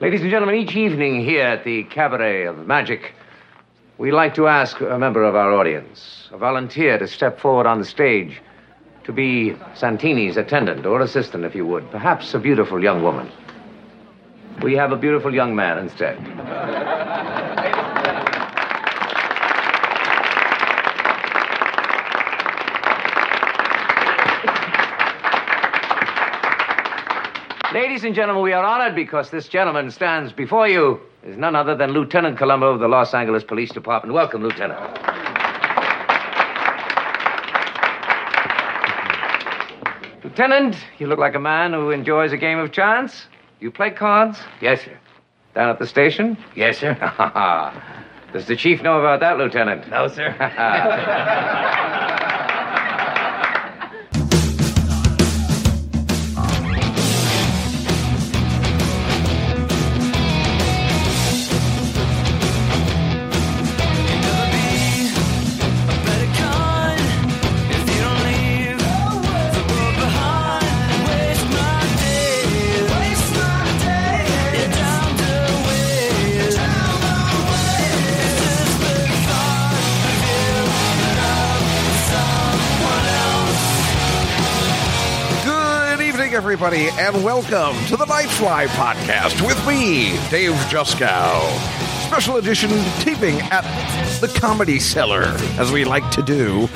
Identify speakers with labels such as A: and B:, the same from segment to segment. A: Ladies and gentlemen, each evening here at the Cabaret of Magic, we like to ask a member of our audience, a volunteer, to step forward on the stage to be Santini's attendant or assistant, if you would, perhaps a beautiful young woman. We have a beautiful young man instead. Ladies and gentlemen, we are honored because this gentleman stands before you is none other than Lieutenant Colombo of the Los Angeles Police Department. Welcome, Lieutenant. Lieutenant, you look like a man who enjoys a game of chance. You play cards?
B: Yes, sir.
A: Down at the station?
B: Yes, sir.
A: Does the chief know about that, Lieutenant?
B: No, sir.
C: Good evening, everybody, and welcome to the Nightfly Podcast with me, Dave Juskow. Special edition taping at the Comedy Cellar, as we like to do,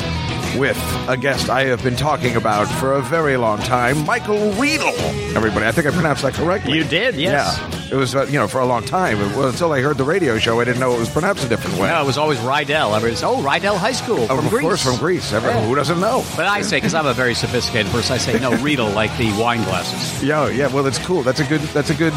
C: with a guest I have been talking about for a very long time, Michael Riedel. Everybody, I think I pronounced that correctly.
D: You did, yes.
C: Yeah. It was, uh, you know, for a long time. It was, until I heard the radio show, I didn't know it was pronounced a different way.
D: No, it was always Rydell. I was, oh, Rydell High School
C: Oh,
D: from
C: of
D: Greece.
C: course, from Greece. Everyone, Who doesn't know?
D: But I say, because I'm a very sophisticated person, I say, no, Riedel, like the wine glasses.
C: Yeah, oh, yeah. Well, that's cool. That's a good. That's a good.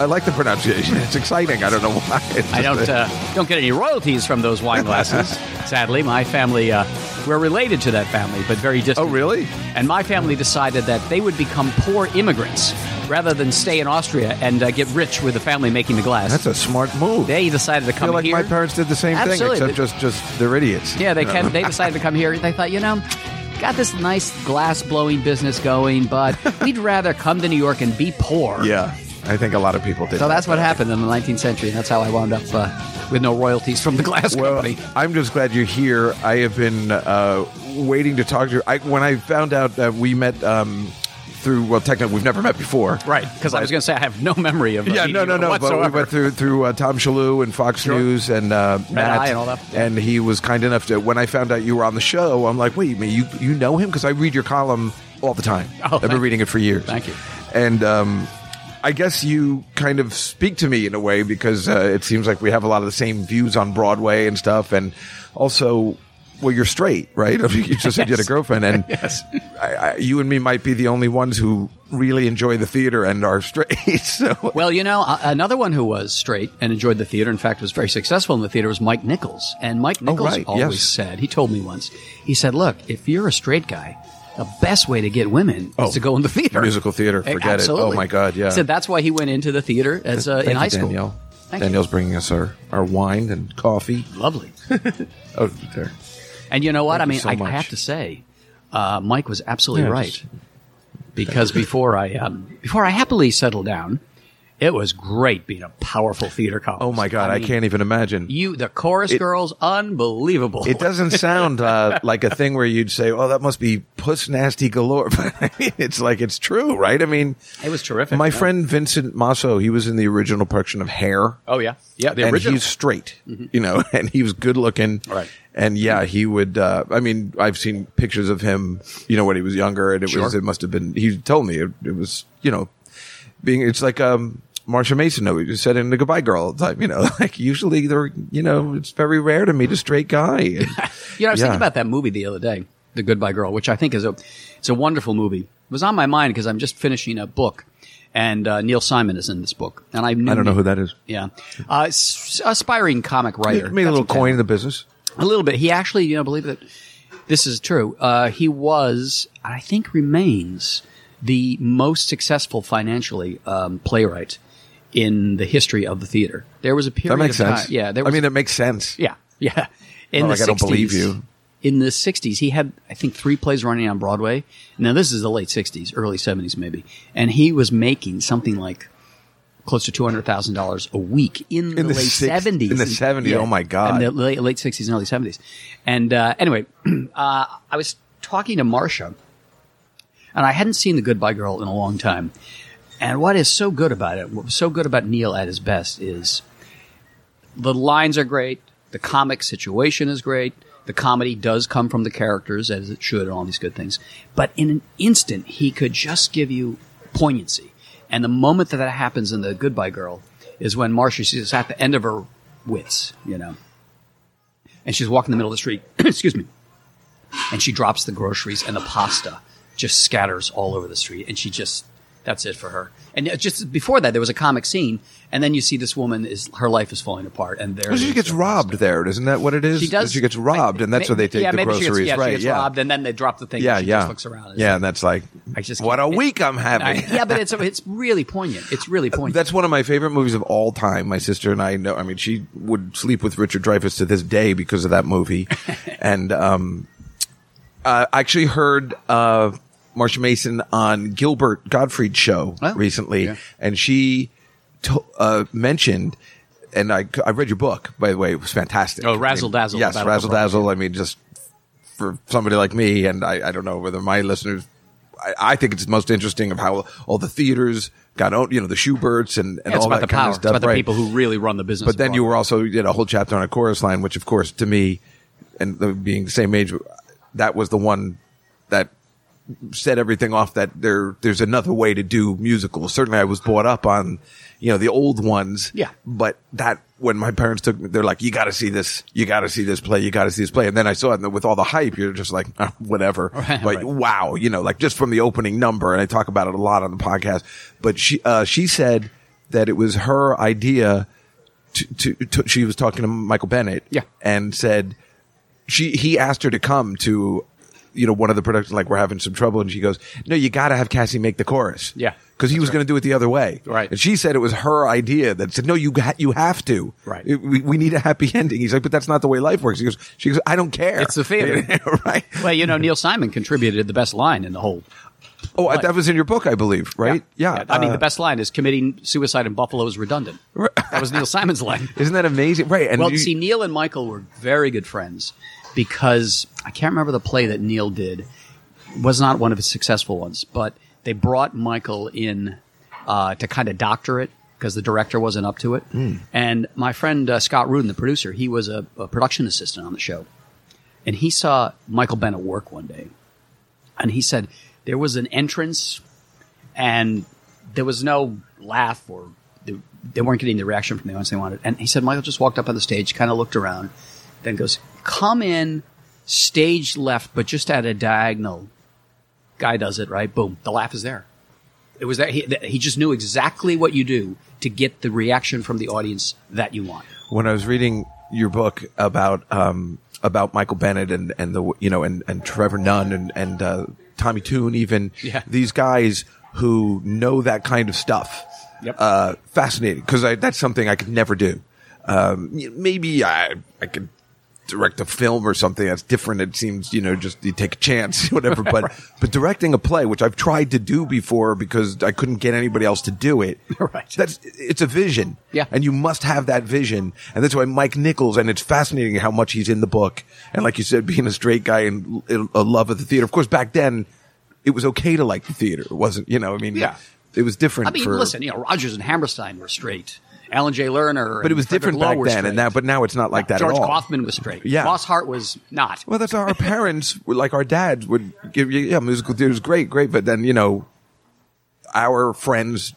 C: I like the pronunciation. It's exciting. I don't know why. It's
D: I don't
C: just-
D: uh, don't get any royalties from those wine glasses. Sadly, my family, uh, we're related to that family, but very
C: oh,
D: distant.
C: really?
D: And my family decided that they would become poor immigrants rather than stay in Austria and uh, get rich with the family making the glass.
C: That's a smart move.
D: they decided to
C: I
D: come
C: feel like
D: here.
C: my parents did the same
D: Absolutely.
C: thing, except just just they're idiots.
D: Yeah, they
C: You know?
D: kept, they decided to come here. They thought, you know, got this nice glass blowing business going, but we'd rather come to New York and be poor.
C: Yeah, I think a lot of people did.
D: So that's what happened in the 19th century, and that's how I wound up uh, with no royalties from the glass
C: Well,
D: company.
C: I'm just glad you're here. I have been uh, waiting to talk to you. I, when I found out that we met um, through, well, technically, we've never met before.
D: Right, because I was going to say I have no memory of. uh,
C: Yeah,
D: meeting
C: no, no,
D: you
C: no. But we
D: whatsoever.
C: went through through uh, Tom Shalhoub and Fox News and uh, Matt,
D: and I and all that.
C: and he was kind enough to. When I found out you were on the show, I'm like, wait, a minute, you you know him because I read your column all the time.
D: Oh,
C: I've been
D: thank-
C: reading it for years.
D: thank you.
C: And um, I guess you kind of speak to me in a way because uh, it seems like we have a lot of the same views on Broadway and stuff, and also. Well, you're straight, right? You just said you had a
D: Yes.
C: girlfriend, and
D: Yes.
C: I, I, you and me might be the only ones who really enjoy the theater and are straight. So,
D: Well, you know, a- another one who was straight and enjoyed the theater, in fact, was very successful in the theater, was Mike Nichols. And Mike Nichols
C: Oh, right,
D: always
C: yes.
D: said, he told me once, he said, look, if you're a straight guy, the best way to get women
C: Oh,
D: is to go in the theater.
C: musical theater,
D: Eh,
C: forget it. Oh,
D: absolutely.
C: my God, yeah.
D: He said that's why he went into the theater as uh, in
C: Thank
D: high
C: you,
D: school.
C: Danielle.
D: Thank
C: Danielle's bringing us our, our wine and coffee.
D: Lovely.
C: Oh, there.
D: And you know
C: Thank
D: what? I
C: you
D: mean,
C: so
D: I,
C: much.
D: I have to say, uh, Mike was absolutely
C: Yes.
D: right. Because before I um, before I happily settled down, it was great being a powerful theater columnist.
C: Oh my God, I,
D: mean,
C: can't even imagine.
D: You, the chorus girls, unbelievable.
C: it doesn't sound uh, like a thing where you'd say, "Oh, that must be puss nasty galore." But I mean, it's like it's true, right? I mean,
D: It was terrific,
C: My
D: yeah.
C: friend Vincent Masso, he was in the original production of Hair.
D: Oh yeah, yeah. The
C: and
D: original. Mm-hmm.
C: he's straight, you know, and he was good looking.
D: Right.
C: And yeah, he would. Uh, I mean, I've seen pictures of him, you know, when he was younger, and it was
D: Sure.
C: it must have been. He told me it, it was, you know, being it's like um, Marsha Mason. though, he just said in the Goodbye Girl all the time, you know, like usually they're, you know, it's very rare to meet a straight guy. And,
D: You know, I was
C: Yeah.
D: thinking about that movie the other day, The Goodbye Girl, which I think is a it's a wonderful movie. It was on my mind because I'm just finishing a book, and uh, Neil Simon is in this book, and I knew
C: I don't know who that is.
D: Yeah, uh, s- aspiring comic writer.
C: made a little
D: That's what
C: coin in the business.
D: that- A little bit. He actually, you know, believe that this is true. Uh, he was, I think, remains the most successful financially um, playwright in the history of the theater. There was a period.
C: That makes
D: of time,
C: sense.
D: Yeah, there
C: I
D: was
C: mean, that makes sense.
D: yeah, yeah. In
C: Not like
D: the
C: I don't believe
D: 60s,
C: you.
D: In the '60s, he had I think three plays running on Broadway. Now this is the late '60s, early '70s, maybe, and he was making something like close to two hundred thousand dollars a week in, the,
C: the
D: late
C: six-
D: seventies.
C: in the 70s, oh my God.
D: In the late late sixties and early seventies. And uh, anyway, uh, I was talking to Marcia, and I hadn't seen the Goodbye Girl in a long time. And what is so good about it, what was so good about Neil at his best, is the lines are great, the comic situation is great, the comedy does come from the characters as it should, and all these good things. But in an instant, he could just give you poignancy. And the moment that that happens in the Goodbye Girl is when Marcia she's at the end of her wits, you know, and she's walking the middle of the street. excuse me and she drops the groceries and the pasta just scatters all over the street and she just that's it for her and uh, just before that there was a comic scene and then you see this woman is her life is falling apart and there
C: Well, she
D: is
C: gets
D: the-
C: robbed there, isn't that what it is?
D: she does
C: She gets robbed, and that's where they take
D: yeah,
C: the
D: maybe
C: groceries,
D: she gets, yeah,
C: right?
D: she gets
C: yeah,
D: robbed and then they drop the thing
C: yeah,
D: and she
C: yeah.
D: just looks around and
C: yeah, and that's like,
D: I just
C: what a
D: can't-
C: week I'm having.
D: yeah but it's it's really poignant it's really poignant
C: Uh, That's one of my favorite movies of all time. My sister and I know. I mean, she would sleep with Richard Dreyfuss to this day because of that movie. and um, uh, I actually heard uh, Marsha Mason on Gilbert Gottfried's show
D: Oh,
C: recently,
D: yeah.
C: and she to- uh, mentioned. And I, I read your book, by the way. It was fantastic.
D: Oh, Razzle
C: I mean,
D: Dazzle,
C: Yes,
D: Battle of
C: Razzle
D: the Bronx.
C: Dazzle. I mean, just for somebody like me, and I, I don't know whether my listeners, I, I think it's most interesting of how all the theaters got owned, you know, the Schuberts and, and
D: Yeah, it's
C: all
D: about
C: that
D: the
C: kind of
D: power it's
C: stuff.
D: about the
C: right.
D: people who really run the business
C: but then you
D: abroad.
C: were also, you did a whole chapter on a chorus line, which of course to me, and the- being the same age, that was the one that set everything off that there, there's another way to do musicals. Certainly I was brought up on, you know, the old ones.
D: Yeah.
C: But that, when my parents took me, they're like, you gotta see this, you gotta see this play, you gotta see this play. And then I saw it and with all the hype, you're just like, "Ah, whatever.
D: Right,
C: but
D: right.
C: wow, you know, like just from the opening number. And I talk about it a lot on the podcast, but she, uh, she said that it was her idea to, to, to she was talking to Michael Bennett.
D: Yeah.
C: And said, she he asked her to come to you know one of the productions like we're having some trouble and she goes no you got to have Cassie make the chorus
D: Yeah,
C: because he was going to do it the other way
D: Right.
C: and she said it was her idea that said no you ha- you have to
D: Right.
C: It- we, we need a happy ending he's like but that's not the way life works he goes she goes I don't care
D: It's the theater.
C: right
D: well you know Neil Simon contributed the best line in the whole
C: oh I, that was in your book I believe right yeah,
D: I mean
C: Uh,
D: the best line is committing suicide in Buffalo is redundant that was Neil Simon's line
C: isn't that amazing right and
D: well,
C: you-
D: see, Neil and Michael were very good friends because I can't remember the play that Neil did It was not one of his successful ones, but they brought Michael in uh, to kind of doctor it because the director wasn't up to it.
C: Hmm.
D: And my friend uh, Scott Rudin, the producer, he was a, a production assistant on the show, and he saw Michael Bennett work one day, and he said there was an entrance and there was no laugh or the, they weren't getting the reaction from the audience they wanted. And he said Michael just walked up on the stage, kind of looked around, then goes, "Come in, stage left, but just at a diagonal." Guy does it right. Boom, the laugh is there. It was that he, that- he just knew exactly what you do to get the reaction from the audience that you want.
C: when I was reading your book about um, about Michael Bennett and and the you know and and Trevor Nunn and and uh, Tommy Toon even
D: Yeah.
C: these guys who know that kind of stuff.
D: Yep.
C: Uh, fascinating because that's something I could never do. Um, y- maybe I I could direct a film or something that's different. It seems you know just you take a chance whatever. But but directing a play, which I've tried to do before because I couldn't get anybody else to do it.
D: Right.
C: That's it's a vision.
D: Yeah.
C: And you must have that vision. And that's why Mike Nichols, and it's fascinating how much he's in the book. And like you said, being a straight guy and l- a love of the theater. Of course, back then, it was okay to like the theater. It wasn't, you know, I mean,
D: Yeah.
C: it was different.
D: I mean,
C: for,
D: listen, you know, Rogers and Hammerstein were straight. Alan J. Lerner,
C: but it was different back then. And now, but now it's not like that
D: George
C: at all.
D: Kaufman was straight.
C: Yeah.
D: Ross Hart was not.
C: Well, that's how our parents, were like our dads, would give you, yeah, musical theater's great, great, but then, you know, our friends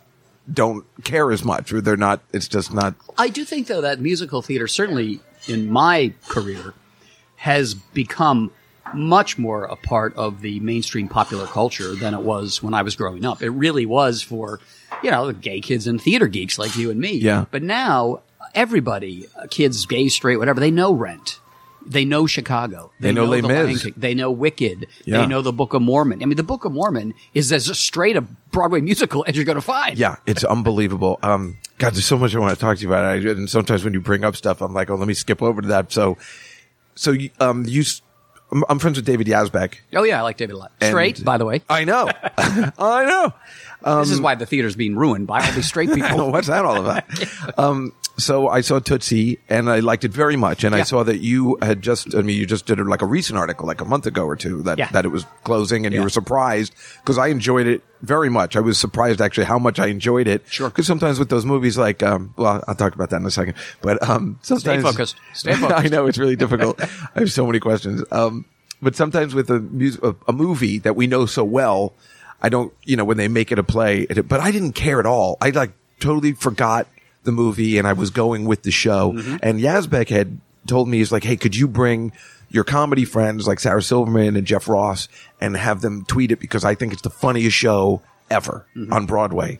C: don't care as much, or they're not, it's just not.
D: I do think though that musical theater certainly in my career has become much more a part of the mainstream popular culture than it was when I was growing up. It really was for, you know, the gay kids and theater geeks like you and me.
C: Yeah.
D: But now everybody, uh, kids, gay, straight, whatever, they know Rent. They know Chicago.
C: They know Les
D: the Lion
C: Mis.
D: King. They know Wicked.
C: Yeah.
D: They know the Book of Mormon. I mean, the Book of Mormon is as straight a Broadway musical as you're going to find.
C: Yeah, it's unbelievable. Um, God, there's so much I want to talk to you about. I, and sometimes when you bring up stuff, I'm like, oh, let me skip over to that. So, so you, um, you, s- I'm, I'm friends with David Yazbek.
D: Oh yeah, I like David a lot.
C: And-
D: Straight, by the way.
C: I know, I know.
D: this is why the theater's being ruined by all these straight
C: Oh,
D: people.
C: what's that all about? um, so I saw Tootsie and I liked it very much. And I
D: Yeah.
C: saw that you had just, I mean, you just did like a recent article like a month ago or two that,
D: Yeah.
C: that it was closing and you
D: Yeah.
C: were surprised because I enjoyed it very much. I was surprised actually how much I enjoyed it. Sure. Because sometimes with those movies, like, um, well, I'll talk about that in a second, but, um, sometimes.
D: focused. Stay focused.
C: I know it's really difficult. I have so many questions. Um, but sometimes with a, mus- a, a movie that we know so well, I don't, you know, when they make it a play, it, but I didn't care at all. I like totally forgot the movie and I was going with the show.
D: Mm-hmm.
C: And Yazbek had told me, he's like, hey, could you bring your comedy friends like Sarah Silverman and Jeff Ross and have them tweet it because I think it's the funniest show ever
D: Mm-hmm.
C: on Broadway.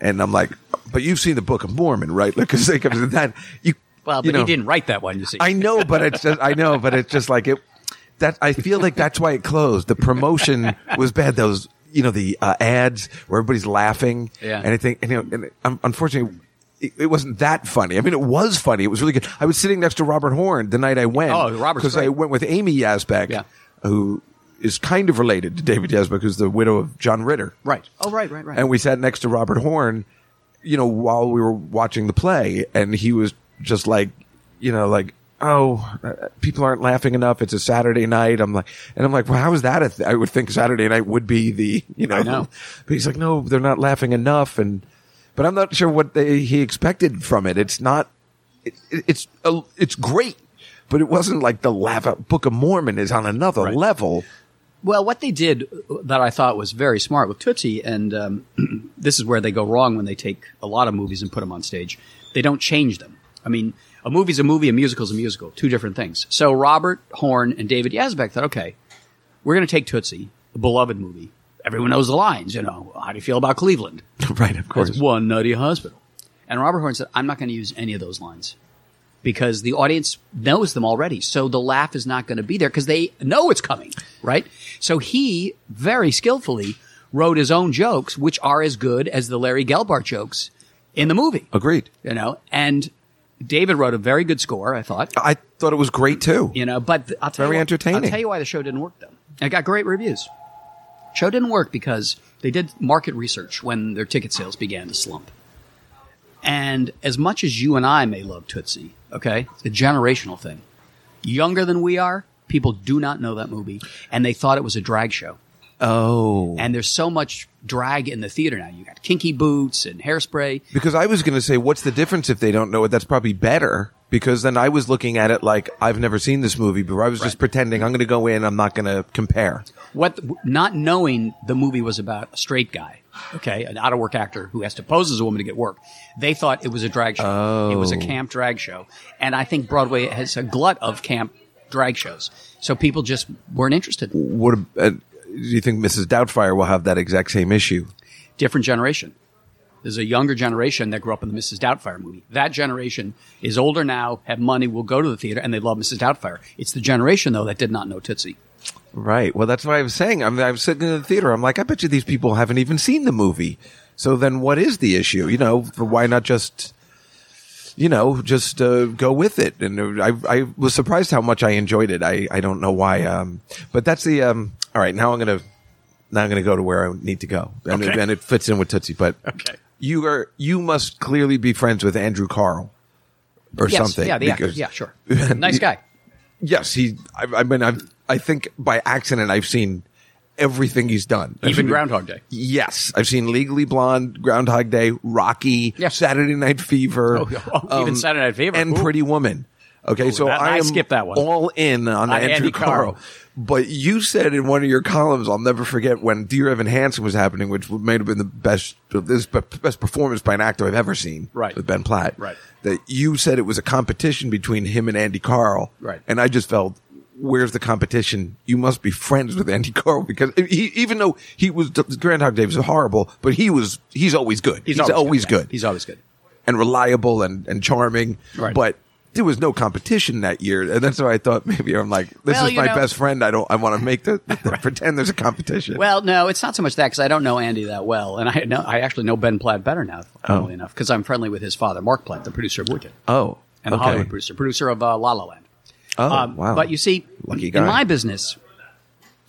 C: And I'm like, but you've seen the Book of Mormon, right? Like, because they come to that, you.
D: well, but
C: you know,
D: he didn't write that one. You see,
C: I know, but it's just, I know, but it's just like it. That I feel like that's why it closed. The promotion was bad. Those you know the uh, ads where everybody's laughing.
D: Yeah.
C: And I think and, you know, and um, unfortunately. It it wasn't that funny. I mean, it was funny. It was really good. I was sitting next to Robert Horn the night I went.
D: Oh, Robert's
C: Because I
D: great.
C: went with Amy Yazbek,
D: Yeah.
C: who is kind of related to David Yazbek, who's the widow of John Ritter.
D: right? Oh, right, right, right.
C: And we sat next to Robert Horn, you know, while we were watching the play, and he was just like, you know, like, oh, uh, people aren't laughing enough. It's a Saturday night. I'm like, and I'm like, well, how is that? A th- I would think Saturday night would be the, you know,
D: know.
C: but he's like, no, they're not laughing enough, and but I'm not sure what they, he expected from it. It's not, it, it- it's a, it's great. But it wasn't like the laugh. uh, Book of Mormon is on another level.
D: Well, what they did uh, that I thought was very smart with Tootsie, and um, this is where they go wrong when they take a lot of movies and put them on stage. They don't change them. I mean, a movie's a movie, a musical's a musical, two different things. So Robert Horn and David Yazbek thought, okay, we're going to take Tootsie, a beloved movie. Everyone knows the lines, you know. How do you feel about Cleveland?
C: right, of course.
D: It's one nutty hospital. And Robert Horn said, I'm not going to use any of those lines because the audience knows them already. So the laugh is not going to be there because they know it's coming, right? So he very skillfully wrote his own jokes, which are as good as the Larry Gelbart jokes in the movie.
C: Agreed.
D: You know, and David wrote a very good score, I thought.
C: I thought it was great too.
D: You know, but th- I'll tell
C: Very
D: you,
C: entertaining.
D: I'll tell you why the show didn't work though. It got great reviews. Show didn't work because they did market research when their ticket sales began to slump. And as much as you and I may love Tootsie, okay, it's a generational thing. Younger than we are, people do not know that movie, and they thought it was a drag show.
C: Oh.
D: And there's so much drag in the theater now. You got kinky boots and hairspray.
C: Because I was going to say, what's the difference if they don't know it? That's probably better. Because then I was looking at it like I've never seen this movie before. I was just
D: Right.
C: pretending I'm going to go in. I'm not going to compare.
D: what the, not knowing the movie was about a straight guy okay an out of work actor who has to pose as a woman to get work they thought it was a drag show it was a
C: Oh.
D: camp drag show and i think broadway has a glut of camp drag shows so people just weren't interested
C: What ab- uh, do you think, Mrs. Doubtfire will have that exact same issue?
D: different generation there's a younger generation that grew up in the Mrs. Doubtfire movie. That generation is older now, have money, will go to the theater, and they love Mrs. Doubtfire. It's the generation, though, that did not know Tootsie.
C: Right. Well, that's what I was saying. I'm, I'm sitting in the theater. I'm like, I bet you these people haven't even seen the movie. So then, what is the issue? You know, why not just, you know, just uh, go with it? And I, I was surprised how much I enjoyed it. I, I don't know why. Um, but that's the. Um, all right. Now I'm gonna, now I'm gonna go to where I need to go, and, it,
D: Okay.
C: and it fits in with Tootsie. But
D: Okay.
C: you are you must clearly be friends with Andrew Carl. Or
D: Yes,
C: something.
D: Yeah, the actor.
C: because-
D: Yeah, sure. nice guy.
C: Yes, he. I, I mean, I've, I think by accident I've seen everything he's done. I've
D: Even
C: seen-
D: Groundhog Day.
C: Yes, I've seen Legally Blonde, Groundhog Day, Rocky,
D: Yeah.
C: Saturday Night Fever, um,
D: Oh, oh, even Saturday Night Fever.
C: and
D: Ooh.
C: Pretty Woman. Okay, so
D: that-
C: I,
D: I
C: am
D: skipped that one.
C: all in on,
D: On
C: Andrew
D: Andy
C: Carl.
D: Carl.
C: But you said in one of your columns, I'll never forget when Dear Evan Hansen was happening, which may have been the best, this best performance by an actor I've ever seen.
D: Right.
C: with Ben Platt.
D: Right.
C: that you said it was a competition between him and Andy Carl.
D: Right.
C: and I just felt. Where's the competition? You must be friends with Andy Carl because he, even though he was Groundhog Day was horrible, but he was he's always good. He's, always, good.
D: He's always good.
C: and reliable and, and charming.
D: Right.
C: But there was no competition that year, and that's why I thought maybe I'm like, this
D: Well,
C: is
D: you
C: my
D: know-
C: best friend. I don't. I want to make the, the- pretend there's a competition.
D: Well, no, it's not so much that because I don't know Andy that well, and I know I actually know Ben Platt better now, funnily enough, because I'm friendly with his father, Mark Platt, the producer of Wicked,
C: oh,
D: and the Hollywood producer, producer of uh, La La Land.
C: Oh,
D: Um,
C: wow.
D: But you see,
C: Lucky guy.
D: in my business,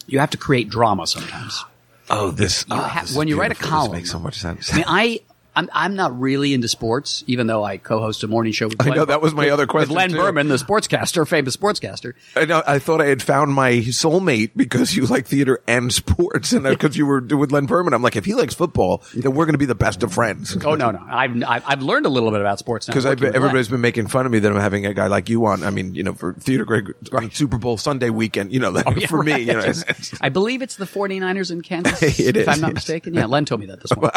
D: you have to create drama sometimes.
C: Oh, this.
D: You
C: ah,
D: ha-
C: this is
D: when you write a
C: beautiful. This
D: column,
C: makes so much sense.
D: I mean, I I'm, I'm not really into sports, even though I co-host a morning show. With
C: I
D: Len-
C: know, that was my other question,
D: With Len
C: too.
D: Berman, the sportscaster, famous sportscaster.
C: I, know, I thought I had found my soulmate because you like theater and sports, and because you were with Len Berman. I'm like, if he likes football, then we're going to be the best of friends.
D: Oh no, no, I've I've I've learned a little bit about sports now.
C: Because
D: working with Len.
C: everybody's been making fun of me that I'm having a guy like you on. I mean, you know, for theater grade on Super Bowl Sunday weekend, you know,
D: Oh,
C: that, for me, you know, it's- it's-
D: I believe it's the 49ers in Kansas,
C: It
D: if
C: is,
D: I'm not
C: yes.
D: mistaken. Yeah, Len told me that this morning.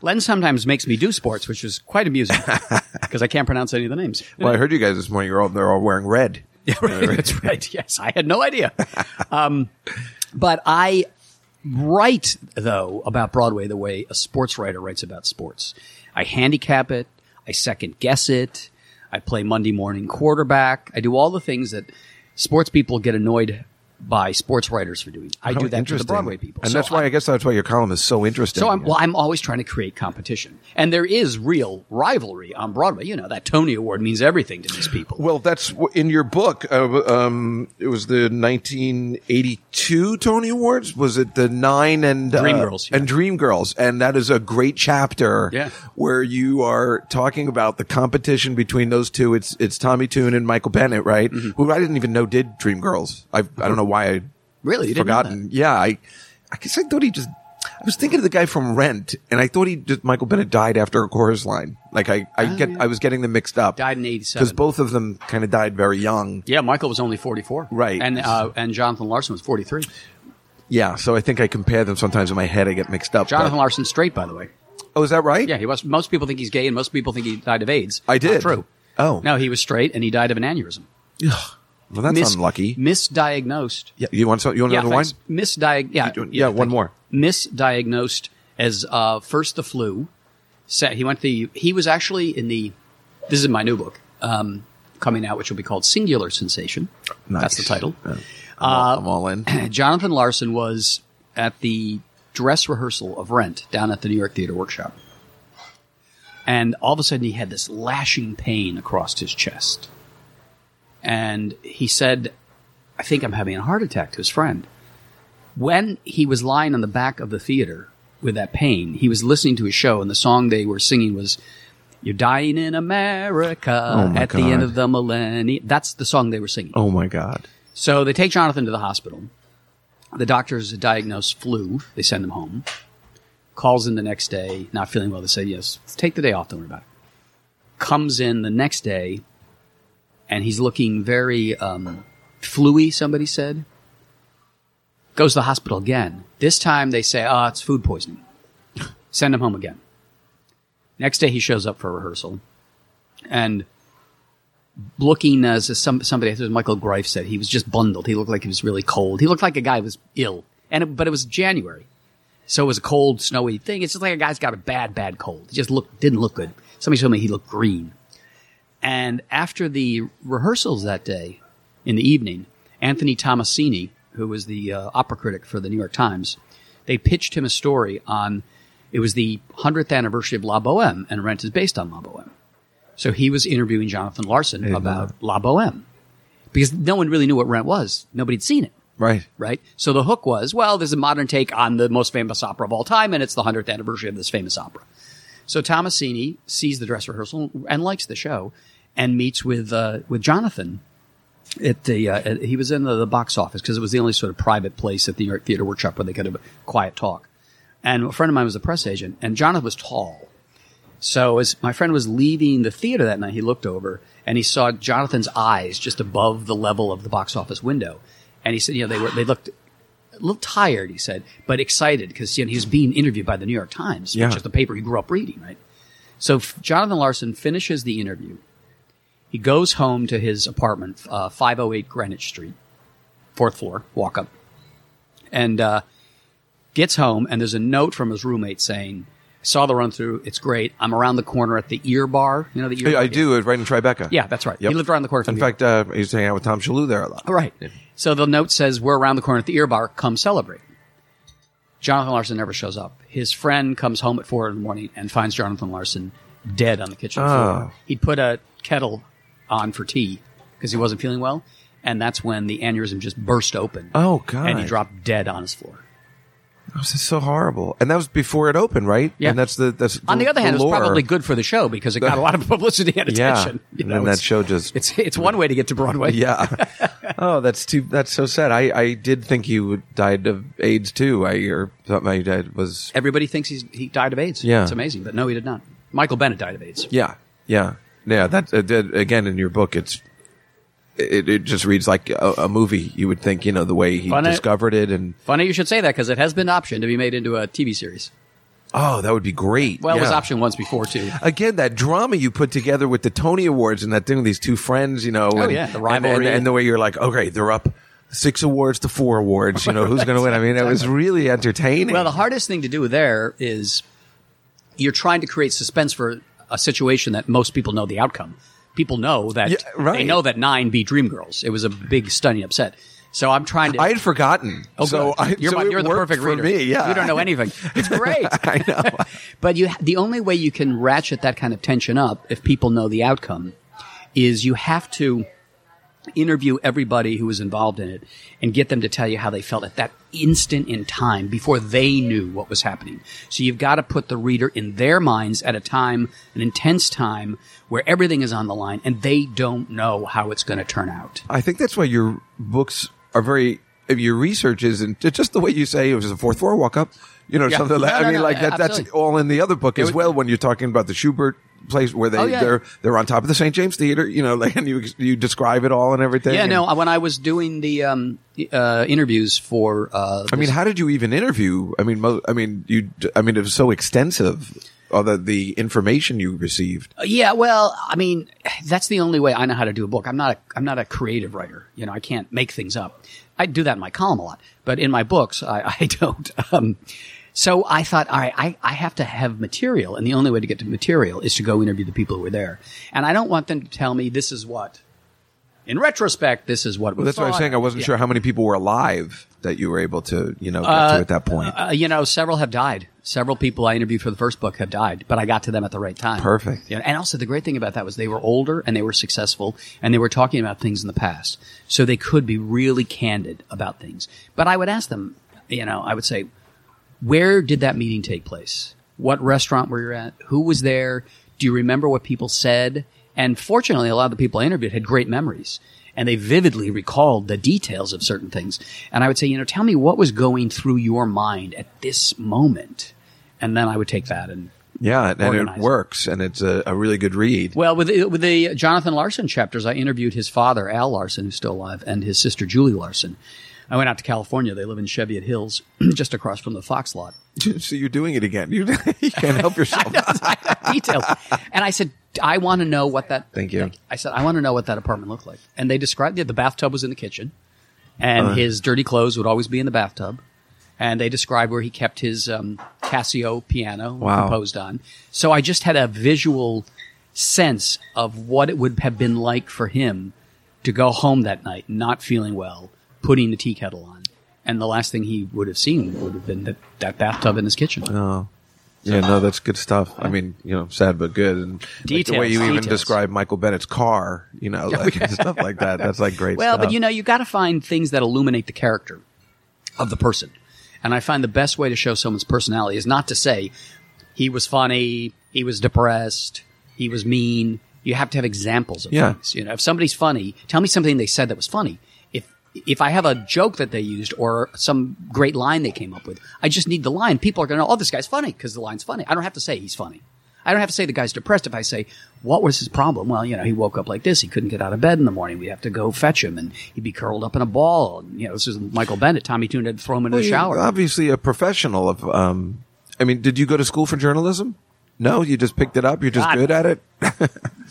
D: Len sometimes makes me do sports, which is quite amusing because I can't pronounce any of the names.
C: well, I heard you guys this morning. You're all they're all wearing red.
D: Yeah, right. That's right. Yes, I had no idea. Um, but I write though about Broadway the way a sports writer writes about sports. I handicap it. I second guess it. I play Monday morning quarterback. I do all the things that sports people get annoyed by sports writers for doing. I do
C: Oh,
D: that to the
C: interesting.
D: Broadway people,
C: and
D: So
C: that's why I, guess that's why your column is so interesting.
D: so I'm, well, I'm always trying to create competition, and there is real rivalry on Broadway. You know that Tony Award means everything to these people.
C: Well, that's w- in your book. Uh, um, it was the 1982 Tony Awards. Was it the nine and uh,
D: Dreamgirls, yeah.
C: and Dreamgirls? And that is a great chapter.
D: Yeah.
C: where you are talking about the competition between those two. It's it's Tommy Toon and Michael Bennett, right?
D: Mm-hmm.
C: Who I didn't even know did Dreamgirls. I I don't know why I
D: Really? You didn't know
C: forgotten. Yeah, I I guess I thought he just. I was thinking of the guy from Rent, and I thought he just Michael Bennett died after a chorus line. Like I, I
D: Oh,
C: get, I was getting them mixed up.
D: Died in 87.
C: because both of them kind of died very young.
D: Yeah, Michael was only 44.
C: Right.
D: And uh, and Jonathan Larson was 43.
C: Yeah, so I think I compare them sometimes in my head. I get mixed up.
D: Jonathan
C: but-
D: Larson's straight, by the way.
C: oh, is that right?
D: Yeah, he was. Most people think he's gay, and most people think he died of AIDS.
C: I
D: Not
C: did.
D: true.
C: Oh.
D: No, he was straight, and he died of an aneurysm.
C: Well, that's
D: Mis-
C: unlucky.
D: Misdiagnosed.
C: Yeah, you want some, you want
D: Yeah,
C: another
D: thanks.
C: one?
D: Misdiag- yeah,
C: doing- yeah, one
D: thank
C: more.
D: you. Misdiagnosed as uh, first the flu. Sa- He went the. He was actually in the. This is in my new book um, coming out, which will be called Singular Sensation. That's the
C: Nice.
D: title.
C: Yeah.
D: Uh,
C: I'm, all, I'm all in.
D: Jonathan Larson was at the dress rehearsal of Rent down at the New York Theater Workshop. And all of a sudden, he had this lashing pain across his chest. And he said, I think I'm having a heart attack to his friend. When he was lying on the back of the theater with that pain, he was listening to a show, and the song they were singing was, You're Dying in America
C: Oh, my
D: at the end
C: God.
D: of the millennium. That's the song they were singing.
C: Oh my god.
D: So they take Jonathan to the hospital. The doctors diagnose flu. They send him home. Calls in the next day, not feeling well. They say, yes, take the day off. Don't worry about it. Comes in the next day, and he's looking very um, fluey, somebody said. Goes to the hospital again. This time they say, oh, it's food poisoning. Send him home again. Next day he shows up for rehearsal. And looking as as some, somebody, I think it was Michael Greif said, he was just bundled. He looked like he was really cold. He looked like a guy who was ill. And it, but it was January. So it was a cold, snowy thing. It's just like a guy's got a bad, bad cold. He just looked, didn't look good. Somebody told me he looked green. And after the rehearsals that day, in the evening, Anthony Tomasini, who was the uh, opera critic for the New York Times, they pitched him a story on it was the 100th anniversary of La Boheme, and Rent is based on La Boheme. So he was interviewing Jonathan Larson about La Boheme because no one really knew what Rent was. Nobody'd seen it,
C: Right.
D: right? So the hook was, well, there's a modern take on the most famous opera of all time, and it's the 100th anniversary of this famous opera. So Tomasini sees the dress rehearsal and likes the show and meets with, uh, with Jonathan at the, uh, at- he was in the, the box office because it was the only sort of private place at the New York Theater Workshop where they could have a quiet talk. And a friend of mine was a press agent, and Jonathan was tall. So as my friend was leaving the theater that night, he looked over and he saw Jonathan's eyes just above the level of the box office window, and he said, "You know, they were they looked a little tired," he said, "but excited because you know, he was being interviewed by the New York Times,
C: Yeah.
D: which is the paper he grew up reading, right?" So f- Jonathan Larson finishes the interview. He goes home to his apartment, uh, 508 Greenwich Street, fourth floor, walk up, and uh, gets home and there's a note from his roommate saying saw the run through it's great i'm around the corner at the ear bar you know the ear
C: I, I do it right in Tribeca.
D: yeah that's right
C: Yep.
D: he lived around the corner from
C: In
D: the ear-
C: fact, uh, he's hanging out with Tom Shalhoub there a lot.
D: All Oh, right so the note says we're around the corner at the ear bar come celebrate jonathan larson never shows up his friend comes home at four in the morning and finds jonathan larson dead on the kitchen
C: Oh.
D: floor he'd put a kettle on for tea because he wasn't feeling well and that's when the aneurysm just burst open
C: Oh, God.
D: and he dropped dead on his floor
C: Oh, this is so horrible. And that was before it opened, right?
D: Yeah.
C: And that's the that's
D: On the other hand,
C: lore.
D: it's probably good for the show because it got a lot of publicity and
C: Yeah.
D: attention. You
C: And
D: know,
C: then that
D: it's-
C: show just
D: It's it's one way to get to Broadway.
C: yeah. oh, that's too. That's so sad. I I did think you died of AIDS too. I or something. I died was
D: Everybody thinks he's he died of AIDS.
C: Yeah.
D: It's amazing, but no, he did not. Michael Bennett died of AIDS.
C: yeah yeah yeah. That uh, that- again in your book, it's it, it just reads like a, a movie. You would think you know the way he
D: Funny-
C: discovered it and
D: Funny you should say that because it has been optioned to be made into a TV series.
C: oh that would be great.
D: Well, it was
C: Yeah.
D: optioned once before too.
C: again that drama you put together with the Tony Awards and that thing with these two friends, you know, and,
D: Oh, yeah, the
C: and-
D: rivalry.
C: and, and the way you're like, okay, they're up six awards to four awards, you know, who's going to win? I mean, it was really entertaining.
D: Well, the hardest thing to do there is you're trying to create suspense for a situation that most people know the outcome. People know that
C: Yeah, right.
D: they know that nine beat Dreamgirls. It was a big stunning upset. So I'm trying to.
C: I had forgotten.
D: Oh,
C: so
D: good.
C: I,
D: you're,
C: so
D: my-
C: it
D: you're the
C: worked
D: perfect
C: for
D: reader.
C: me. Yeah,
D: you don't know anything. It's great. I know. but you, the only way you can ratchet that kind of tension up, if people know the outcome, is you have to interview everybody who was involved in it and get them to tell you how they felt at that instant in time before they knew what was happening. So you've got to put the reader in their minds at a time, an intense time where everything is on the line and they don't know how it's going to turn out.
C: I think that's why your books are very. if Your research is, and just the way you say it was a fourth floor walk up, you know,
D: Yeah.
C: something like
D: No,
C: I
D: no,
C: mean,
D: no,
C: like that. That's
D: absolutely.
C: all in the other book as
D: we-
C: well. When you're talking about the Schubert place where they
D: Oh, yeah.
C: they're they're on top of the St James Theater, you know, like, and you you describe it all and everything.
D: Yeah,
C: and-
D: no. When I was doing the um, uh, interviews for, uh,
C: I mean, how did you even interview? I mean, mo- I mean, you. d- I mean, it was so extensive. All the the information you received.
D: yeah, well, I mean, that's the only way I know how to do a book. I'm not, a, I'm not a creative writer. You know, I can't make things up. I do that in my column a lot, but in my books, I, I don't. Um, so I thought, all right, I, I have to have material, and the only way to get to material is to go interview the people who were there, and I don't want them to tell me this is what. In retrospect, this is what.
C: Well, that's what I was saying. I wasn't sure how many people were alive that you were able to, you know, get to at that point.
D: Uh, you know, several have died. Several people I interviewed for the first book have died, but I got to them at the right time.
C: Perfect.
D: You know, and also, the great thing about that was they were older and they were successful and they were talking about things in the past. So they could be really candid about things. But I would ask them, you know, I would say, where did that meeting take place? What restaurant were you at? Who was there? Do you remember what people said? And fortunately, a lot of the people I interviewed had great memories and they vividly recalled the details of certain things. And I would say, you know, tell me what was going through your mind at this moment. And then I would take that and
C: yeah, and, and it
D: organized.
C: works, and it's a, a really good read.
D: well, with the, with the Jonathan Larson chapters, I interviewed his father, Al Larson, who's still alive, and his sister, Julie Larson. I went out to California. They live in Cheviot Hills, just across from the Fox lot.
C: so you're doing it again. You, you can't help yourself.
D: Details. And I said, I want to know what that.
C: Thank you.
D: I said, I want to know what that apartment looked like. And they described it. The bathtub was in the kitchen, and his dirty clothes would always be in the bathtub. And they described where he kept his um, Casio piano
C: Wow.
D: composed on. So I just had a visual sense of what it would have been like for him to go home that night, not feeling well, putting the tea kettle on. And the last thing he would have seen would have been that, that bathtub in his kitchen.
C: yeah, no, that's good stuff. I mean, you know, sad but good. And like the way
D: Details,
C: you even
D: details.
C: describe Michael Bennett's car, you know, like, and stuff like that. That's like great.
D: Well,
C: stuff.
D: but you know, you got to find things that illuminate the character of the person. And I find the best way to show someone's personality is not to say he was funny, he was depressed, he was mean. You have to have examples of
C: Yeah.
D: things. You know, if somebody's funny, tell me something they said that was funny. If if I have a joke that they used or some great line they came up with, I just need the line. People are going to know, oh, this guy's funny because the line's funny. I don't have to say he's funny. I don't have to say the guy's depressed if I say, what was his problem? Well, you know, he woke up like this. He couldn't get out of bed in the morning. We'd have to go fetch him and he'd be curled up in a ball. And, you know, this is Michael Bennett. Tommy Toon had throw him into
C: Well,
D: the
C: you're
D: shower.
C: Obviously, a professional of. Um, I mean, did you go to school for journalism? No, you just picked it up. You're just
D: God.
C: good at it.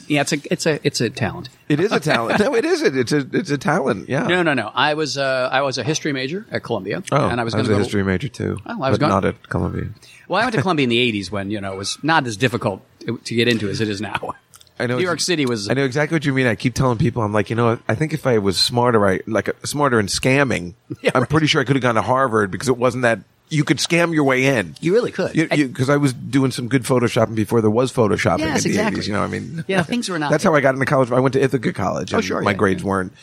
D: yeah, it's a, it's a, it's a talent.
C: It is a talent. no, it isn't. It's a it's a talent. Yeah.
D: No, no, no. I was uh, I was a history major at Columbia,
C: Oh,
D: and I was
C: I
D: going
C: was
D: to
C: a
D: go.
C: history major too,
D: Oh, I
C: but
D: was going-
C: not at Columbia.
D: Well, I went to Columbia in the '80s when you know it was not as difficult to get into as it is now.
C: I know
D: New York
C: ex-
D: City was.
C: I know exactly what you mean. I keep telling people, I'm like, you know, I think if I was smarter, I like uh, smarter in scamming.
D: Yeah,
C: I'm
D: right.
C: pretty sure I could have gone to Harvard because it wasn't that you could scam your way in.
D: You really could.
C: You- you- Because I was doing some good photoshopping before there was photoshopping
D: Yes,
C: in the
D: exactly.
C: 80s. You know, I mean,
D: Yeah, things were not-
C: That's how I got into college. I went to Ithaca College. And
D: sure,
C: My
D: yeah,
C: grades weren't,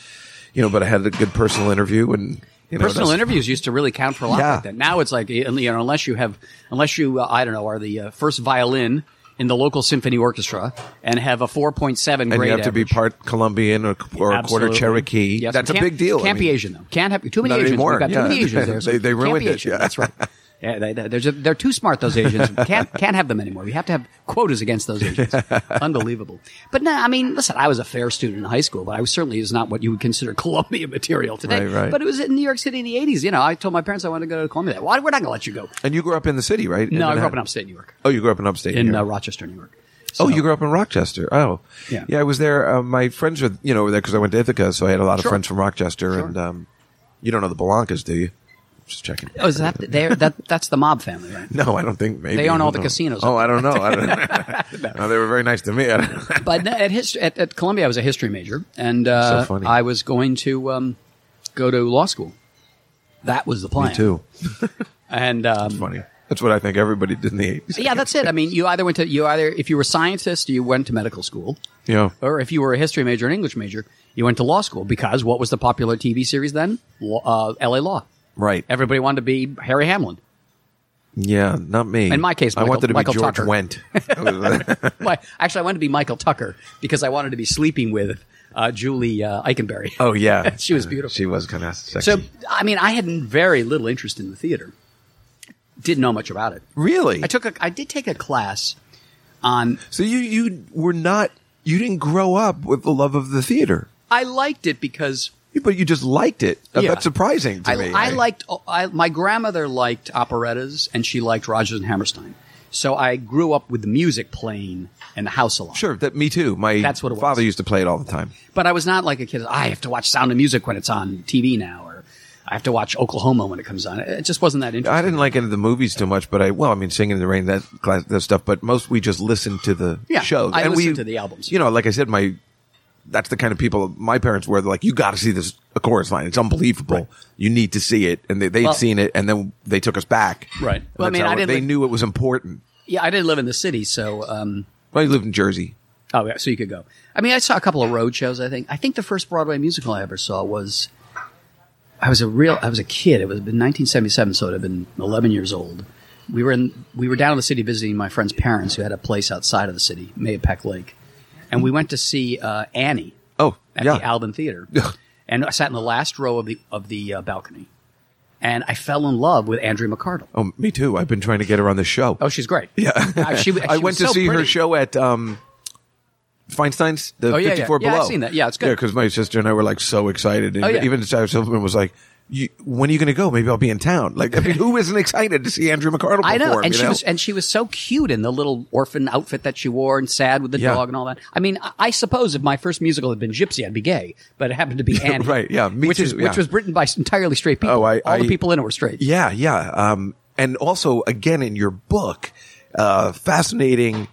C: you know, but I had a good personal interview and You know,
D: Personal
C: that's-
D: interviews used to really count for a lot
C: Yeah.
D: like that. Now it's like you know, unless you have, unless you uh, I don't know, are the uh, first violin in the local symphony orchestra and have a four point seven
C: And
D: grade.
C: you have to be
D: average.
C: part Colombian or, or a quarter
D: Absolutely.
C: Cherokee.
D: Yes,
C: That's a
D: can't-
C: big deal. I
D: Can't be
C: mean,
D: Asian though. Can't have too many
C: Not
D: Asians.
C: anymore,
D: We've got
C: yeah.
D: too many Asians there. so
C: They- they
D: can't be
C: ruined it,
D: Asian.
C: yeah.
D: That's right. Yeah, they, they- there's a- they're too smart. Those Asians can't can't have them anymore. We have to have quotas against those Asians. Unbelievable. But no, I mean, listen. I was a fair student in high school, but I was certainly is not what you would consider Columbia material today.
C: Right, right.
D: But it was in New York City in the '80s. You know, I told my parents I wanted to go to Columbia. Why? We're not going to let you go.
C: And you grew up in the city, right?
D: No, I grew up in
C: Manhattan.
D: upstate New York,
C: Oh, you grew up in upstate.
D: in
C: New
D: uh,
C: York.
D: Rochester, New York.
C: oh, you grew up in Rochester. Oh,
D: Yeah.
C: I was there. Uh, my friends were, you know, were there because I went to Ithaca, so I had a lot of
D: Sure.
C: friends from Rochester. And um, you don't know the Blancas, do you? Just checking.
D: Oh, is that there? That that's the mob family, right?
C: No, I don't think. Maybe
D: They own
C: Who
D: all the
C: knows?
D: casinos.
C: Oh, I don't know. I don't no, they were very nice to me. I don't-
D: but no, at, hist- at, at Columbia, I was a history major, and uh,
C: So funny.
D: I was going to um, go to law school. That was the plan.
C: me too.
D: And um,
C: Funny. That's what I think everybody did in the eighties.
D: yeah, that's it. I mean, you either went to you either if you were a scientist, you went to medical school,
C: You know,
D: or if you were a history major and English major, you went to law school because what was the popular TV series then? Law, uh, L.A. Law.
C: right?
D: Everybody wanted to be Harry Hamlin.
C: yeah, not me.
D: In my case,
C: I wanted to be
D: Michael-
C: George
D: Michael
C: Wendt.
D: Well, actually, I wanted to be Michael Tucker because I wanted to be sleeping with uh, Julie uh, Eikenberry.
C: oh yeah,
D: She was beautiful.
C: She was kind of sexy.
D: So, I mean, I had very little interest in the theater. Didn't know much about it.
C: really,
D: I took a, I did take a class on.
C: So you you were not you didn't grow up with the love of the theater,
D: I liked it because
C: but you just liked it. Uh,
D: Yeah.
C: That's surprising to
D: I,
C: me.
D: I liked. I, my grandmother liked operettas, and she liked Rogers and Hammerstein. So I grew up with the music playing in the house a lot.
C: Sure, that me too. My
D: That's what it was.
C: father used to play it all the time.
D: but I was not like a kid. "Oh, I have to watch Sound of Music when it's on TV now, or I have to watch Oklahoma when it comes on. It just wasn't that interesting.
C: I didn't like any of the movies too much, but I well, I mean, Singing in the Rain, that class, that stuff. But most we just listened to the
D: Yeah,
C: shows.
D: I
C: and we,
D: listened to the albums.
C: You know, like I said, my that's the kind of people my parents were. They're like, you got to see this a chorus line. It's unbelievable. You need to see it, and they, they'd
D: Well-
C: seen it, and then they took us back.
D: Right.
C: And
D: Well, I
C: that's
D: mean,
C: how
D: I didn't
C: They
D: li-
C: knew it was important.
D: yeah, I didn't live in the city, so. Um,
C: Well, I lived in Jersey.
D: Oh, yeah, so you could go. I mean, I saw a couple of road shows. I think. I think the first Broadway musical I ever saw was. I was a real. I was a kid. It was in 1977, so I'd have been 11 years old. We were in. We were down in the city visiting my friend's parents, who had a place outside of the city, Mayapack Lake, and we went to see uh, Annie
C: Oh,
D: at
C: yeah.
D: the Alvin Theater, and I sat in the last row of the of the uh, balcony, and I fell in love with Andrea McCardle.
C: Oh, me too. I've been trying to get her on the show.
D: Oh, she's great. Yeah,
C: I went to see her show at um, Feinstein's, the
D: Oh, yeah, yeah.
C: 54
D: Yeah, I've
C: Below.
D: seen that. Yeah, it's good.
C: Yeah, because my sister and I were like so excited. And
D: Oh, yeah.
C: even Sarah Silverman was like, you, when are you going to go? Maybe I'll be in town. Like, I mean, who isn't excited to see Andrew McCardle perform?
D: I know, and
C: you
D: she was and she was so cute in the little orphan outfit that she wore, and sad with the
C: Yeah.
D: dog and all that. I mean, I, I suppose if my first musical had been Gypsy, I'd be gay, but it happened to be Annie,
C: right, yeah, me
D: which
C: too,
D: is
C: yeah.
D: which was written by entirely straight people.
C: Oh, I-
D: all the
C: I-
D: people in it were straight.
C: Yeah, yeah. Um, and also, again, in your book, uh, fascinating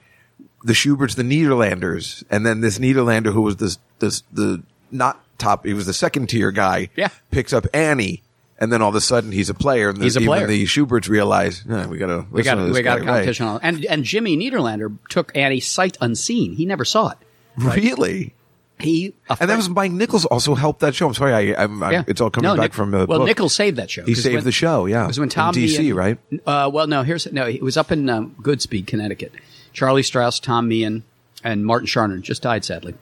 C: the Schuberts, the Nederlanders, and then this Nederlander who was this, this, the not top, he was the second tier guy,
D: Yeah.
C: picks up Annie. And then all of a sudden, he's a player. And the,
D: He's a
C: even
D: player.
C: the Schuberts realize, "Nah, we got to
D: we got
C: to this
D: we got
C: guy,
D: a
C: right."
D: competition on, and and Jimmy Niederlander took Annie sight unseen. He never saw it.
C: Really?
D: He
C: And
D: a
C: that
D: friend-
C: was Mike Nichols also helped that show. I'm sorry, I, I'm, I'm,
D: Yeah.
C: it's all coming
D: No,
C: back
D: Nick-
C: from a
D: well,
C: book.
D: Nichols saved that show.
C: He
D: 'Cause
C: saved
D: when-
C: the show, yeah.
D: it was when
C: In
D: Tom
C: DC,
D: Meehan-
C: right?
D: Uh, well, no, here's no. It was up in um, Goodspeed, Connecticut. Charlie Strauss, Tom Meehan, and Martin Sharner just died sadly,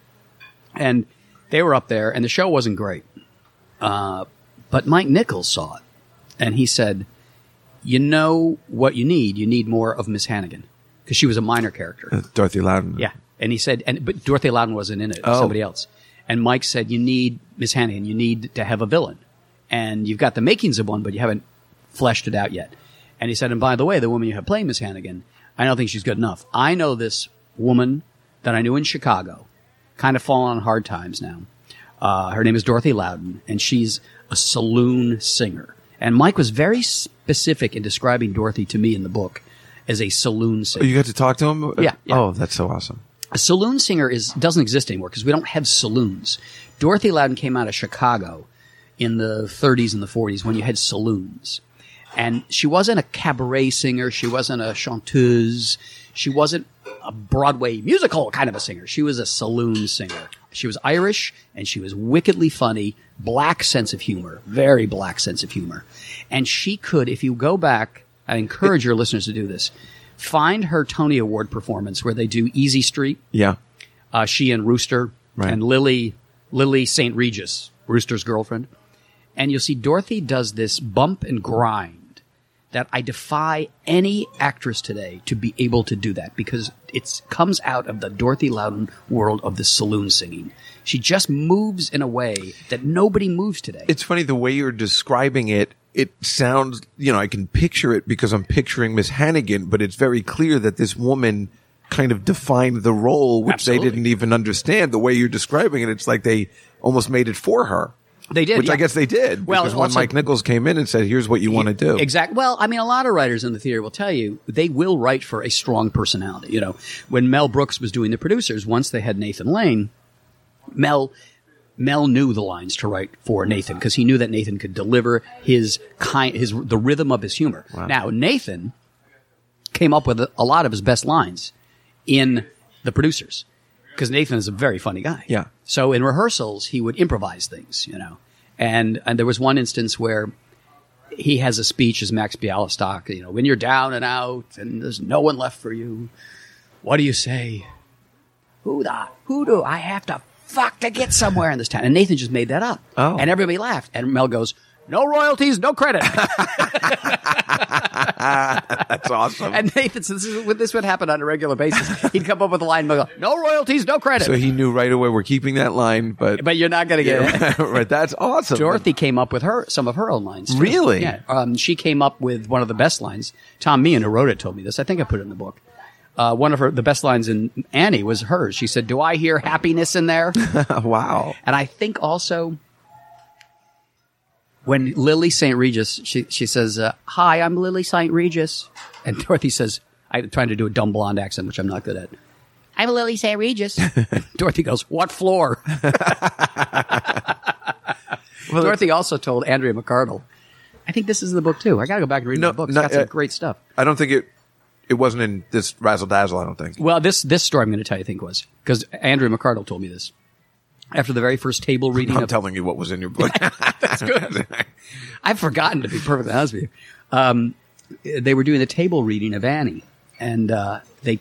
D: and they were up there, and the show wasn't great. Uh, but Mike Nichols saw it, and he said, "You know what you need? You need more of Miss Hannigan because she was a minor character."
C: Dorothy Loudon.
D: Yeah, and he said, and but Dorothy Loudon wasn't in it. it was
C: Oh.
D: Somebody else. And Mike said, you need Miss Hannigan. You need to have a villain, and you've got the makings of one, but you haven't fleshed it out yet. And he said, and by the way, the woman you have playing Miss Hannigan, I don't think she's good enough. I know this woman that I knew in Chicago, kind of fallen on hard times now. Uh, her name is Dorothy Loudon, and she's a saloon singer. And Mike was very specific in describing Dorothy to me in the book as a saloon singer.
C: Oh, You got to talk to him?
D: Yeah, yeah.
C: Oh, that's so awesome.
D: a saloon singer is doesn't exist anymore because we don't have saloons. Dorothy Loudon came out of Chicago in the 30s and the 40s when you had saloons. And she wasn't a cabaret singer, she wasn't a chanteuse, she wasn't a Broadway musical kind of a singer. She was a saloon singer. She was Irish and she was wickedly funny, black sense of humor, very black sense of humor. And she could, if you go back, I encourage your listeners to do this, find her Tony Award performance where they do Easy Street
C: Yeah.
D: uh, she and Rooster
C: Right.
D: and Lily Lily St. Regis, Rooster's girlfriend. And you'll see Dorothy does this bump and grind that I defy any actress today to be able to do that because it comes out of the Dorothy Loudon world of the saloon singing. She just moves in a way that nobody moves today.
C: It's funny the way you're describing it. It sounds, you know, I can picture it because I'm picturing Miss Hannigan, but it's very clear that this woman kind of defined the role, which
D: Absolutely.
C: they didn't even understand. The way you're describing it, it's like they almost made it for her.
D: They did,
C: which
D: yeah.
C: I guess they did.
D: Well,
C: because when
D: also-
C: Mike Nichols came in and said, "Here's what you want to do,"
D: Exactly. Well, I mean, a lot of writers in the theater will tell you they will write for a strong personality. You know, when Mel Brooks was doing the producers, once they had Nathan Lane, Mel Mel knew the lines to write for Nathan because he knew that Nathan could deliver his kind, his the rhythm of his humor. Now Nathan came up with a, a lot of his best lines in the producers because Nathan is a very funny guy.
C: Yeah.
D: So in rehearsals, he would improvise things, you know, and and there was one instance where he has a speech as Max Bialystock. You know, when you're down and out and there's no one left for you, what do you say? Who the who do I have to fuck to get somewhere in this town? And Nathan just made that up,
C: Oh.
D: and everybody laughed. And Mel goes, "No royalties, no credit."
C: That's awesome.
D: and Nathan, says, this, is, this would happen on a regular basis. He'd come up with a line, Mel go, "No royalties, no credit."
C: so he knew right away we're keeping that line, but
D: but you're not going to get it.
C: right, that's awesome.
D: Dorothy came up with her some of her own lines. too.
C: Really?
D: Yeah. Um, she came up with one of the best lines. Tom Meehan, who wrote it, told me this. I think I put it in the book. Uh, one of her the best lines in Annie was hers. She said, "Do I hear happiness in there?"
C: wow.
D: and I think also when Lily St. Regis, she she says, uh, "Hi, I'm Lily St. Regis," and Dorothy says, "I'm trying to do a dumb blonde accent, which I'm not good at." I'm Lily St. Regis. Dorothy goes, "What floor?" Dorothy also told Andrea McArdle. I think this is in the book too. I gotta go back and read
C: No,
D: the book. It's
C: no,
D: got some
C: uh,
D: great stuff.
C: I don't think it. It wasn't in this razzle dazzle. I don't think.
D: Well, this this story I'm going to tell you, I think was because Andrea McArdle told me this after the very first table reading.
C: I'm
D: of,
C: telling you what was in your book.
D: I've forgotten to be perfectly honest with you. Um, they were doing the table reading of Annie, and uh, they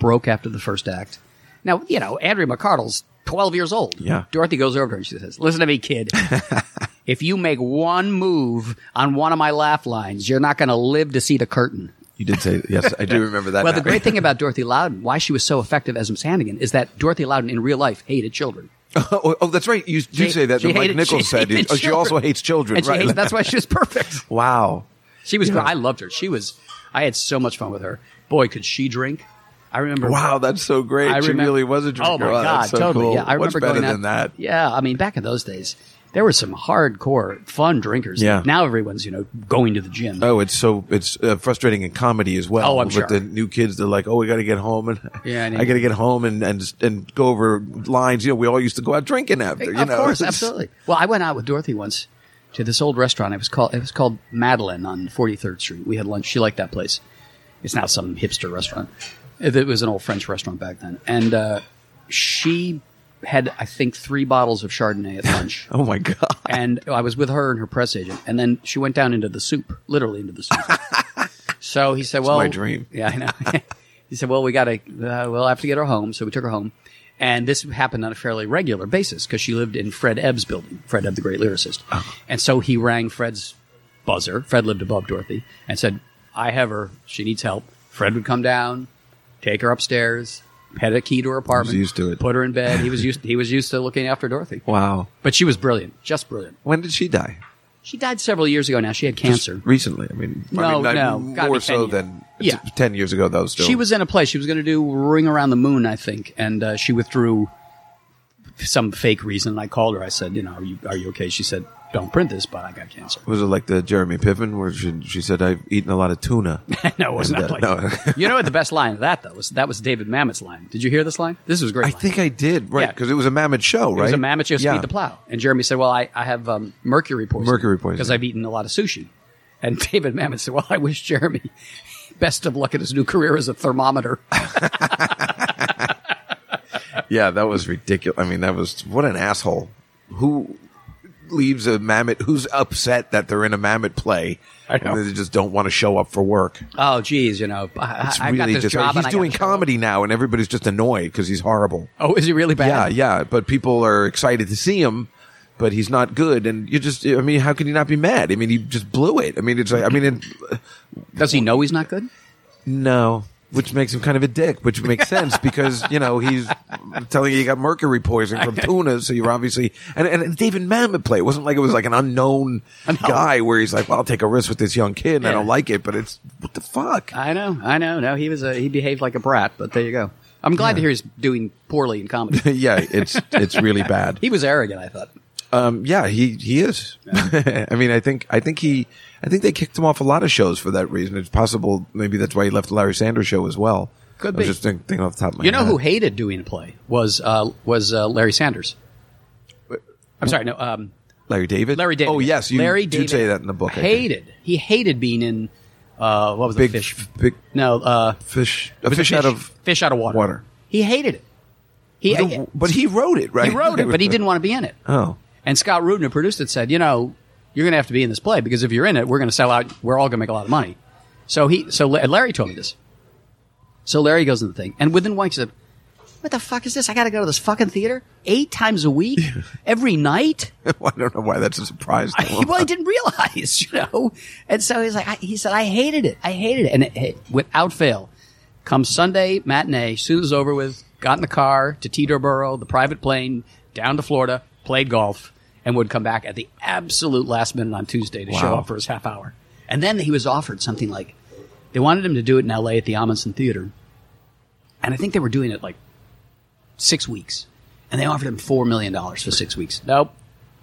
D: broke after the first act. Now you know Andrea McCardle's twelve years old.
C: Yeah.
D: Dorothy goes over to her and she says, "Listen to me, kid. if you make one move on one of my laugh lines, you're not going to live to see the curtain."
C: you did say yes. I do remember that.
D: Well, the
C: now.
D: great thing about Dorothy Loudon, why she was so effective as Miss Hannigan, is that Dorothy Loudon in real life hated children.
C: oh, oh, that's right. You did
D: She-
C: say that.
D: she
C: that Mike
D: hated-
C: Nichols
D: she
C: said.
D: hated
C: Oh, she also
D: children.
C: hates children.
D: And she
C: right?
D: hates, that's why she was perfect.
C: wow.
D: She was. great. I loved her. She was. I had so much fun with her. Boy, could she drink! I remember.
C: Wow, that's so great.
D: I
C: she
D: remem-
C: really was a drinker.
D: Oh my
C: Wow,
D: god,
C: that's so
D: totally.
C: cool.
D: Yeah, I
C: What's
D: remember
C: better
D: going out-
C: than that?
D: Yeah, I mean, back in those days, there were some hardcore fun drinkers.
C: Yeah.
D: Now everyone's you know going to the gym.
C: Oh, it's so it's uh, frustrating in comedy as well.
D: Oh, I'm
C: with
D: sure.
C: the new kids, they're like, "Oh, we got to get home and
D: Yeah, I
C: I,
D: need-
C: got to get home and and and go over lines." You know, we all used to go out drinking after. You
D: of
C: know,
D: course,
C: It's-
D: absolutely. Well, I went out with Dorothy once to this old restaurant. It was called it was called Madeline on Forty Third Street. We had lunch. She liked that place. It's now some hipster restaurant. It it was an old French restaurant back then, and uh, she had I think three bottles of Chardonnay at lunch.
C: Oh my god!
D: and I was with her and her press agent, and then she went down into the soup, literally into the soup. so he said, "Well,
C: my dream.
D: Yeah, I know. he said, "Well, we got to. Uh, we'll have to get her home." So we took her home, and this happened on a fairly regular basis because she lived in Fred Ebb's building. Fred Ebb, the great lyricist,
C: Oh.
D: and so he rang Fred's buzzer. Fred lived above Dorothy, and said, "I have her. She needs help." Fred would come down, take her upstairs. Had a key to her apartment.
C: used to it.
D: Put her in bed. He was used. He was used to looking after Dorothy.
C: Wow.
D: But she was brilliant, just brilliant.
C: When did she die?
D: She died several years ago now. She had cancer.
C: Recently, I mean, I
D: No,
C: mean, like,
D: no. Gotta
C: more
D: be 10
C: so
D: years.
C: than
D: Yeah.
C: t- ten years ago. Though, still,
D: She was in a play. She was going to do Ring Around the Moon, I think, and uh, she withdrew some fake reason. And I called her. I said, you know, are you, are you okay? She said, don't print this, but I got cancer.
C: was it like the Jeremy Piven where she, she said, "I've eaten a lot of tuna."
D: no, it wasn't that
C: And,
D: like
C: uh, no.
D: you know what the best line of that, though, was that was David Mamet's line. Did you hear this line? This was a great.
C: I
D: line.
C: think I did right
D: Yeah.
C: because it was a mammoth show, right?
D: It was a mammoth show,
C: Yeah.
D: Speed the Plow. And Jeremy said, Well, I, I have um, mercury poisoning.
C: Mercury poisoning.
D: Because I've eaten a lot of sushi. And David Mamet said, Well, I wish Jeremy best of luck in his new career as a thermometer.
C: Yeah, that was ridiculous. I mean, that was what an asshole. Who leaves a mammoth? Who's upset that they're in a mammoth play?
D: I know.
C: And they just don't want to show up for work.
D: Oh, geez, you know, I,
C: It's
D: I- I got
C: really
D: this
C: just
D: job. and
C: he's
D: I
C: doing
D: gotta-
C: comedy now, and everybody's just annoyed because he's horrible.
D: Oh, is he really bad?
C: Yeah, yeah. But people are excited to see him, but he's not good. And you just, I mean, how can you not be mad? I mean, he just blew it. I mean, it's like, I mean, it,
D: Does he know he's not good?
C: no, which makes him kind of a dick, which makes sense because, you know, he's telling you you got mercury poisoning from tuna. So you're obviously, and, and, and David Mamet play. It wasn't like it was like an unknown guy where he's like, well, I'll take a risk with this young kid and I
D: Yeah.
C: don't like it, but it's, what the fuck?
D: I know, I know. No, he was a, he behaved like a brat, but there you go. I'm glad to hear he's doing poorly in comedy.
C: yeah, it's, it's really bad.
D: he was arrogant, I thought.
C: Um, yeah, he he is. I mean, I think I think he I think they kicked him off a lot of shows for that reason. It's possible maybe that's why he left the Larry Sanders show as well.
D: Could
C: I was
D: be.
C: just think, thinking off the top of my
D: You know
C: head.
D: who hated doing a play was uh, was uh, Larry Sanders. I'm sorry, no, um,
C: Larry David.
D: Larry David.
C: Oh yes, you,
D: Larry
C: you
D: David
C: say that in the book. I think.
D: Hated. He hated being in. Uh, what was
C: big
D: the fish?
C: big
D: No, uh,
C: fish a
D: it was
C: fish, out of
D: fish out of water.
C: water.
D: He hated it. He
C: but he wrote it right.
D: he wrote it, but he didn't want to be in it.
C: Oh,
D: And Scott Rudin, who produced it, said, "You know, you're going to have to be in this play because if you're in it, we're going to sell out. We're all going to make a lot of money." So he, so La- Larry told me this. So Larry goes in the thing, and within weeks, said, "What the fuck is this? I got to go to this fucking theater eight times a week, every night."
C: I don't know why that's a surprise. to
D: I,
C: him.
D: well, I didn't realize, you know. And so he's like, I, he said, I hated it. I hated it. And it, it, without fail, come Sunday matinee, soon as over with, got in the car to Teterboro, the private plane, down to Florida, played golf, and would come back at the absolute last minute on Tuesday to show
C: Wow.
D: up for his half hour. And then he was offered something like, they wanted him to do it in L.A. at the Amundsen Theater, and I think they were doing it like six weeks, and they offered him four million dollars for six weeks. Nope,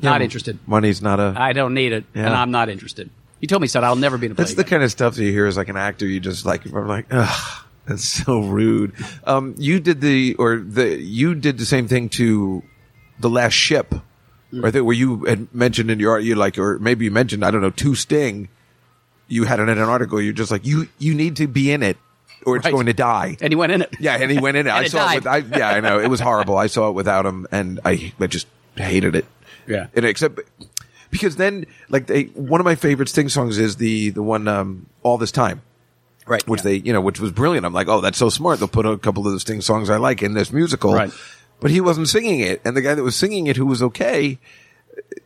D: not interested.
C: Money's not a.
D: I don't need it,
C: Yeah.
D: and I'm not interested. He told me, he said, I'll never be in a play.
C: That's the
D: again."
C: kind of stuff that you hear as like an actor. You just like I'm like, ugh, that's so rude. Um, you did the or the you did the same thing to the last ship, or that where you had mentioned in your art, you like, or maybe you mentioned I don't know to Sting. You had an, an article. You're just like you you need to be in it, or it's
D: Right.
C: going to die.
D: and he went in it.
C: Yeah, and he went in it. I
D: it
C: saw it with, I,
D: died.
C: yeah, I know. It was horrible. I saw it without him and I, I just hated it.
D: Yeah.
C: And except because then like they, one of my favorite Sting songs is the, the one, um, all this time.
D: Right.
C: Which they, you know, which was brilliant. I'm like, oh, that's so smart. They'll put a couple of the Sting songs I like in this musical.
D: Right.
C: But he wasn't singing it. And the guy that was singing it, who was okay,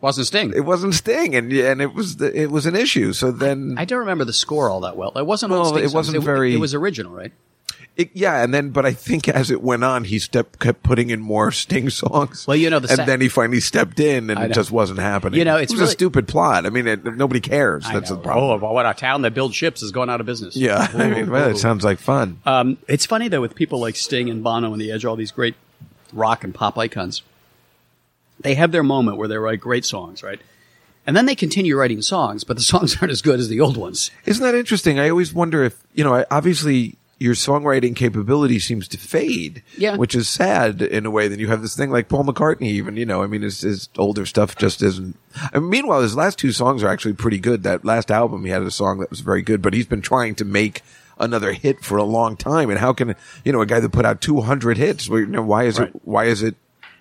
D: wasn't Sting.
C: it wasn't Sting. And, and it was, the, it was an issue. So then.
D: I don't remember the score all that well. It wasn't. all
C: Well,
D: Sting
C: it
D: songs.
C: wasn't
D: it,
C: very-
D: It was original, right?
C: It, yeah, and then, but I think as it went on, he stepped, kept putting in more Sting songs.
D: Well, you know, the
C: and
D: sa-
C: then he finally stepped in, and
D: I
C: it
D: know.
C: just wasn't happening.
D: You know, it's
C: it was a
D: really-
C: stupid plot. I mean, it, nobody cares.
D: I
C: That's
D: know.
C: the problem.
D: Oh, well, what a town that builds ships is going out of business.
C: yeah, I mean, well, it sounds like fun.
D: Um, it's funny though with people like Sting and Bono and The Edge, all these great rock and pop icons. They have their moment where they write great songs, right? And then they continue writing songs, but the songs aren't as good as the old ones.
C: Isn't that interesting? I always wonder if you know. I, obviously, your songwriting capability seems to fade.
D: Yeah.
C: which is sad in a way. Then you have this thing like Paul McCartney. Even you know, I mean, his, his older stuff just isn't. I mean, meanwhile, his last two songs are actually pretty good. That last album, he had a song that was very good, but he's been trying to make another hit for a long time. And how can you know a guy that put out two hundred hits? well, You know, why is
D: Right.
C: it? Why is it?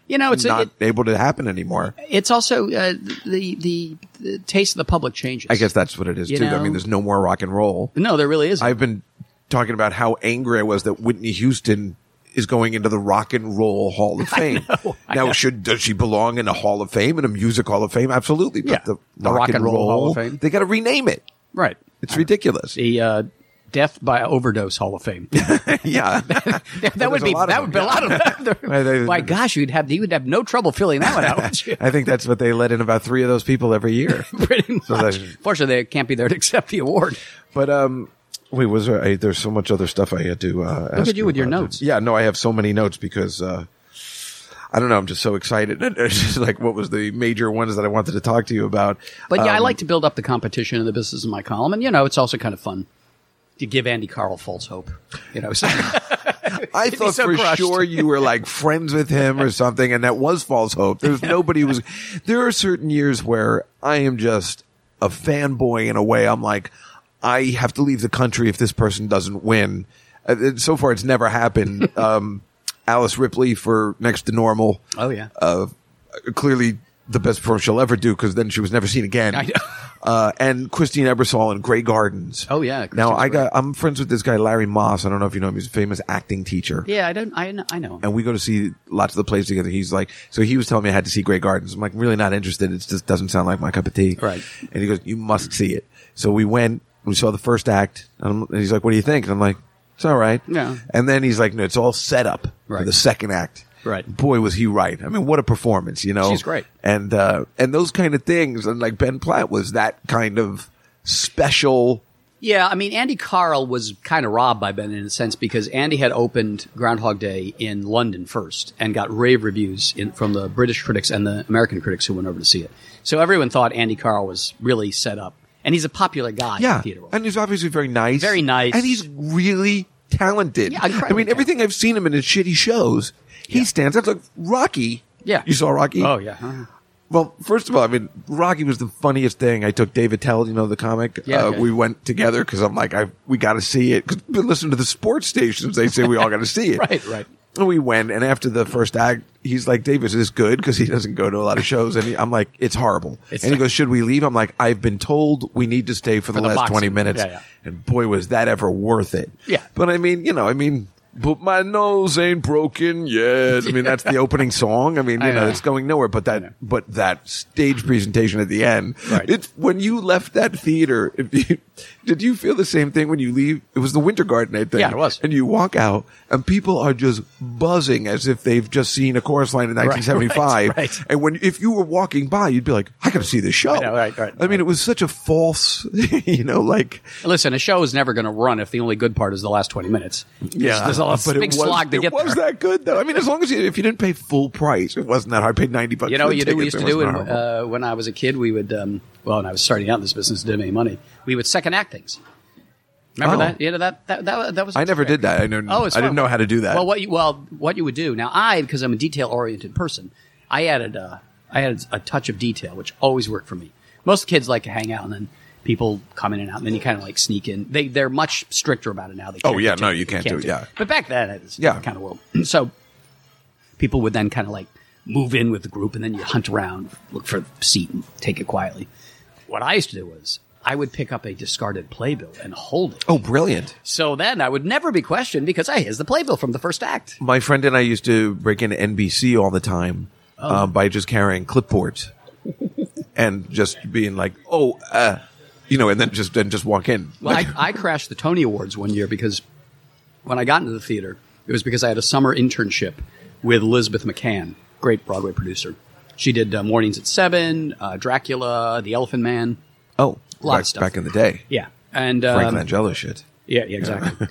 D: You know, it's a-
C: not
D: it-
C: able to happen anymore.
D: it's also uh, the, the the taste of the public changes.
C: I guess that's what it is
D: You
C: too. I
D: know?
C: mean, there's no more rock and roll.
D: no, there really isn't.
C: I've been talking about how angry I was that Whitney Houston is going into the Rock and Roll Hall of Fame.
D: know, I
C: now,
D: know.
C: should does she belong in a Hall of Fame in a music Hall of Fame? Absolutely. But
D: Yeah.
C: the, Rock, and, Roll, Hall of Fame. They got to rename it.
D: right.
C: It's ridiculous.
D: the uh, Death by Overdose Hall of Fame. that
C: yeah,
D: would be that would be a lot of them.
C: Right, they-
D: My gosh, you'd have you would have no trouble filling that one out. Would you?
C: I think that's what they let in about three of those people every year.
D: Pretty much.
C: So they-
D: Fortunately, they can't be there to accept the award.
C: But um, wait, was there? I, there's so much other stuff I had to. Uh, ask
D: at you with your
C: about.
D: notes.
C: Yeah, no, I have so many notes because uh, I don't know. I'm just so excited. It's just like what was the major ones that I wanted to talk to you about?
D: But yeah, I
C: Um,
D: like to build up the competition and the business in my column, and you know, it's also kind of fun to give Andy Carl false hope. You know, so-
C: I thought
D: so
C: for
D: crushed.
C: sure you were like friends with him or something, and that was false hope. There's nobody who was. There are certain years where I am just a fanboy in a way. I'm like, I have to leave the country if this person doesn't win. Uh, it- So far, it's never happened. Um, Alice Ripley for Next to Normal.
D: Oh, yeah.
C: Uh, clearly the best performance she'll ever do because then she was never seen again.
D: I know.
C: Uh, and Christine Ebersol in Grey Gardens.
D: Oh, yeah,
C: Now
D: Christine's
C: I got I'm friends with this guy Larry Moss. I don't know if you know him. He's a famous acting teacher.
D: yeah, I don't. I, kn- I know.
C: Uh-huh. And we go to see lots of the plays together. He's like, so he was telling me I had to see Grey Gardens. I'm like, I'm really not interested. It just doesn't sound like my cup of tea.
D: Right.
C: And he goes, you must see it. So we went, we saw the first act, and I'm- and he's like, what do you think? And I'm like, it's all right.
D: Yeah.
C: And then he's like, no, it's all set up for
D: Right.
C: the second act.
D: Right.
C: Boy, was he right. I mean, what a performance, you know?
D: She's great.
C: And, uh, and those kind of things. And like Ben Platt was that kind of special.
D: Yeah, I mean, Andy Carl was kind of robbed by Ben in a sense because Andy had opened Groundhog Day in London first and got rave reviews in, from the British critics and the American critics who went over to see it. So everyone thought Andy Carl was really set up, and he's a popular guy
C: Yeah.
D: in theater. world.
C: And he's obviously very nice.
D: Very nice.
C: And he's really talented.
D: Yeah,
C: I
D: incredibly
C: mean, everything I've seen him in his shitty shows, he stands out like Rocky.
D: Yeah.
C: You saw Rocky?
D: oh yeah,
C: Well, first of all, I mean, Rocky was the funniest thing. I took David Tell, you know, the comic.
D: Yeah,
C: uh,
D: okay.
C: We went together because I'm like, I we got to see it. Because listen to the sports stations, they say we all got to see it.
D: Right, right.
C: And we went, and after the first act, he's like, David, is this good? Because he doesn't go to a lot of shows. And he, I'm like, it's horrible.
D: It's-
C: and he goes, should we leave? I'm like, I've been told we need to stay for, the,
D: the
C: last
D: boxing.
C: 20 minutes.
D: Yeah, yeah.
C: And boy, was that ever worth it.
D: Yeah.
C: But I mean, you know, I mean, but my nose ain't broken yet. I mean, that's the opening song. I mean, you
D: I
C: know,
D: know.
C: it's going nowhere. But that, but that stage presentation at the end.
D: Right.
C: It's when you left that theater. If you, did you feel the same thing when you leave? It was the Winter Garden, I think.
D: Yeah, it was.
C: And you walk out, and people are just buzzing as if they've just seen a chorus line in 1975.
D: right, right.
C: And when if you were walking by, you'd be like, "I got to see this show."
D: know, right, right,
C: I mean, it was such a false, you know, like
D: Listen, a show is never going to run if the only good part is the last twenty minutes.
C: Yeah,
D: there's, there's a
C: but it
D: big
C: was,
D: slog to
C: it
D: get
C: was
D: there.
C: that good though. I mean, as long as you, if you didn't pay full price, it wasn't that hard. I paid ninety bucks.
D: You know,
C: for the
D: you do. We used
C: tickets.
D: to
C: It
D: do it
C: wasn't horrible.
D: uh, when I was a kid. We would, um, well, when I was starting out in this business, didn't have any money. We would second act things. Remember
C: Oh.
D: that? You know that that that, that was.
C: I never did that. I know.
D: Oh, it's
C: I didn't
D: fun.
C: know how to do that.
D: Well, what you well what you would do now? I because I'm a detail oriented person, I added uh, I added a touch of detail, which always worked for me. Most kids like to hang out, and then people come in and out, and then you kind of like sneak in. They they're much stricter about it now. They
C: Oh,
D: can't
C: yeah,
D: do
C: no,
D: it.
C: you
D: They
C: can't do it, yeah.
D: but back then it was
C: Yeah.
D: kind of world. so people would then kind of like move in with the group, and then you hunt around, look for the seat, and take it quietly. What I used to do was I would pick up a discarded playbill and hold it.
C: oh, brilliant!
D: So then I would never be questioned because I here's the playbill from the first act.
C: My friend and I used to break into NBC all the time
D: Oh.
C: um, by just carrying clipboards and just being like, "Oh, uh, you know," and then just and just walk in.
D: Well, I, I crashed the Tony Awards one year because when I got into the theater, it was because I had a summer internship with Elizabeth McCann, great Broadway producer. She did uh, Mornings at Seven, uh, Dracula, The Elephant Man.
C: oh,
D: lot of
C: back,
D: stuff.
C: back in the day,
D: Yeah, and um,
C: Frank Langella shit.
D: Yeah, yeah, exactly.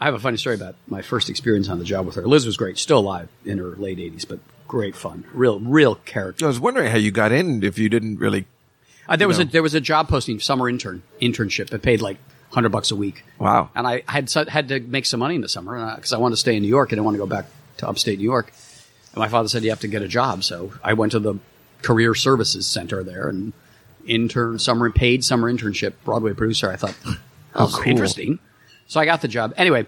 D: I have a funny story about my first experience on the job with her. Liz was great, still alive in her late eighties, but great fun, real, real character.
C: I was wondering how you got in if you didn't really.
D: Uh, there was a there was a job posting summer intern internship that paid like hundred bucks a week.
C: Wow.
D: And I had so, had to make some money in the summer because I wanted to stay in New York. I didn't want to go back to upstate New York. And my father said you have to get a job, so I went to the career services center there and intern summer paid summer internship Broadway producer. I thought oh,
C: cool.
D: interesting. So I got the job anyway.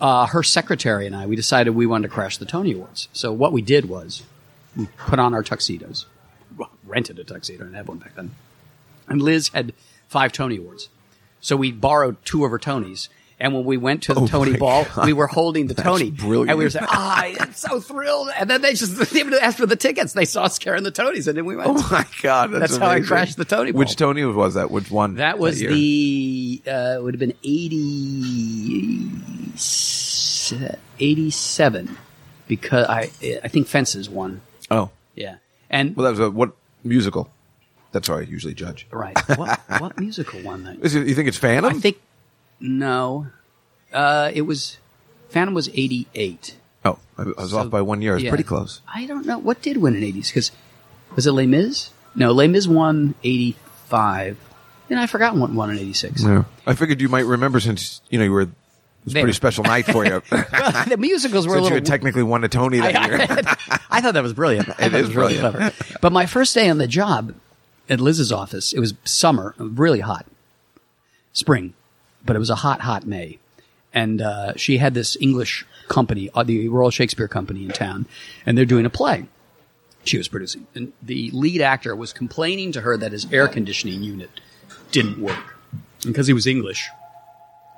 D: Uh, her secretary and I we decided we wanted to crash the Tony Awards. So what we did was we put on our tuxedos, well, rented a tuxedo and had one back then. And Liz had five Tony Awards. So we borrowed two of her Tonys. And when we went to the
C: Oh
D: Tony
C: my
D: ball,
C: God.
D: we were holding the
C: That's
D: Tony.
C: brilliant.
D: And we were saying, ah, I'm so thrilled. And then they just didn't even ask for the tickets. They saw us carrying the Tonys and then we went.
C: Oh my god, that's,
D: That's how I
C: amazing.
D: crashed the Tony
C: Which
D: Bowl.
C: Tony was that? Which one?
D: That was
C: year?
D: the, uh, it would have been 80, 87 because I, I think Fences won.
C: Oh,
D: Yeah. And,
C: well, that was a what musical? That's how I usually judge.
D: right. What, what musical won that?
C: Is it, you think it's Phantom?
D: I think no. Uh, it was Phantom was eighty eight.
C: Oh, I I was
D: So-
C: off by one year. It's
D: yeah.
C: pretty close.
D: I don't know what did win in eighties because was it Les Mis? No, Les Mis won eighty five, and I forgot what won in eighty six.
C: Yeah. I figured you might remember since you know you were. It was a
D: They-
C: pretty special night for you.
D: the musicals were a
C: Since you
D: little.
C: had technically won a Tony
D: I,
C: that year.
D: I- I thought that was brilliant. I thought
C: is
D: really
C: brilliant.
D: clever. But my first day on the job at Liz's office, it was summer, really hot, spring, but it was a hot, hot May. And uh, she had this English company, uh, the Royal Shakespeare Company in town, and they're doing a play she was producing. And the lead actor was complaining to her that his air conditioning unit didn't work. And because he was English,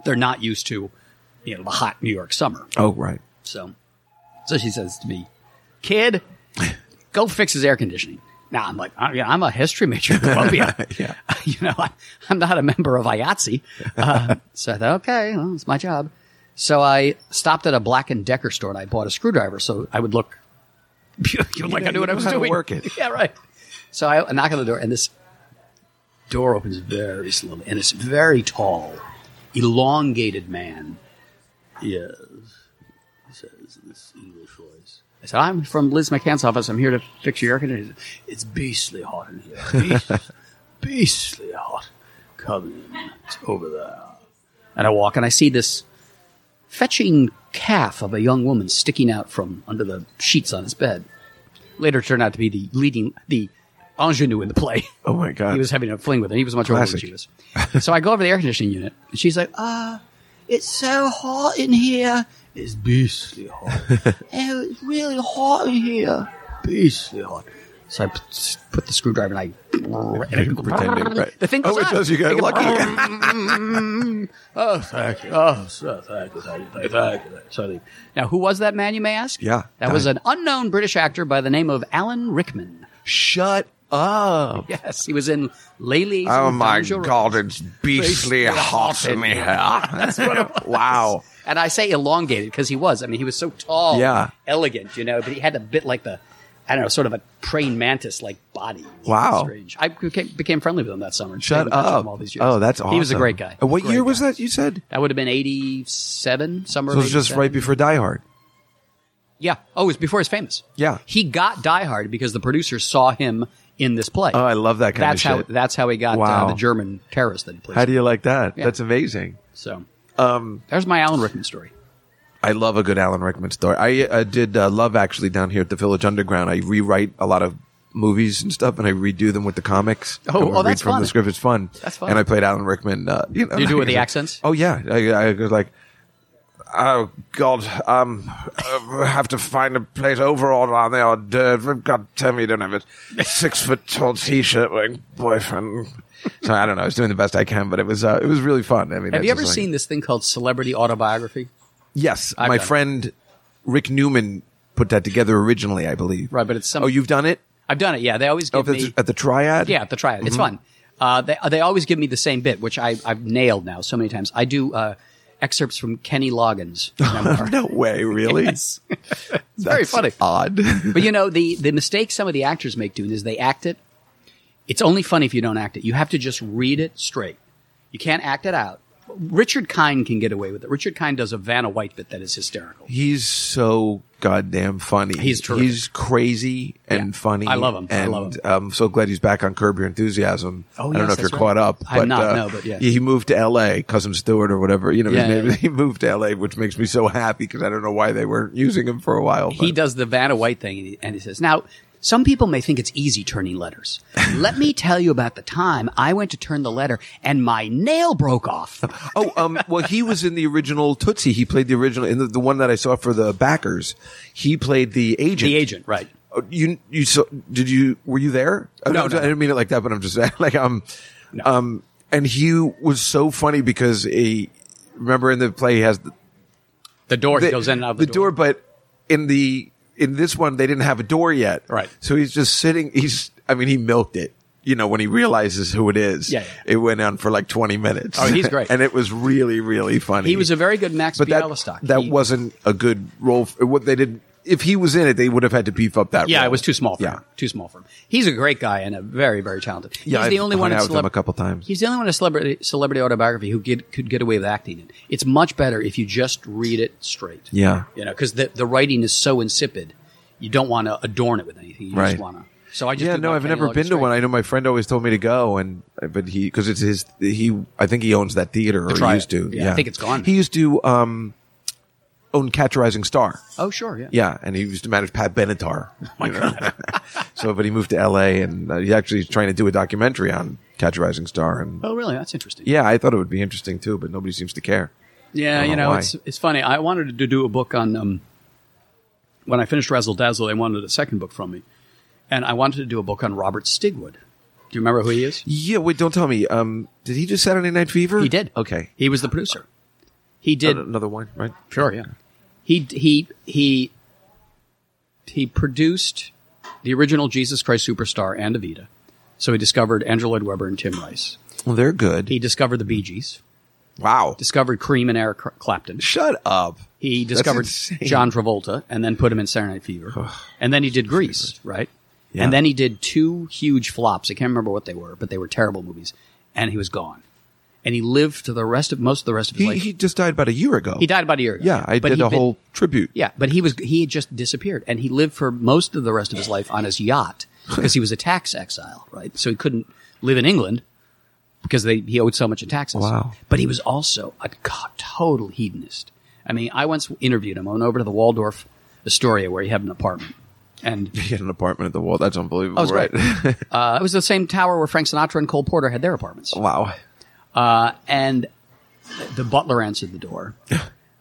D: they're not used to, you know, the hot New York summer.
C: Oh, right.
D: So, so she says to me, "Kid, go fix his air conditioning." Now I'm like, I, yeah, I'm a history major at Columbia.
C: Yeah.
D: you know, I, I'm not a member of IATSE. Uh, so I thought, okay, well, it's my job. So I stopped at a Black and Decker store and I bought a screwdriver so I would look like
C: know-
D: I knew
C: you
D: what I
C: know
D: was
C: how to
D: doing.
C: work it.
D: Yeah, right. So I I knock on the door and this door opens very slowly and this very tall, elongated man. Yes, says this English voice. I said, I'm from Liz McCann's office. I'm here to fix your air conditioning. It's beastly hot in here. Beastly, beastly hot. Come in. It's over there. And I walk and I see this fetching calf of a young woman sticking out from under the sheets on his bed. Later turned out to be the leading, the ingenue in the play.
C: Oh, my God.
D: He was having a fling with her. He was much older than
C: Classic.
D: she was. So I go over to the air conditioning unit, and she's like, "Ah, it's so hot in here. It's beastly hot. oh, it's really hot in here. Beastly hot." So I p- s- put the screwdriver and I and it-
C: Pretending, right.
D: The thing
C: Oh,
D: goes
C: it
D: on.
C: does. You got
D: It goes-
C: lucky.
D: Oh, thank you. Oh, sir, thank you, thank you, thank you, thank you. So they- Now, who was that man? You may ask.
C: Yeah,
D: that was
C: I-
D: an unknown British actor by the name of Alan Rickman.
C: Shut up.
D: Yes, he was in Ladies.
E: Oh
D: and
E: my
D: Dangerous.
E: God, it's beastly hot in here. That's what
C: Wow.
D: And I say elongated because he was. I mean, he was so tall,
C: Yeah.
D: elegant, you know. But he had a bit like the, I don't know, sort of a praying mantis like body. It was
C: Wow.
D: strange. I became, became friendly with him that summer. and stayed in
C: Shut
D: touch with
C: up.
D: him All these years.
C: Oh, that's awesome.
D: He was a great guy.
C: And what
D: Great
C: year was
D: guy.
C: that you said?
D: That would have been eighty-seven, somewhere.
C: So it was just
D: 87.
C: right before Die Hard.
D: Yeah. Oh, it was before he's famous.
C: Yeah.
D: He got Die Hard because the producer saw him in this play.
C: Oh, I love that kind
D: that's
C: of
D: how
C: shit.
D: that's how he got
C: Wow.
D: uh, the German terrorist that he played.
C: How do you like that?
D: Yeah.
C: That's amazing.
D: so, um, there's my Alan Rickman story.
C: I love a good Alan Rickman story. I, I did uh, Love Actually down here at the Village Underground. I rewrite a lot of movies and stuff, and I redo them with the comics.
D: Oh,
C: And we
D: oh,
C: read
D: that's
C: from the
D: fun.
C: script. It's fun.
D: That's fun.
C: And I played Alan Rickman. Uh, you know,
D: Do you do it with the
C: like-
D: accents?
C: Oh yeah. I, I was like, oh God, um, I have to find a place overall down there. Dude, God, tell me you don't have a six foot tall t-shirt wearing boyfriend. So I don't know. I was doing the best I can, but it was uh, it was really fun. I mean,
D: Have
C: it's
D: you ever
C: just like-
D: seen this thing called celebrity autobiography?
C: Yes,
D: I've
C: my
D: done it.
C: friend Rick Newman put that together originally, I believe.
D: Right, but it's some-
C: Oh, you've done it
D: I've done it. Yeah, they always
C: oh,
D: give
C: at,
D: me
C: the, at the Triad.
D: yeah the try it. It's fun. Uh, they they always give me the same bit, which I I've nailed now so many times. I do uh, excerpts from Kenny Loggins' memoir.
C: No way, really.
D: Yes. it's very
C: That's
D: funny.
C: Odd.
D: But you know, the the mistake some of the actors make doing is they act it. It's only funny if you don't act it. You have to just read it straight. You can't act it out. Richard Kind can get away with it. Richard Kind does a Vanna White bit that is hysterical.
C: He's so goddamn funny.
D: He's terrific.
C: He's crazy and
D: Yeah.
C: funny.
D: I love him. I
C: And
D: love him.
C: I'm so glad he's back on Curb Your Enthusiasm.
D: Oh,
C: I don't
D: yes,
C: know if you're
D: that's right.
C: caught up.
D: I'm not,
C: uh,
D: no, but yeah.
C: He moved to L.A., Cousin Stewart or whatever. You know, his
D: Yeah,
C: name-
D: yeah, yeah.
C: he moved to L.A., which makes me so happy because I don't know why they weren't using him for a while.
D: He
C: but-
D: does the Vanna White thing, and he- and he says, "Now, some people may think it's easy turning letters. Let me tell you about the time I went to turn the letter and my nail broke off."
C: Oh, um, well, he was in the original Tootsie. He played the original in the, the one that I saw for the backers. He played the agent.
D: The agent, right?
C: Oh, You you saw? Did you? Were you there? I,
D: No,
C: don't-
D: no,
C: I didn't mean it like that. But I'm just like um, um, and he was so funny because he remember in the play he has the,
D: The door he
C: the-
D: goes in and out of the, door.
C: but in the in this one they didn't have a door yet.
D: Right.
C: So he's just sitting. He's I mean he milked it. You know when he realizes who it is.
D: Yeah, yeah.
C: It went on for like 20 minutes.
D: Oh, he's great.
C: and it was really really funny.
D: He was a very good Max
C: but that
D: Bialystock.
C: that
D: He-
C: wasn't a good role. For, what they did. If he was in it, they would have had to beef up that.
D: Yeah,
C: role.
D: it was too small for
C: Yeah.
D: him. Too small for him. He's a great guy and a very, very talented. He's
C: Yeah,
D: the
C: I've
D: only one
C: hung
D: in
C: out with him
D: celeb-
C: a couple times.
D: He's the only one in celebrity celebrity autobiography who get, could get away with acting it. It's much better if you just read it straight.
C: Yeah.
D: you know, because the the writing is so insipid, you don't want to adorn it with anything. You
C: Right.
D: just want to. So I just
C: Yeah,
D: do
C: no,
D: my
C: I've
D: Kenny
C: never
D: Loggins
C: been to
D: straight.
C: one. I know my friend always told me to go, and but he because it's his he I think he owns that theater or
D: Triad.
C: he used to.
D: Yeah, I think it's gone.
C: He used to um own Catch a Rising Star.
D: oh sure, yeah.
C: Yeah, and he used to manage Pat Benatar.
D: Oh
C: you know? so, but he moved to L.A. and uh, he actually is trying to do a documentary on Catch a Rising Star. And
D: Oh really? That's interesting.
C: yeah, I thought it would be interesting too, but nobody seems to care.
D: Yeah,
C: don't
D: you
C: know
D: know,
C: Oh, why.
D: it's it's funny. I wanted to do a book on um, when I finished Razzle Dazzle. They wanted a second book from me, and I wanted to do a book on Robert Stigwood. Do you remember who he is?
C: Yeah, wait, don't tell me. Um, did he do Saturday Night Fever?
D: He did.
C: Okay.
D: he was the producer. He did.
C: Another one, right?
D: Sure, yeah. He he he he produced the original Jesus Christ Superstar and Evita. So he discovered Andrew Lloyd Webber and Tim Rice.
C: Well, they're good.
D: He discovered the Bee Gees.
C: wow.
D: Discovered Cream and Eric Clapton.
C: Shut up.
D: He
C: That's
D: discovered
C: insane.
D: John Travolta and then put him in Saturday Night Fever. and then he did Grease, right?
C: Yeah.
D: And then he did two huge flops. I can't remember what they were, but they were terrible movies. And he was gone. And he lived for the rest of most of the rest of his
C: He,
D: life.
C: he just died about a year ago.
D: He died about a year ago.
C: Yeah, I
D: But
C: did
D: he'd
C: a
D: been-
C: whole tribute.
D: yeah, but he was he had just disappeared, and he lived for most of the rest of his life on his yacht because he was a tax exile, right? So he couldn't live in England because they he owed so much in taxes.
C: Wow.
D: But he was also a co- total hedonist. I mean, I once interviewed him. I went over to the Waldorf Astoria where he had an apartment, and
C: He had an apartment at the wall. That's unbelievable,
D: was
C: right?
D: Oh, great. uh, it was the same tower where Frank Sinatra and Cole Porter had their apartments.
C: wow.
D: Uh, and the butler answered the door.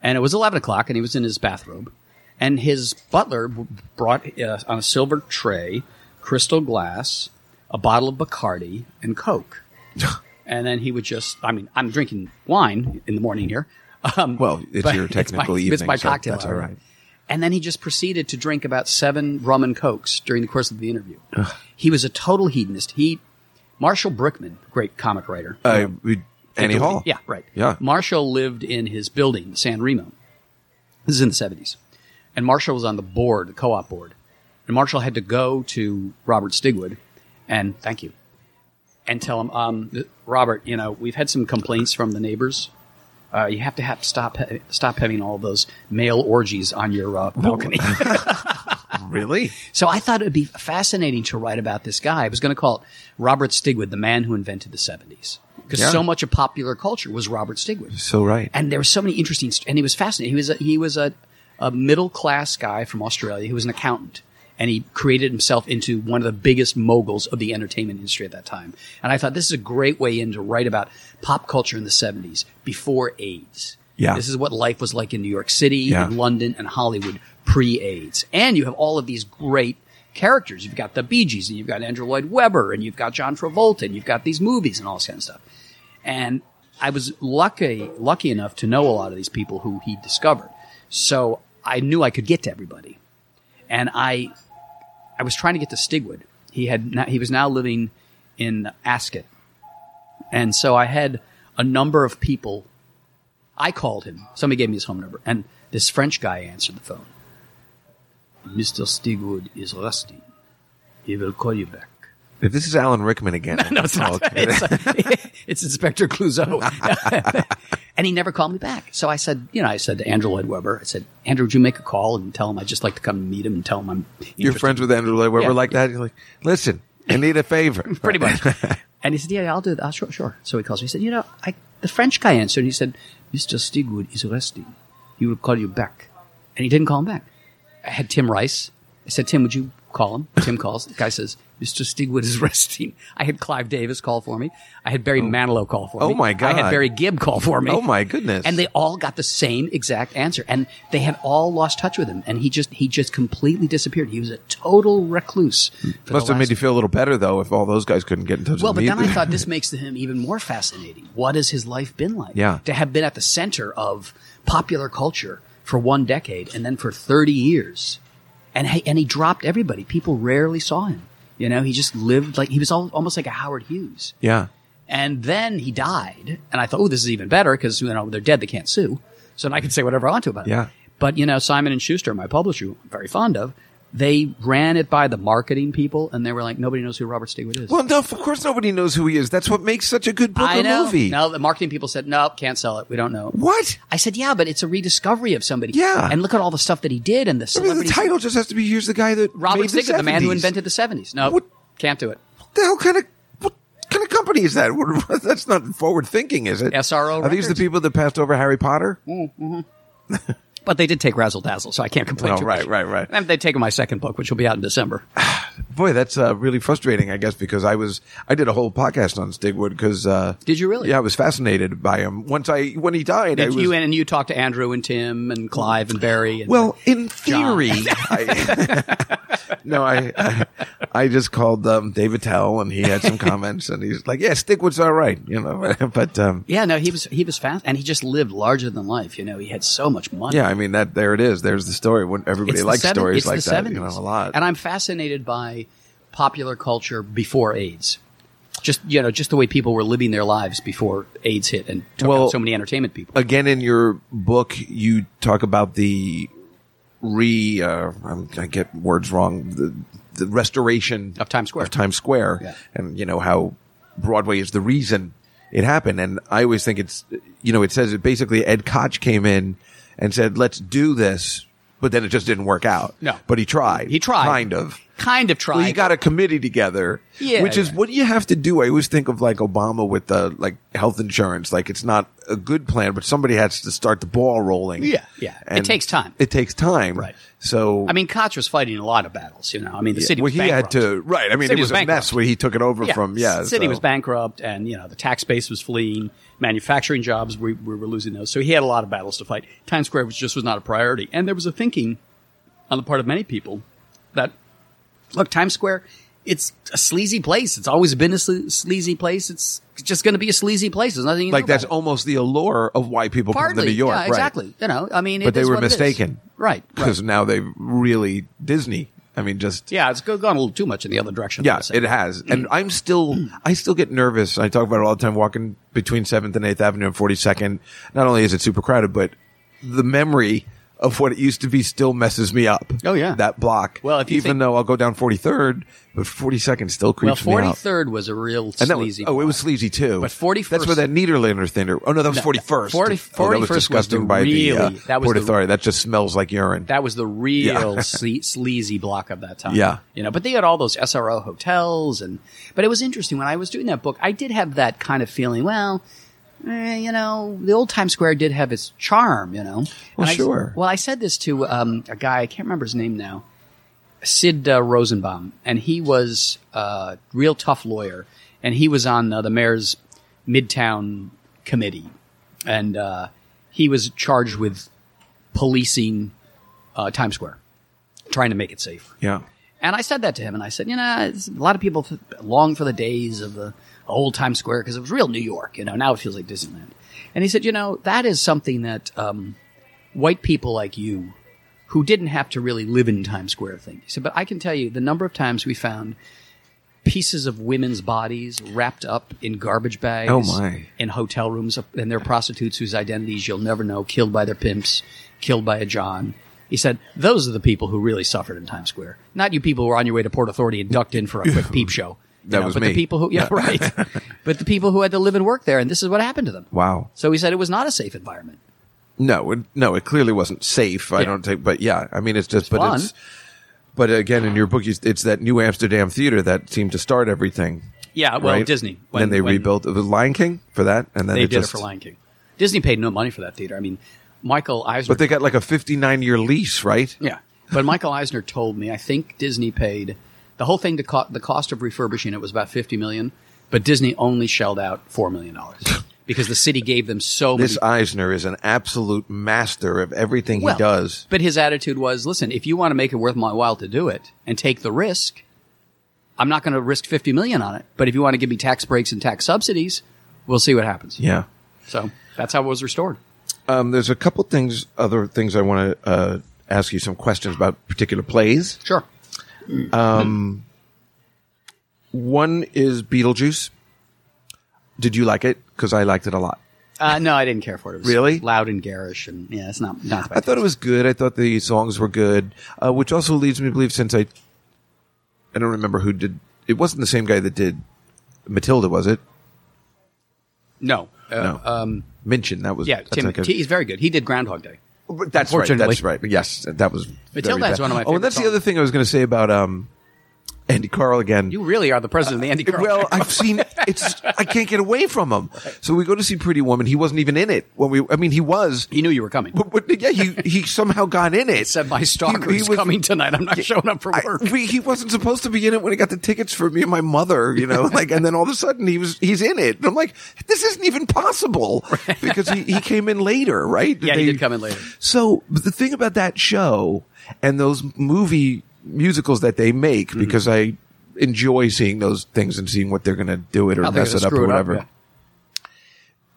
D: And it was 11 o'clock, and he was in his bathrobe. And his butler w- brought uh, on a silver tray, crystal glass, a bottle of Bacardi, and Coke. and then he would just, I mean, I'm drinking wine in the morning here. Um,
C: Well, it's
D: but
C: your technical
D: it's my,
C: evening.
D: It's my
C: so
D: cocktail
C: That's
D: hour.
C: all right.
D: And then he just proceeded to drink about seven rum and cokes during the course of the interview. he was a total hedonist. He, Marshall Brickman, great comic writer.
C: Uh, we, Annie
D: Dooley.
C: Hall.
D: Yeah, right.
C: Yeah.
D: Marshall lived in his building, San Remo. This is in the seventies, and Marshall was on the board, the co-op board, and Marshall had to go to Robert Stigwood, and thank you, and tell him, um, th- Robert, you know, we've had some complaints from the neighbors. Uh, you have to have, stop stop having all those male orgies on your uh, balcony.
C: Really?
D: So I thought it would be fascinating to write about this guy. I was going to call it Robert Stigwood, the man who invented the 70s. Because
C: Yeah.
D: so much of popular culture was Robert Stigwood.
C: So right.
D: and there were so many interesting, st- and he was fascinating. He was a, he was a, a middle class guy from Australia who was an accountant, and he created himself into one of the biggest moguls of the entertainment industry at that time. And I thought this is a great way in to write about pop culture in the 70s before AIDS.
C: Yeah.
D: This is what life was like in New York City,
C: Yeah.
D: in London, and Hollywood pre AIDS. And you have all of these great characters. You've got the Bee Gees, and you've got Andrew Lloyd Webber, and you've got John Travolta, and you've got these movies and all this kind of stuff. And I was lucky, lucky enough to know a lot of these people who he discovered. So I knew I could get to everybody. And I, I was trying to get to Stigwood. He had, not, he was now living in Ascot. And so I had a number of people I called him. Somebody gave me his home number, and this French guy answered the phone. Mr. Stigwood is resting. He will call you back.
C: If this is Alan Rickman again,
D: No, it's not. It's, uh, it's Inspector Clouseau. and he never called me back. So I said, you know, I said to Andrew Lloyd Webber, I said, Andrew, would you make a call and tell him I'd just like to come and meet him and tell him I'm
C: You're
D: interested?"
C: friends with Andrew Lloyd Webber
D: Yeah.
C: like that. You're like, listen, I need a favor.
D: pretty much. and he said, "Yeah, I'll do that. Oh, sure, sure." So he calls me. He said, "You know, I, the French guy answered." He said, "Mr. Stigwood is resting. He will call you back." And he didn't call him back. I had Tim Rice. I said, "Tim, would you call him?" Tim calls. The guy says, "Mr. Stigwood is resting." I had Clive Davis call for me. I had Barry Manilow call for
C: Oh,
D: me.
C: my
D: I
C: God.
D: had Barry Gibb call for me.
C: Oh, my goodness.
D: And they all got the same exact answer, and they had all lost touch with him. And he just he just completely disappeared. He was a total recluse.
C: Must
D: For the
C: have made
D: last
C: you feel a little better though if all those guys couldn't get in touch
D: well,
C: with
D: but
C: me.
D: then I thought this makes him even more fascinating. What has his life been like?
C: Yeah.
D: To have been at the center of popular culture for one decade and then for 30 years. And he, and he dropped everybody. People rarely saw him. You know, he just lived like he was al almost like a Howard Hughes.
C: yeah.
D: And then he died. And I thought, oh, this is even better because, you know, they're dead. They can't sue. So then I can say whatever I want to about
C: Yeah.
D: it. But, you know, Simon and Schuster, my publisher, who I'm very fond of, they ran it by the marketing people and they were like, nobody knows who Robert Stigwood is.
C: Well, no, of course nobody knows who he is. That's what makes such a good book
D: I
C: or
D: know.
C: movie.
D: No, the marketing people said, no, can't sell it. We don't know.
C: What?
D: I said, yeah, but it's a rediscovery of somebody.
C: Yeah.
D: And look at all the stuff that he did and the
C: I mean, the
D: celebrities.
C: title just has to be here's the guy that
D: Robert
C: made the
D: Stigwood, the man who
C: 70s.
D: invented the 70s. No,
C: What-
D: can't do it.
C: the hell kind of what kind of company is that? What, that's not forward thinking, is it?
D: SRO
C: Are these the
D: Records?
C: people that passed over Harry Potter?
D: But they did take Razzle Dazzle, so I can't complain
C: No,
D: too
C: right,
D: much.
C: Oh, right, right.
D: And they've taken my second book, which will be out in December.
C: boy, that's uh, really frustrating, I guess, because I was I did a whole podcast on Stigwood because uh,
D: Did you really?
C: Yeah, I was fascinated by him. Once I when he died, I
D: Did
C: was,
D: you and you talked to Andrew and Tim and Clive and Barry. And
C: well, in theory, I, no, I, I I just called um, David Tell and he had some comments and he's like, yeah, Stigwood's all right, you know, but um,
D: yeah, no, he was he was fast, and he just lived larger than life. You know, he had so much money.
C: yeah, I mean that there it is. There's the story. When everybody
D: It's the
C: likes
D: seven-
C: stories
D: it's
C: like
D: the
C: that,
D: 70s.
C: you know, a lot.
D: And I'm fascinated by popular culture before AIDS. Just you know, just the way people were living their lives before AIDS hit and took
C: Well-
D: out so many entertainment people.
C: again in your book you talk about the re uh, I'm, I get words wrong the, the restoration
D: Of Times Square.
C: of Times Square
D: Yeah.
C: and you know how Broadway is the reason it happened and I always think it's you know it says it basically Ed Koch came in and said let's do this but then it just didn't work out
D: No.
C: but he tried
D: He tried.
C: kind of
D: Kind of tried.
C: well, you got a committee together,
D: Yeah,
C: which is
D: yeah.
C: what you have to do. I always think of like Obama with the like health insurance. Like it's not a good plan, but somebody has to start the ball rolling.
D: Yeah, yeah. It takes time.
C: It takes time.
D: Right.
C: So
D: I mean, Koch was fighting a lot of battles. You know, I mean, the city.
C: well,
D: was
C: he
D: bankrupt.
C: had to. Right. I mean,
D: City
C: it was,
D: was
C: a mess
D: bankrupt.
C: where he took it over from. Yeah.
D: the city
C: so-
D: was bankrupt, and you know the tax base was fleeing, manufacturing jobs we, we were losing those. So he had a lot of battles to fight. Times Square was just was not a priority, and there was a thinking on the part of many people that look, Times Square, it's a sleazy place. It's always been a sle- sleazy place. It's just going to be a sleazy place. There's nothing you can
C: Like
D: do about
C: that's
D: it.
C: almost the allure of why people come to New York.
D: yeah,
C: right.
D: exactly. You know, I mean,
C: But
D: it
C: they
D: is
C: were
D: what it is.
C: mistaken.
D: right? right.
C: Because now they really Disney. I mean, just
D: Yeah, it's go- gone a little too much in the other direction.
C: Yeah,
D: I'd say.
C: it has.
D: Mm.
C: And I'm still, I still get nervous. I talk about it all the time walking between 7th and 8th Avenue and 42nd. Not only is it super crowded, but the memory of what it used to be still messes me up.
D: Oh, yeah.
C: That block.
D: Well, if you
C: even
D: think-
C: though I'll go down 43rd, but 42nd still
D: Well,
C: creeps me
D: forty
C: out.
D: third was a real
C: And that was,
D: sleazy.
C: oh, it
D: block.
C: was sleazy too.
D: But 41st
C: That's where that Niederlander thinner. Oh no, that was
D: No,
C: forty first.
D: 40
C: oh, that
D: 41st
C: was
D: was
C: disgusting
D: the
C: by the uh,
D: really- that was
C: Port
D: the-
C: Authority. That just smells like urine.
D: That was the real sle- sleazy block of that time.
C: Yeah.
D: You know, but they had all those SRO hotels and, but it was interesting when I was doing that book, I did have that kind of feeling, well, eh, you know, the old Times Square did have its charm, you know. And I-
C: sure.
D: well, I said this to um, a guy, I can't remember his name now, Sid uh, Rosenbaum, and he was a real tough lawyer, and he was on uh, the mayor's Midtown committee, and uh, he was charged with policing uh, Times Square, trying to make it safer.
C: yeah.
D: And I said that to him, and I said, you know, it's, a lot of people f- long for the days of the old Times Square because it was real New York, you know. Now it feels like Disneyland. And he said, you know, that is something that um, white people like you, who didn't have to really live in Times Square, think. He said, but I can tell you, the number of times we found pieces of women's bodies wrapped up in garbage bags,
C: Oh, my.
D: in hotel rooms, and their prostitutes whose identities you'll never know, killed by their pimps, killed by a John. He said, "Those are the people who really suffered in Times Square, not you people who were on your way to Port Authority and ducked in for a quick peep show." You
C: That was
D: but
C: me.
D: the people who, yeah, right. but the people who had to live and work there, and this is what happened to them.
C: Wow.
D: So he said it was not a safe environment.
C: No, it, no, it clearly wasn't safe. I
D: Yeah.
C: don't think, but yeah, I mean, it's just, but
D: fun.
C: it's, but again, in your book, you, it's that New Amsterdam theater that seemed to start everything.
D: Yeah, Uh, well,
C: right?
D: Disney.
C: then they
D: when-
C: rebuilt it was Lion King for that, and then
D: They
C: it
D: did
C: just-
D: it for Lion King. Disney paid no money for that theater. I mean, Michael Eisner
C: But they got like a fifty-nine year lease, right?
D: Yeah, but Michael Eisner told me I think Disney paid the whole thing. The, co- the cost of refurbishing it was about fifty million, but Disney only shelled out four million dollars because the city gave them so many.
C: This Eisner is an absolute master of everything
D: Well,
C: he does.
D: but his attitude was, "Listen, if you want to make it worth my while to do it and take the risk, I'm not going to risk fifty million on it. But if you want to give me tax breaks and tax subsidies, we'll see what happens."
C: Yeah.
D: So that's how it was restored.
C: Um, there's a couple things, other things I want to uh, ask you some questions about particular plays.
D: Sure.
C: One is Beetlejuice. Did you like it? Because I liked it a lot.
D: Uh, no, I didn't care for it. It was
C: Really?
D: loud and garish, and yeah, it's not. not my
C: I thought it was good. I thought the songs were good, uh, which also leads me to believe since I, I don't remember who did. It wasn't the same guy that did Matilda, was it?
D: no. Uh,
C: No.
D: Um,
C: Minchin, that was
D: Yeah,
C: that's
D: Tim.
C: like a-
D: T- he's very good. He did Groundhog Day.
C: that's right.
D: unfortunately.
C: That's right. Yes, that was very
D: Matilda is
C: bad.
D: one of my
C: Oh, and that's
D: favorite
C: the other thing I was going to say about um, Andy Carl again.
D: You really are the president of the Andy Carl.
C: Well, I've seen it's. I can't get away from him. So we go to see Pretty Woman. He wasn't even in it when we. I mean, he was.
D: he knew you were coming.
C: But, but, yeah, he he somehow got in it.
D: Said my stalker
C: He- he
D: is
C: was-
D: coming tonight. I'm not showing up for
C: I-
D: work.
C: we- he wasn't supposed to be in it when I got the tickets for me and my mother, you know, like, and then all of a sudden he was, he's in it. And I'm like, this isn't even possible because he, he came in later, right?
D: Yeah, he did come in later.
C: So but the thing about that show and those movie musicals that they make,
D: Mm-hmm.
C: because I enjoy seeing those things and seeing what they're going to do it or
D: How they're
C: mess
D: gonna
C: it up
D: screw
C: or
D: it up,
C: whatever
D: yeah.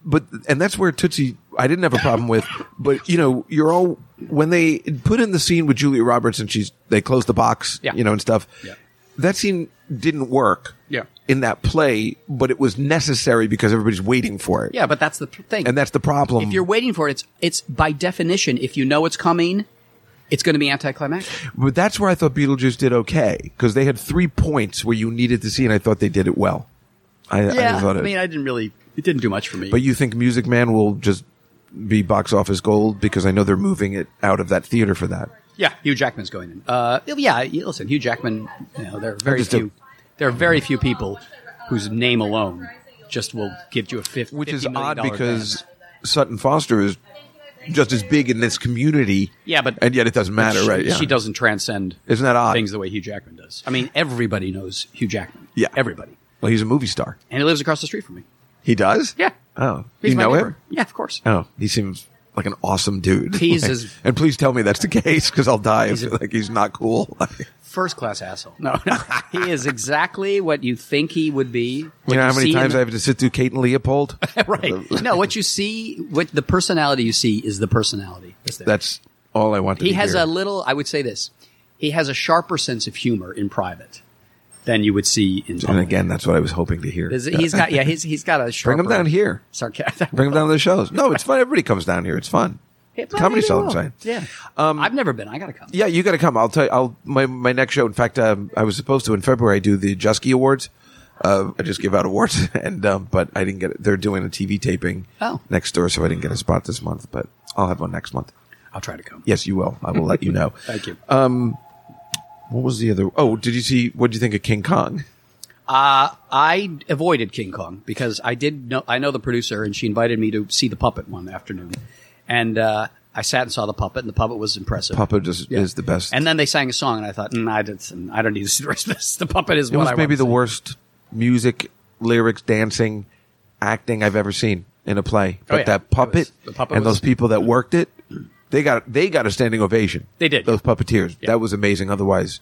C: but and that's where Tootsie I didn't have a problem with, but you know, you're all when they put in the scene with Julia Roberts and she's they close the box,
D: Yeah.
C: you know, and stuff.
D: Yeah.
C: That scene didn't work
D: Yeah.
C: in that play, but it was necessary because everybody's waiting for it.
D: Yeah, but that's the p- thing.
C: And that's the problem.
D: if you're waiting for it, it's it's by definition. If you know it's coming, it's going to be anticlimactic.
C: but that's where I thought Beetlejuice did okay because they had three points where you needed to see, and I thought they did it well. I, I
D: I,
C: thought it.
D: mean, I didn't really. It didn't do much for me.
C: But you think Music Man will just be box office gold because I know they're moving it out of that theater for that.
D: yeah, Hugh Jackman's going in. Uh, yeah, you- listen, Hugh Jackman. You know, there are very
C: just don't-
D: few. There are very few people whose name alone just will give you a fifth,
C: which is
D: $50 million
C: odd
D: dollar
C: because
D: advance.
C: Sutton Foster is just as big in this community.
D: Yeah, but-
C: and yet it doesn't matter,
D: she,
C: right? Yeah.
D: She doesn't transcend
C: Isn't that odd?
D: things the way Hugh Jackman does. I mean, everybody knows Hugh Jackman.
C: Yeah.
D: everybody,
C: Well, he's a movie star.
D: and he lives across the street from me.
C: He does.
D: Yeah.
C: Oh,
D: He's
C: you
D: my
C: know him?
D: neighbor. Yeah, of course.
C: Oh, he seems like an awesome dude.
D: He's
C: Like-
D: as-
C: and please tell me that's the case because I'll die if
D: He's a-
C: like he's not cool.
D: First class asshole. No, no. he is exactly what you think he would be.
C: you know how many times I
D: I've
C: have to sit through Kate and Leopold?
D: right. No, what you see, what the personality you see is the personality. that's there.
C: That's all I want to.
D: he
C: be
D: has
C: here.
D: a little. I would say this. He has a sharper sense of humor in private than you would see in
C: And
D: public.
C: again, that's what I was hoping to hear.
D: Is- he's got yeah. He's he's got a sharper.
C: Bring him down here.
D: Sarcastic.
C: Bring him down to the shows. No, it's fun. Everybody comes down here. It's fun. Comedy Cellar. I'm saying.
D: Yeah.
C: Um,
D: I've never been. I gotta come.
C: Yeah, you got to come. I'll tell you. I'll my my next show. In fact, um, I was supposed to in February do the Jusky Awards. Uh, I just give out awards, and um, but I didn't get. it. They're doing a TV taping
D: Oh.
C: next door, so I didn't get a spot this month. But I'll have one next month.
D: I'll try to come.
C: Yes, you will. I will let you know.
D: Thank you.
C: Uh, What was the other? Oh, did you see? What did you think of King Kong?
D: I avoided King Kong because I did know I know the producer, and she invited me to see the puppet one afternoon, and uh, I sat and saw the puppet, and the puppet was impressive.
C: Papa just
D: Yeah.
C: is the best.
D: And then they sang a song, and I thought, mm, I, did, I don't need to see the rest of this. The puppet is
C: it
D: what
C: was
D: I
C: maybe
D: want
C: the
D: to see.
C: worst music, lyrics, dancing, acting I've ever seen in a play. But
D: Oh, yeah.
C: that
D: It was-
C: puppet,
D: the puppet
C: and
D: was-
C: those people that worked it, they got they got a standing ovation.
D: They did.
C: Those puppeteers.
D: Yeah.
C: That was amazing. Otherwise,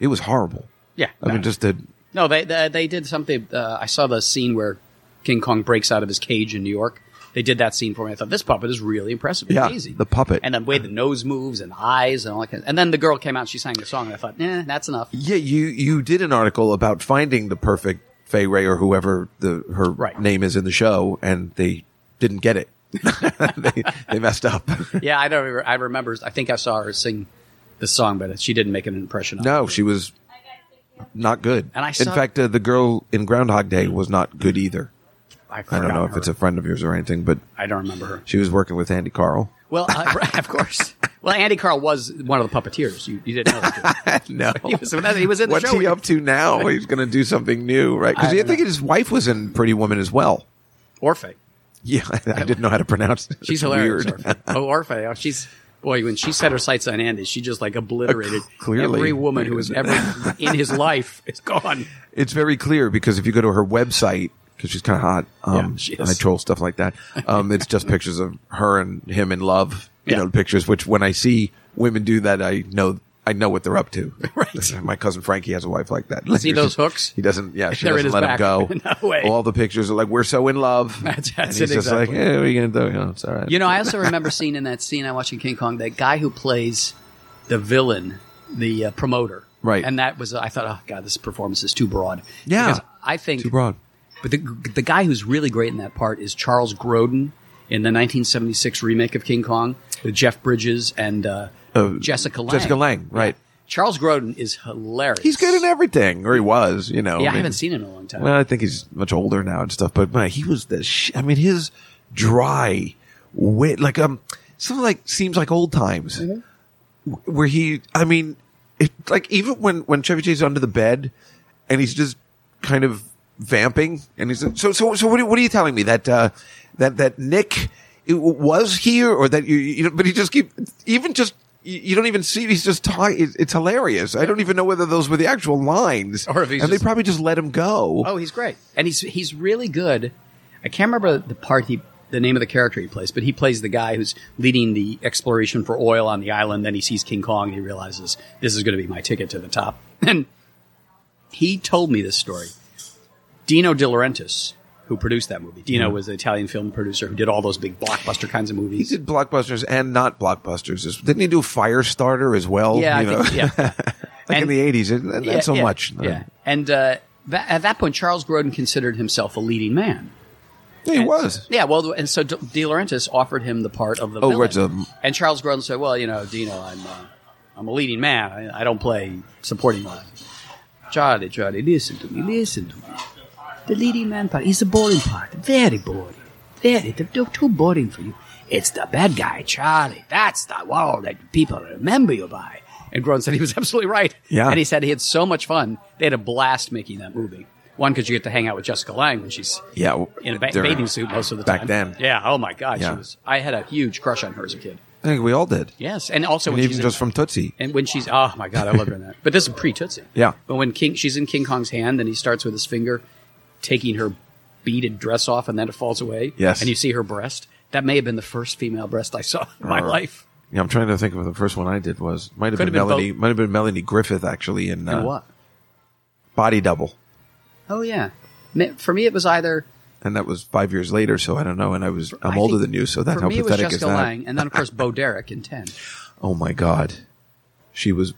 C: it was horrible.
D: Yeah,
C: I mean,
D: no.
C: just the
D: No, they they, they did something. Uh, I saw the scene where King Kong breaks out of his cage in New York. They did that scene for me. I thought this puppet is really impressive. It's
C: Yeah,
D: easy.
C: the puppet.
D: and the way the nose moves and the eyes and all that. Kind of, and then the girl came out. and She sang the song, and I thought, eh, that's enough.
C: yeah. You you did an article about finding the perfect Fay Ray or whoever the her
D: Right.
C: name is in the show, and they didn't get it. they, they messed up.
D: Yeah, I don't. Remember, I remember. I think I saw her sing the song, but she didn't make an impression. on
C: No,
D: me.
C: she was not good.
D: And I
C: in
D: saw-
C: fact, uh, the girl in Groundhog Day was not good either.
D: I,
C: I don't know if it's a friend of yours or anything, but
D: I don't remember her.
C: she was working with Andy Carl.
D: Well, uh, right, of course. Well, Andy Carl was one of the puppeteers. You, you didn't know. That, did you?
C: No,
D: He was, he was in the
C: what's
D: show.
C: he up to now? He's going to do something new, right? Because
D: I
C: I,
D: don't
C: think
D: know.
C: his wife was in Pretty Woman as well.
D: Orfe.
C: Yeah, I, I didn't know how to pronounce. it. It's
D: She's hilarious.
C: weird.
D: Orfe. Oh, Orfe. Oh, she's boy. When she set her sights on Andy, she just like obliterated
C: Clearly.
D: every woman who was ever in his life. It's gone.
C: it's very clear because if you go to her website, because she's kind of hot, um,
D: Yeah, she
C: and I
D: is.
C: troll stuff like that. Um, it's just pictures of her and him in love. You
D: Yeah.
C: know, pictures. Which when I see women do that, I know I know what they're up to.
D: Right.
C: My cousin Frankie has a wife like that.
D: See those hooks?
C: He doesn't. Yeah, she
D: They're in
C: doesn't
D: his
C: let him
D: back.
C: go.
D: No way.
C: All the pictures are like we're so in love.
D: That's-
C: and
D: that's
C: he's
D: it
C: just
D: exactly.
C: like, hey, what are you gonna do? You know, it's all right.
D: You know, I also remember seeing in that scene I watched in King Kong that guy who plays the villain, the uh, promoter,
C: Right.
D: And that was I thought, oh god, this performance is too broad.
C: Yeah.
D: because I think
C: too broad.
D: But the the guy who's really great in that part is Charles Grodin in the 1976 remake of King Kong with Jeff Bridges and uh,
C: Uh,
D: Jessica Lange.
C: Jessica Lange, right.
D: Charles Grodin is hilarious.
C: He's good in everything, or he was. You know.
D: Yeah, I
C: mean-
D: haven't seen him in a long time.
C: Oh, Well, I think he's much older now and stuff, but man, he was the. Sh- I mean, his dry
D: Mm-hmm.
C: wit, like um, something like seems like old times, wh- where he. I mean, it, like even when when Chevy Chase is under the bed and he's just kind of vamping and he's so so so what are, what are you telling me that uh that that Nick it was here or that you, you know, but he just keep even just you you don't even see he's just talking it's, it's hilarious i don't even know whether those were the actual lines
D: Or if he's
C: and
D: just-
C: they probably just let him go
D: Oh, he's great, and he's he's really good. I can't remember the part he, the name of the character he plays, but he plays the guy who's leading the exploration for oil on the island. Then he sees King Kong, and he realizes this is going to be my ticket to the top. And he told me this story. Dino De Laurentiis, who produced that movie, Dino was an Italian film producer who did all those big blockbuster kinds of
C: he
D: movies.
C: did blockbusters and not blockbusters didn't he do firestarter as well
D: yeah, I
C: you know?
D: think, yeah.
C: like in
D: And-
C: the 80s not
D: Yeah,
C: so
D: yeah,
C: much
D: Yeah, and uh, that, at that point, Charles Grodin considered himself a leading man.
C: Yeah, he was
D: Yeah, well, and so De De Laurentiis offered him the part of the
C: Oh,
D: villain.
C: right, so-
D: and Charles Grodin said, "Well, you know, Dino, I'm uh, I'm a leading man. I, I don't play supporting roles." Charlie, Charlie, listen to me, listen to me. The leading man part is the boring part, very boring, very they're too- too boring for you. It's the bad guy, Charlie. That's the role that people remember you by. And Grodin said he was absolutely right.
C: Yeah.
D: and he said he had so much fun. They had a blast making that movie. One, because you get to hang out with Jessica Lange when she's
C: yeah w-
D: in a ba-
C: during-
D: bathing suit most of the
C: back
D: time.
C: then.
D: Yeah. Oh my God.
C: Yeah.
D: She was. I had a huge crush on her as a kid.
C: i think we all did
D: Yes, and also
C: and
D: when
C: even
D: she's
C: just
D: in,
C: from tootsie
D: and when she's oh my God, I love her in that. But this is pre Tootsie.
C: Yeah.
D: But when King she's in King Kong's hand, and he starts with his finger taking her beaded dress off, and then it falls away.
C: Yes.
D: And you see her breast. That may have been the first female breast I saw in my
C: Uh,
D: life.
C: Yeah, I'm trying to think of the first one I did was might have
D: Could
C: been,
D: have been
C: Melanie
D: both.
C: might have been Melanie Griffith actually in, uh,
D: and what?
C: Body Double,
D: Oh yeah. Me- For me, it was either
C: and that was five years later. So I don't know, and I was I'm
D: I
C: older
D: think-
C: than you, so that
D: for
C: how
D: me it was
C: pathetic is
D: Jessica
C: that?
D: Lange, and then of course Bo Derek in Ten.
C: Oh my god, she was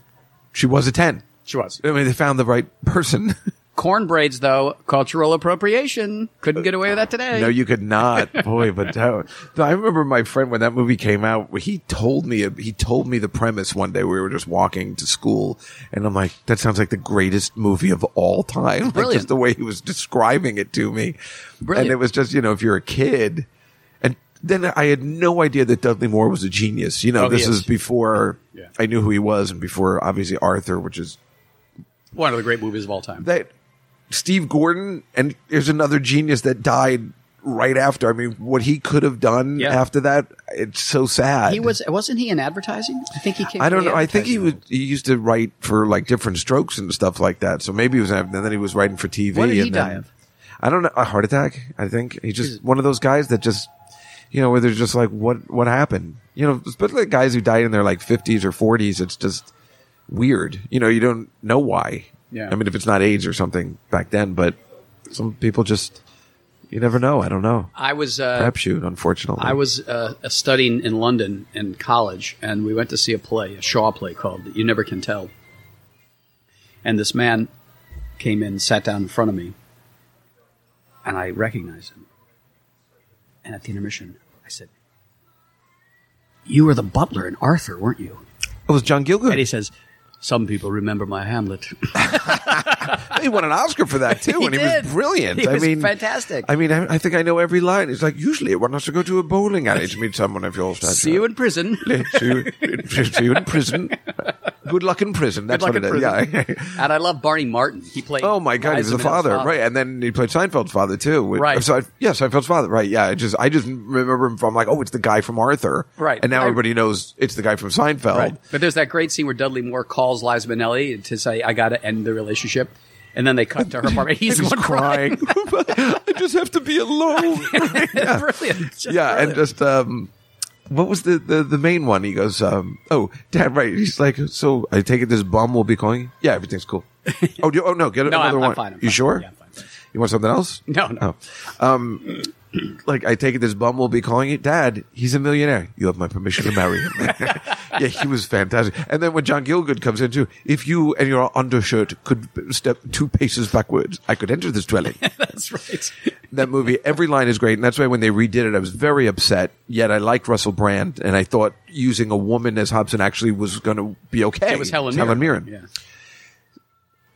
C: she was a ten.
D: She was.
C: I mean, they found the right person.
D: Corn braids, though cultural appropriation, couldn't get away with that today.
C: no, you could not, boy. But how- No, I remember my friend when that movie came out. He told me he told me the premise one day. We were just walking to school, and I'm like, that sounds like the greatest movie of all time. Like,
D: Brilliant.
C: just the way he was describing it to me,
D: Brilliant.
C: and it was just you know if you're a kid, and then I had no idea that Dudley Moore was a genius. You know,
D: Oh, he
C: this
D: is.
C: is before
D: Yeah.
C: I knew who he was, and before obviously Arthur, which is
D: One of the great movies of all time.
C: that Steve Gordon and there's another genius that died right after. I mean, what he could have done
D: Yeah.
C: after that, it's so sad.
D: he was wasn't he in advertising? I think he came.
C: I don't
D: from the
C: know. I think he
D: advertising
C: was. He used to write for like different strokes and stuff like that. So maybe he was. And then he was writing for TV.
D: What did he
C: and then-
D: die of?
C: I don't know. A heart attack. I think he just one of those guys that just, you know, where they're just like, what, what happened? You know, especially guys who died in their like fifties or forties. It's just weird. You know, you don't know why.
D: Yeah.
C: I mean, if it's not AIDS or something back then, but some people just, you never know. I don't know.
D: I was. Uh,
C: Crapshoot, unfortunately.
D: I was uh, studying in London in college, and we went to see a play, a Shaw play called "You Never Can Tell." And this man came in, sat down in front of me, and I recognized him. And at the intermission, I said, "You were the butler in Arthur, weren't you?"
C: Oh, It was John
D: And he
C: Gielgud.
D: says, "Some people remember my Hamlet."
C: He won an Oscar for that too,
D: He
C: and he was
D: did.
C: brilliant.
D: He
C: I
D: was
C: mean,
D: fantastic.
C: I mean, I, I think I know every line. It's like usually one has to go to a bowling alley to meet someone of your stature.
D: See you in prison.
C: see, you, see you in prison. Good luck in prison. That's
D: Good luck
C: what it
D: in
C: is.
D: prison.
C: Yeah.
D: and I love Barney Martin. He played.
C: Oh my God, he's the
D: Eisenman's
C: father. right? And then he played Seinfeld's father too. With-
D: Right.
C: So I, yeah, Seinfeld's father, right? Yeah, I just I just remember him from like, oh, it's the guy from Arthur,
D: Right.
C: And now
D: I-
C: everybody knows it's the guy from Seinfeld.
D: Right. But there's that great scene where Dudley Moore calls Liza Minnelli to say, "I got to end the relationship," and then they cut to her apartment. He's,
C: And he's
D: the one
C: crying. I just have to be alone. yeah,
D: brilliant. Just
C: yeah and
D: brilliant.
C: just um, what was the, the the main one? He goes, um, oh, Dad, right? He's like, so I take it this bum will be calling. you? Yeah, everything's cool. oh, do, oh no, get
D: no,
C: another
D: I'm,
C: one.
D: I'm fine. I'm
C: you
D: fine.
C: sure?
D: Yeah, I'm fine.
C: You want something else?
D: No, no.
C: Oh. Um, like I take it this bum will be calling you, Dad. He's a millionaire. You have my permission to marry him. yeah, he was fantastic. And then when John Gielgud comes in too, if you and your undershirt could step two paces backwards, I could enter this dwelling.
D: That's right.
C: that movie, every line is great, and that's why when they redid it, I was very upset. Yet I liked Russell Brand, and I thought using a woman as Hobson actually was going to be okay.
D: It was Helen.
C: It's Helen Mirren
D: Yeah.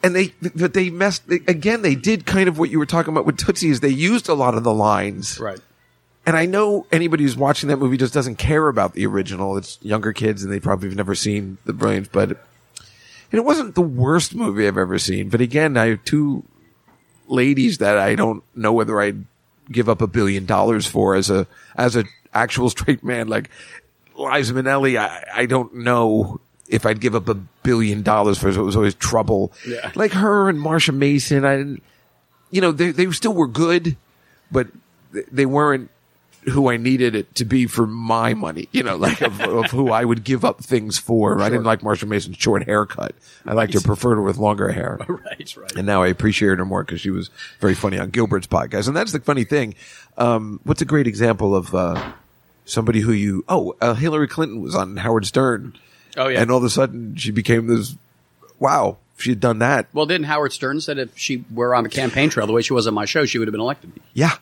C: and they but they messed they, again they did kind of what you were talking about with Tootsie is they used a lot of the lines
D: Right.
C: and I know anybody who's watching that movie just doesn't care about the original it's younger kids and they probably have never seen the brilliance but And it wasn't the worst movie I've ever seen, but again, I have two ladies that I don't know whether I'd give up a billion dollars for as a as a actual straight man. Like Liza Minnelli, I, I don't know if I'd give up a billion dollars for. So it was always trouble.
F: Yeah.
C: Like her and Marsha Mason, I didn't. You know, they they still were good, but th- they weren't who I needed it to be for my money. You know, like of, of who I would give up things for. I didn't like Marsha Mason's short haircut. I liked her, preferred her with longer hair.
F: Right, right.
C: And now I appreciate her more because she was very funny on Gilbert's podcast. And that's the funny thing. Um, what's a great example of uh, somebody who you? Oh, uh, Hillary Clinton was on Howard Stern.
D: Oh, yeah.
C: And all of a sudden, she became this. Wow, if she had done that.
D: Well, didn't Howard Stern said if she were on the campaign trail the way she was on my show, she would have been elected.
C: Yeah.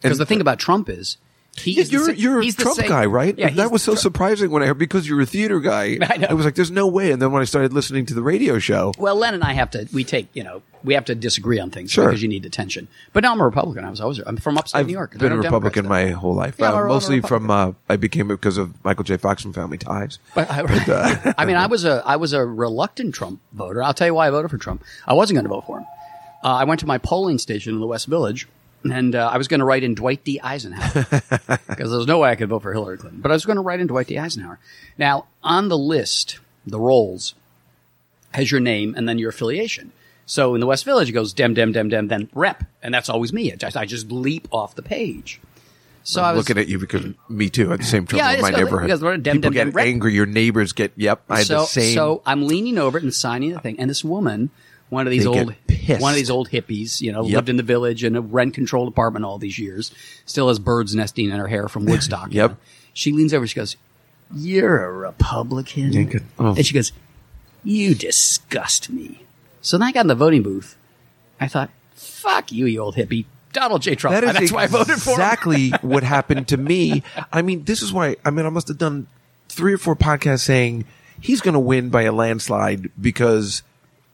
D: Because the thing about Trump is, he is the
C: You're
D: sa-
C: you're a
D: he's the
C: Trump
D: same-
C: guy, right?
D: Yeah,
C: And that
D: he's
C: was
D: the
C: so
D: Trump-
C: surprising when I heard because you're a theater guy.
D: I know.
C: was like, "There's no way." And then when I started listening to the radio show,
D: Well, Len and I have to. We take you know we have to disagree on things
C: Sure.
D: because you need attention. But now I'm a Republican. I was always I'm from upstate
C: I've
D: New York. There
C: been a
D: are no Democrats
C: Republican
D: there.
C: my whole life,
D: Yeah,
C: Uh,
D: we're- we're
C: mostly from uh, I became it because of Michael J. Fox from Family Ties.
D: But I, I mean, I was a I was a reluctant Trump voter. I'll tell you why I voted for Trump. I wasn't going to vote for him. Uh, I went to my polling station in the West Village, and uh, I was going to write in Dwight D. Eisenhower because there was no way I could vote for Hillary Clinton. But I was going to write in Dwight D. Eisenhower. Now on the list, the rolls has your name and then your affiliation. So in the West Village, it goes Dem Dem Dem Dem then Rep, and that's always me. I just, I just leap off the page. So I was
C: looking at you because me too. I had the same trouble
D: Yeah,
C: in my
D: it's-
C: neighborhood.
D: because we're dem-
C: People
D: dem-
C: get
D: dem- rep.
C: angry. Your neighbors get. Yep, I had
D: so,
C: the same.
D: so I'm leaning over it and signing the thing, and this woman, one of these
C: They get
D: old,
C: pissed.
D: one of these old hippies, you know,
C: Yep.
D: lived in the village in a rent-controlled apartment all these years, still has birds nesting in her hair from Woodstock. you
C: Yep.
D: know. She leans over. She goes, "You're a Republican,"
C: oh.
D: and she goes, "You disgust me." So then I got in the voting booth. I thought, "Fuck you, you old hippie." Donald J. Trump.
C: that is
D: That's why I voted for him.
C: exactly what happened to me. I mean, this is why. I mean, I must have done three or four podcasts saying he's going to win by a landslide because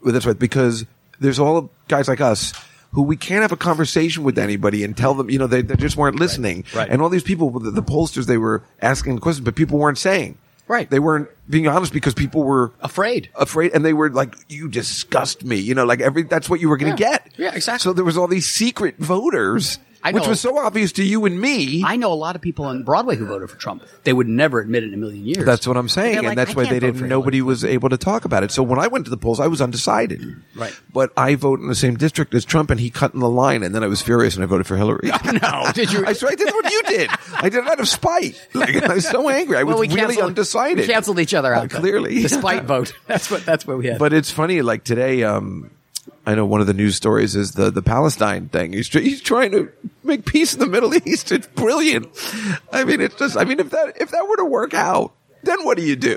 C: well, that's right. Because there's all guys like us who we can't have a conversation with anybody and tell them, you know, they, they just weren't listening.
F: right.
C: And all these people, the, the pollsters, they were asking the questions, but people weren't saying.
D: Right.
C: They weren't being honest because people were
D: Afraid.
C: afraid and they were like you disgust me you know like every that's what you were gonna
D: Yeah.
C: get
D: Yeah, exactly.
C: so there was all these secret voters
D: I
C: which
D: know.
C: was so obvious to you and me
D: I know a lot of people on Broadway who voted for Trump. They would never admit it in a million years.
C: that's what i'm saying
D: They're
C: and
D: like,
C: that's
D: "I
C: why
D: can't
C: they
D: vote
C: didn't
D: for
C: nobody was able to talk about it so when i went to the polls i was undecided
D: Right.
C: but i vote in the same district as trump and he cut in the line and then i was furious and i voted for hillary
D: No, did you?
C: I swear I did what you did. I did it out of spite. Like, I was so angry. I was really undecided.
D: We canceled each other out. then.
C: Clearly.
D: the spite vote. That's what. That's what we had.
C: But it's funny, like today, um, I know one of the news stories is the, the Palestine thing. He's, tr- he's trying to make peace in the Middle East. It's brilliant. I mean, it's just, I mean, if that, if that were to work out, then what do you do?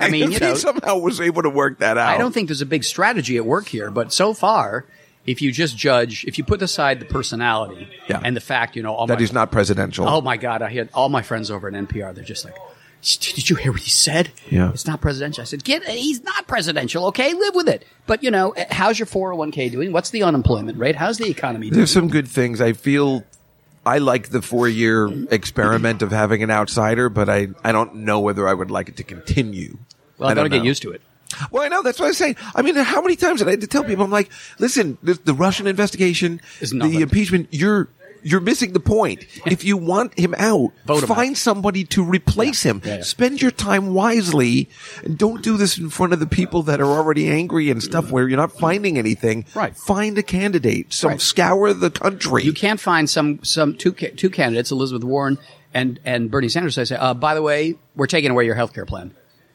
D: I mean,
C: if
D: you
C: he
D: know-
C: somehow was able to work that out.
D: I don't think there's a big strategy at work here. But so far, if you just judge, if you put aside the personality
C: Yeah.
D: and the fact, you know, all
C: that
D: my,
C: he's not presidential.
D: Oh my God! I had all my friends over at NPR. They're just like. Did you hear what he said?
C: Yeah.
D: It's not presidential. I said, get, he's not presidential. Okay. Live with it. But you know, eh, how's your 401k doing? What's the unemployment rate? How's the economy doing?
C: There's some good things. I feel I like the four year experiment of having an outsider, but I, I don't know whether I would like it to continue.
D: Well, I,
C: don't
D: gotta get
C: know.
D: used to it.
C: Well, I know that's what I was saying. I mean, how many times did I had to tell people? I'm like, listen, the, the Russian investigation,
D: Is
C: the
D: nothing.
C: impeachment. You're you're missing the point. If you want him out,
D: Vote him
C: find somebody to replace him.
D: Yeah, yeah.
C: Spend your time wisely, and don't do this in front of the people that are already angry and stuff where you're not finding anything.
D: Right.
C: Find a candidate. So
D: Right.
C: scour the country.
D: you can find some some two ca- two candidates, Elizabeth Warren and and Bernie Sanders. They say, uh, by the way, we're taking away your health care plan,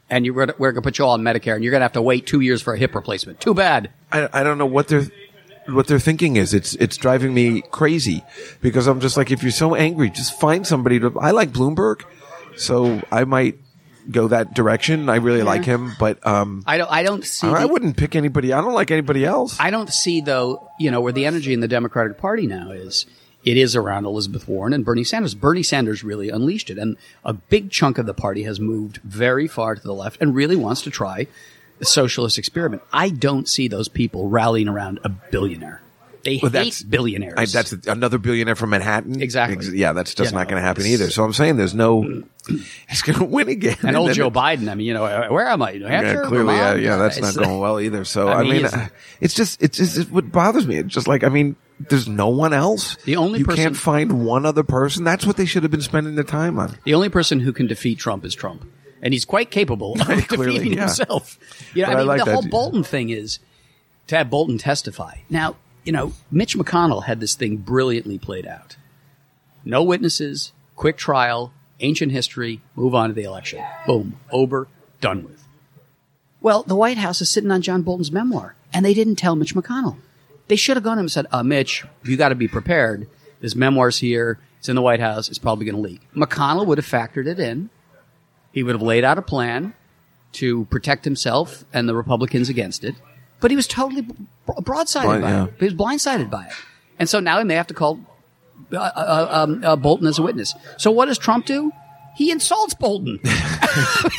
D: and you're gonna, we're going to put you all on Medicare, and you're going to have to wait two years for a hip replacement. Too bad.
C: I, I don't know what they're what their thinking is. It's it's driving me crazy because I'm just like, if you're so angry, just find somebody to. I like Bloomberg, so I might go that direction. I really like him, but um,
D: I don't I don't see.
C: I,
D: the-
C: wouldn't pick anybody. I don't like anybody else.
D: I don't see though, you know, where the energy in the Democratic Party now is. It is around Elizabeth Warren and Bernie Sanders. Bernie Sanders really unleashed it, and a big chunk of the party has moved very far to the left and really wants to try the socialist experiment. I don't see those people rallying around a billionaire. They
C: Well, that's-
D: hate billionaires.
C: I, that's another billionaire from Manhattan.
D: Exactly.
C: Ex- yeah, that's just
D: You
C: not
D: know,
C: going to happen
D: it's-
C: either. So I'm saying there's no. He's going to win again.
D: and old
C: then
D: Joe
C: it-
D: Biden. I mean, you know, uh, where am I? New
C: Yeah,
D: Hampshire.
C: clearly, yeah,
D: Vermont?
C: yeah, that's not
D: It's-
C: going well either. So
D: I
C: I
D: mean,
C: mean,
D: it's-
C: uh, it's just, it's just it's what bothers me. It's just like I mean, there's no one else.
D: The only
C: you
D: person-
C: can't find one other person. That's what they should have been spending their time on.
D: The only person who can defeat Trump is Trump, and he's quite capable of
C: Clearly,
D: defeating
C: yeah.
D: himself. You know,
C: But
D: I
C: I
D: mean,
C: like
D: the
C: that.
D: whole Bolton thing is to have Bolton testify. Now, you know, Mitch McConnell had this thing brilliantly played out: no witnesses, quick trial, ancient history, move on to the election. Boom, over, done with. Well, the White House is sitting on John Bolton's memoir, and they didn't tell Mitch McConnell. They should have gone to him and said, uh, Mitch, you got to be prepared. This memoir's here. It's in the White House. It's probably going to leak. McConnell would have factored it in. He would have laid out a plan to protect himself and the Republicans against it. But he was totally b- broadsided
C: Blind-
D: by
C: yeah.
D: it. He was blindsided by it. And so now he may have to call uh, uh, um, uh, Bolton as a witness. So what does Trump do? He insults Bolton. I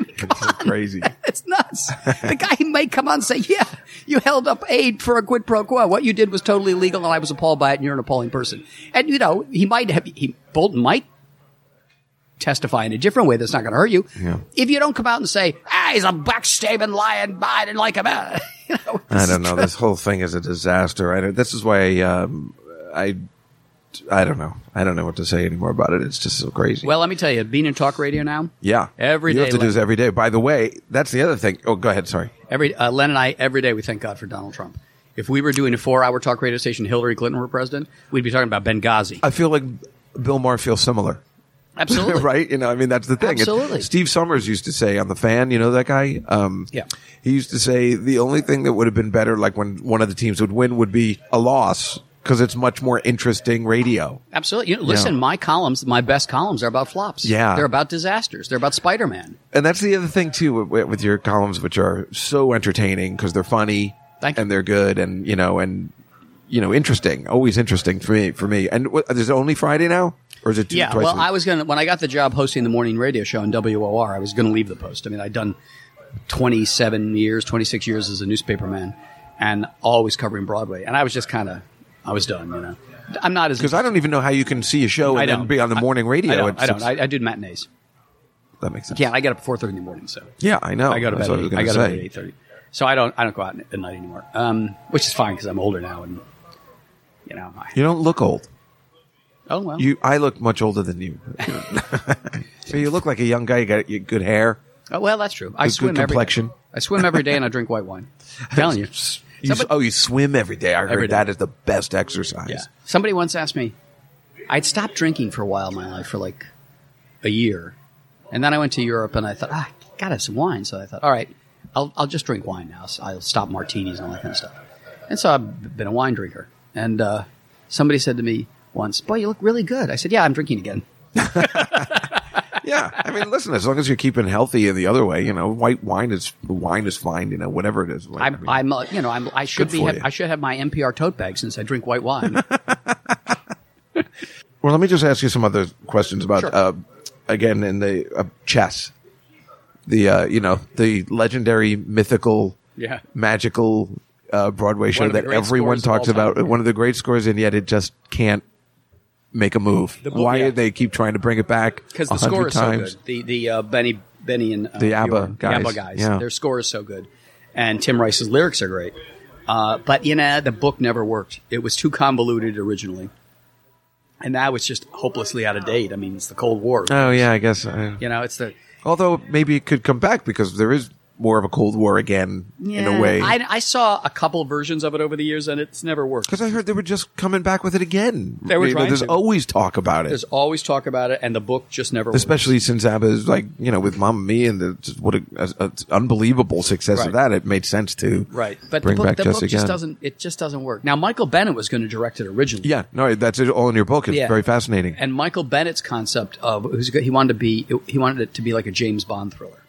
D: mean, come
C: It's so
D: on.
C: crazy.
D: It's nuts. The guy may come on and say, "Yeah, you held up aid for a quid pro quo. What you did was totally illegal, and I was appalled by it. And you're an appalling person." And you know, he might have he, Bolton might testify in a different way that's not going to hurt you.
C: Yeah.
D: If you don't come out and say, "Ah, he's a backstabbing lying, I didn't like him," ah," you know,
C: I don't know. This whole thing is a disaster. I don't- this is why um, I I don't know. I don't know what to say anymore about it. It's just so crazy.
D: Well, let me tell you, being in talk radio now,
C: yeah,
D: every
C: you
D: day
C: have to do
D: like-
C: this every day. By the way, that's the other thing. Oh, go ahead. Sorry.
D: Every uh, Len and I every day we thank God for Donald Trump. If we were doing a four-hour talk radio station, Hillary Clinton were president, we'd be talking about Benghazi.
C: I feel like Bill Maher feels similar.
D: Absolutely
C: right? You know, I mean, that's the thing. It's-
D: Absolutely.
C: Steve Summers used to say on the fan, you know, that guy. Um,
D: Yeah.
C: He used to say the only thing that would have been better, like when one of the teams would win, would be a loss because it's much more interesting radio.
D: Absolutely. You know, listen,
C: Yeah.
D: my columns, my best columns are about flops.
C: Yeah.
D: They're about disasters. They're about Spider Man.
C: And that's the other thing too with, with your columns, which are so entertaining because they're funny
D: Thank you.
C: and they're good, and you know, and you know, interesting. Always interesting for me. For me, and what, is it only Friday now, or is it two,
D: Yeah.
C: twice?
D: Well,
C: a week?
D: I was going to, when I got the job hosting the morning radio show on WOR, I was going to leave the post. I mean, I'd done 27 years, 26 years as a newspaperman and always covering Broadway. And I was just kind of, I was done, you know. I'm not as.
C: because I don't even know how you can see a show and then be on the morning radio.
D: I don't.
C: at
D: I, don't.
C: six-
D: I, I do matinees.
C: that makes sense.
D: Yeah, I get up at 4.30 in the morning, so.
C: Yeah, I know.
D: I go to
C: Oh, That's
D: bed.
C: what I was
D: at-
C: gonna
D: I go to bed
C: say.
D: at eight thirty. So I don't. I don't go out at night anymore. Um, which is fine because I'm older now, and you know. I,
C: You don't look old.
D: oh well.
C: You, I look much older than you. so you look like a young guy. You got you- good hair.
D: oh well, that's true. I
C: Good-
D: swim
C: good
D: every day.
C: complexion.
D: I swim every day, and I drink white wine. I'm telling you.
C: You s-
D: Somebody-
C: oh, you swim every day. I heard
D: Every day.
C: that is the best exercise.
D: Yeah. Somebody once asked me. I'd stopped drinking for a while in my life for like a year, and then I went to Europe, and I thought, ah, I gotta have some wine. So I thought, all right, I'll I'll just drink wine now. So I'll stop martinis and all that kind of stuff. And so I've been a wine drinker. And uh, somebody said to me once, "Boy, you look really good." I said, "Yeah, I'm drinking again."
C: Yeah. I mean, listen. As long as you're keeping healthy in the other way, you know, white wine is wine is fine. You know, whatever it is. Like, I
D: I'm,
C: mean,
D: I'm uh, you know, I'm, I should
C: Good
D: be,
C: for
D: have,
C: you.
D: I should have my NPR tote bag since I drink white wine.
C: well, let me just ask you some other questions about
D: Sure.
C: uh, again in the uh, chess, the uh, you know the legendary mythical
D: Yeah.
C: magical uh, Broadway show
D: of the
C: that
D: great
C: everyone
D: scores of
C: talks
D: all time.
C: about. One of the great scores, and yet it just can't make a move.
D: book-
C: Why
D: yeah.
C: did they keep trying to bring it back?
D: Because the
C: 100
D: score is
C: times?
D: so good. The the uh, Benny Benny and uh,
C: The ABBA
D: Bjorn,
C: guys.
D: ABBA guys.
C: Yeah.
D: Their score is so good, and Tim Rice's lyrics are great. Uh, but you know, the book never worked. It was too convoluted originally, and now it's just hopelessly out of date. I mean, it's the Cold War.
C: Oh yeah, I guess. uh,
D: You know, it's the
C: Although maybe it could come back because there is more of a Cold War again in a way.
D: I, I saw a couple versions of it over the years, and it's never worked.
C: Because I heard they were just coming back with it again.
D: They were
C: You know,
D: trying
C: There's
D: to.
C: always talk about it,
D: There's always talk about it, and the book just never. works.
C: especially since ABBA is like you know with Mamma Mia and the, just what a, a- a- unbelievable success
D: Right.
C: of that. It made sense to
D: Right, but
C: bring
D: the book,
C: back
D: the
C: Just
D: book
C: again.
D: just doesn't. It just doesn't work. Now, Michael Bennett was going to direct it originally.
C: Yeah, no, that's it all in your book. It's
D: Yeah.
C: very fascinating.
D: and Michael Bennett's concept of who's he wanted to be. He wanted it to be like a James Bond thriller.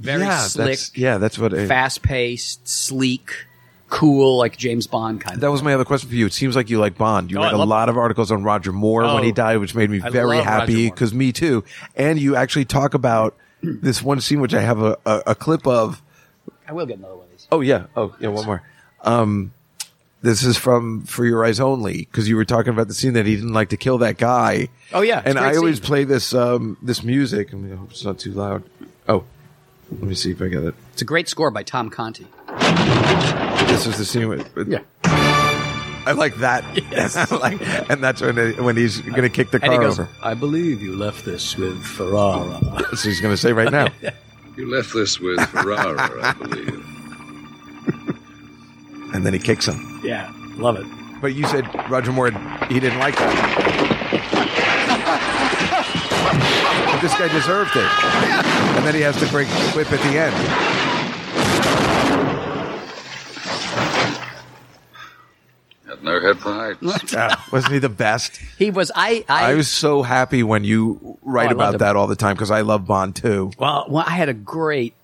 D: Very
C: yeah,
D: slick,
C: That's, yeah, that's what. It,
D: fast paced, sleek, cool, like James Bond kind
C: that
D: of.
C: was my other question for you. It seems like you like Bond. You
D: Oh, I
C: read a
D: love-
C: lot of articles on Roger Moore
D: Oh,
C: when he died, which made me
D: I
C: very
D: love Roger
C: happy
D: Moore.
C: because me too. And you actually talk about this one scene, which I have a, a, a clip of.
D: I will get another one of these.
C: Oh yeah. Oh yeah. One more. Um, This is from For Your Eyes Only because you were talking about the scene that he didn't like to kill that guy.
D: Oh, yeah, it's
C: and
D: a great
C: I always
D: scene.
C: play this um, this music. I, mean, I hope it's not too loud. Oh, let me see if I got it.
D: It's a great score by Tom Conti.
C: This is the scene with, with- I like that. I like, and that's when it, when he's going to kick the
D: And
C: car
D: he goes,
C: over.
D: I believe you left this with Ferrara.
C: That's what he's going to say right now.
F: You left this with Ferrara, I believe.
C: and then he kicks him.
D: yeah, love it.
C: But you said Roger Moore, he didn't like that. but this guy deserved it. And then he has to break the whip at the end.
F: At no head for heights.
C: Yeah, wasn't he the best?
D: He was, I, I,
C: I was so happy when you write
D: Oh, I loved
C: about
D: him.
C: that all the time because I love Bond too.
D: well, well, I had a great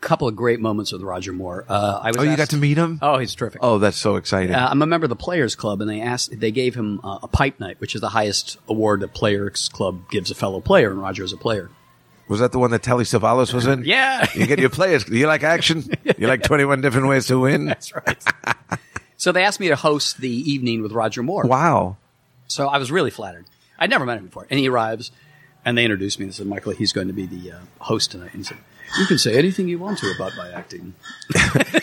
D: couple of great moments with Roger Moore. Uh, I was
C: Oh, you
D: asked-
C: got to meet him?
D: Oh, he's terrific.
C: Oh, that's so exciting.
D: Uh, I'm a member of the Players Club, and they asked, they gave him uh, a pipe night, which is the highest award a Players Club gives a fellow player, and Roger is a player.
C: was that the one that Telly Savalas was in?
D: Yeah.
C: You get your players. Do you like action? You like 21 different ways to win?
D: That's right. so they asked me to host the evening with Roger Moore.
C: Wow.
D: So I was really flattered. I'd never met him before. And he arrives, and they introduced me and said, Michael, he's going to be the uh, host tonight. And he said, You can say anything you want to about my acting.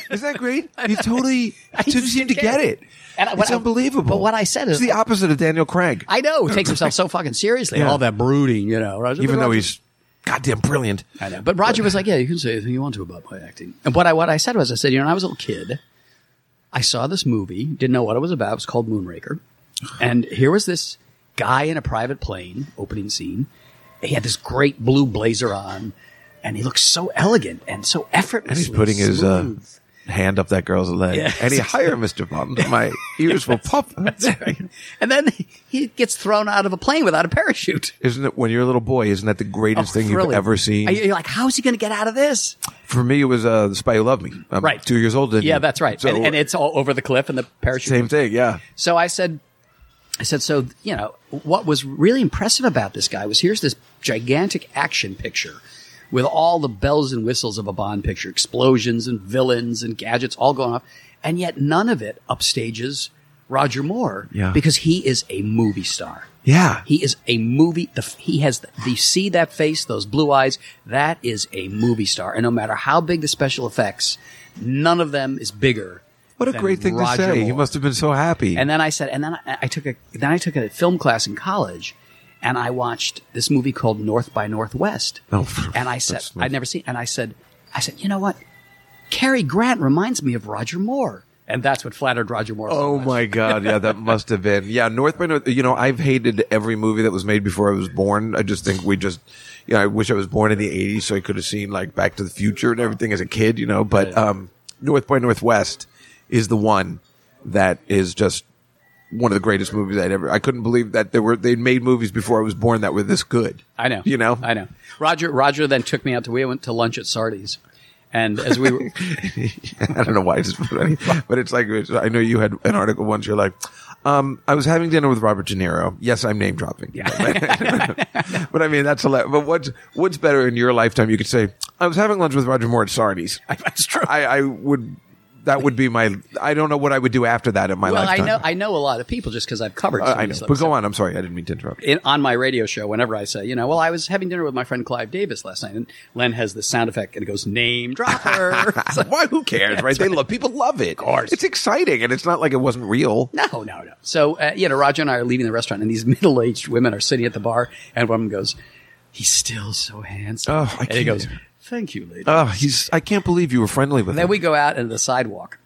C: Isn't that great? He totally
D: I
C: didn't seem to
D: didn't
C: get
D: get
C: it.
D: it. And I-
C: it's
D: what I-
C: unbelievable.
D: but what I said is-
C: it's the opposite of Daniel Craig.
D: I know. He takes himself so fucking seriously.
C: Yeah.
D: All that brooding, you know. Roger,
C: even
D: but
C: though
D: Roger-
C: he's goddamn brilliant.
D: I know. But Roger was like, "Yeah, you can say anything you want to about my acting." And what I what I said was, I said, "You know, when I was a little kid, I saw this movie, didn't know what it was about. It was called Moonraker, and here was this guy in a private plane opening scene. He had this great blue blazer on, and he looked so elegant and so effortless.
C: And he's putting his uh, hand up that girl's leg.
D: Yes.
C: And he hired Mr. Bond. My ears will pop.
D: and then he gets thrown out of a plane without a parachute.
C: Isn't it when you're a little boy? Isn't that the greatest
D: Oh,
C: thing
D: thrilling.
C: you've ever seen?
D: And You're like, how is he going to get out of this?
C: For me, it was uh, "The Spy Who Loved Me." I'm
D: Right.
C: two years old.
D: Yeah, that's right.
C: So, uh,
D: and, and it's all over the cliff, and the parachute
C: same thing. Yeah,
D: So I said, I said, so, you know, what was really impressive about this guy was here's this gigantic action picture with all the bells and whistles of a Bond picture, explosions and villains and gadgets all going off. And yet none of it upstages Roger Moore
C: Yeah.
D: because he is a movie star.
C: yeah.
D: He is a movie. The, he has the, the see that face, those blue eyes. That is a movie star. And no matter how big the special effects, none of them is bigger.
C: what a
D: than
C: great thing
D: Roger
C: to say. He
D: Moore.
C: must have been so happy.
D: And then I said, and then I, I took a then I took a film class in college, and I watched this movie called North by Northwest.
C: Oh,
D: and I said
C: that's nice.
D: I'd never seen. And I said, I said, you know what? Cary Grant reminds me of Roger Moore, and that's what flattered Roger Moore. so
C: Oh
D: much.
C: my God! Yeah, that must have been. Yeah, North by North. You know, I've hated every movie that was made before I was born. I just think we just, you know, I wish I was born in the '80s so I could have seen like Back to the Future and everything as a kid. You know, but um, North by Northwest is the one that is just one of the greatest movies I'd ever. I couldn't believe that there were they made movies before I was born that were this good.
D: I know.
C: You know.
D: I know. Roger Roger then took me out to we went to lunch at Sardi's, and as we were.
C: I don't know why, it's funny, but it's like it's- I know you had an article once. You're like, um, I was having dinner with Robert De Niro. Yes, I'm name dropping. but I mean, that's a lot. But what's what's better in your lifetime? You could say I was having lunch with Roger Moore at Sardi's.
D: That's true.
C: I, I would. That would be my. I don't know what I would do after that in my
D: well, I
C: lifetime.
D: know I know a lot of people just because I've covered.
C: Uh,
D: some
C: I
D: of
C: know.
D: these
C: But
D: episodes.
C: go on. I'm sorry. I didn't mean to interrupt.
D: in, on my radio show whenever I say, you know, well, I was having dinner with my friend Clive Davis last night, and Len has this sound effect and it goes name dropper. It's like,
C: Why? Who cares, right? They love people love it. Of course, it's exciting, and it's not like it wasn't real.
D: no, no, no. So uh, you know, Roger and I are leaving the restaurant, and these middle-aged women are sitting at the bar, and one of them goes, "He's still so handsome,"
C: Oh, I
D: and he
C: can't.
D: goes, "Thank you, lady."
C: Oh, he's. I can't believe you were friendly with
D: then
C: him.
D: we go out into the sidewalk,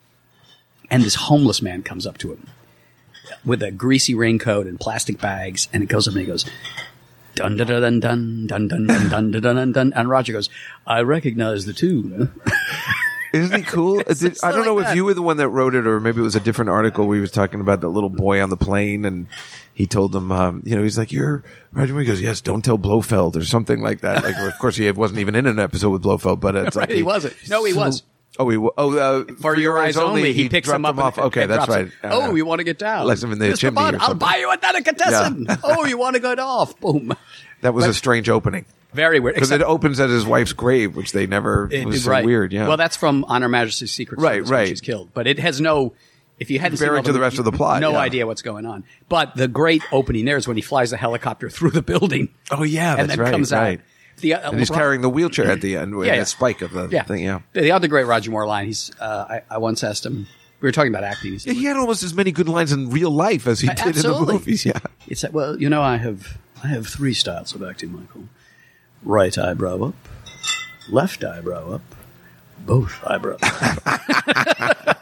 D: and this homeless man comes up to him with a greasy raincoat and plastic bags, and it goes up and he goes, dun dun dun dun dun dun dun dun dun dun dun dun, and Roger goes, I recognize the tune.
C: Isn't he cool? Did- I don't
D: like
C: know if
D: that.
C: you were the one that wrote it, or maybe it was a different article where he was talking about that little boy on the plane, and he told him, um, you know, he's like, "You're Roger." Moore." He goes, "Yes, don't tell Blofeld or something like that." Like, of course, he wasn't even in an episode with Blofeld, but it's like
D: Right, he wasn't. No, he was.
C: Oh, he wa- oh uh, for, your eyes only.
D: He picks
C: dropped
D: him up.
C: off.
D: and-
C: Okay,
D: and
C: that's
D: drops
C: right. Uh,
D: him. Oh, you want to get down?
C: Lets him in the
D: Mr.
C: chimney
D: Bond,
C: or
D: I'll
C: something.
D: buy you a delicatessen. Oh, you want to go off? Boom.
C: that was a strange opening
D: Very weird.
C: because it
D: Except-
C: opens at his wife's grave, which they never. It,
D: It-
C: was so
D: right.
C: weird. Yeah.
D: Well, that's from Honor Majesty's Secret
C: Right,
D: Service when
C: right.
D: She's killed, but it has no If you hadn't seen
C: Comparing
D: all
C: to the rest of the plot,
D: no
C: yeah.
D: idea what's going on. But the great opening there is when he flies the helicopter through the building.
C: Oh, yeah,
D: and
C: that's
D: then
C: right,
D: comes
C: right.
D: out. The, uh,
C: And he's
D: LeBron-
C: carrying the wheelchair at the end with
D: Yeah, yeah.
C: the spike of the
D: yeah.
C: thing. Yeah.
D: The, the other great Roger Moore line. He's. Uh, I, I once asked him. We were talking about acting. He said,
C: Yeah, He had almost as many good lines in real life as he did in the
D: Absolutely.
C: movies. Yeah.
D: It's like, well, you know, I have I have three styles of acting, Michael. Right eyebrow up, left eyebrow up, both eyebrows. up.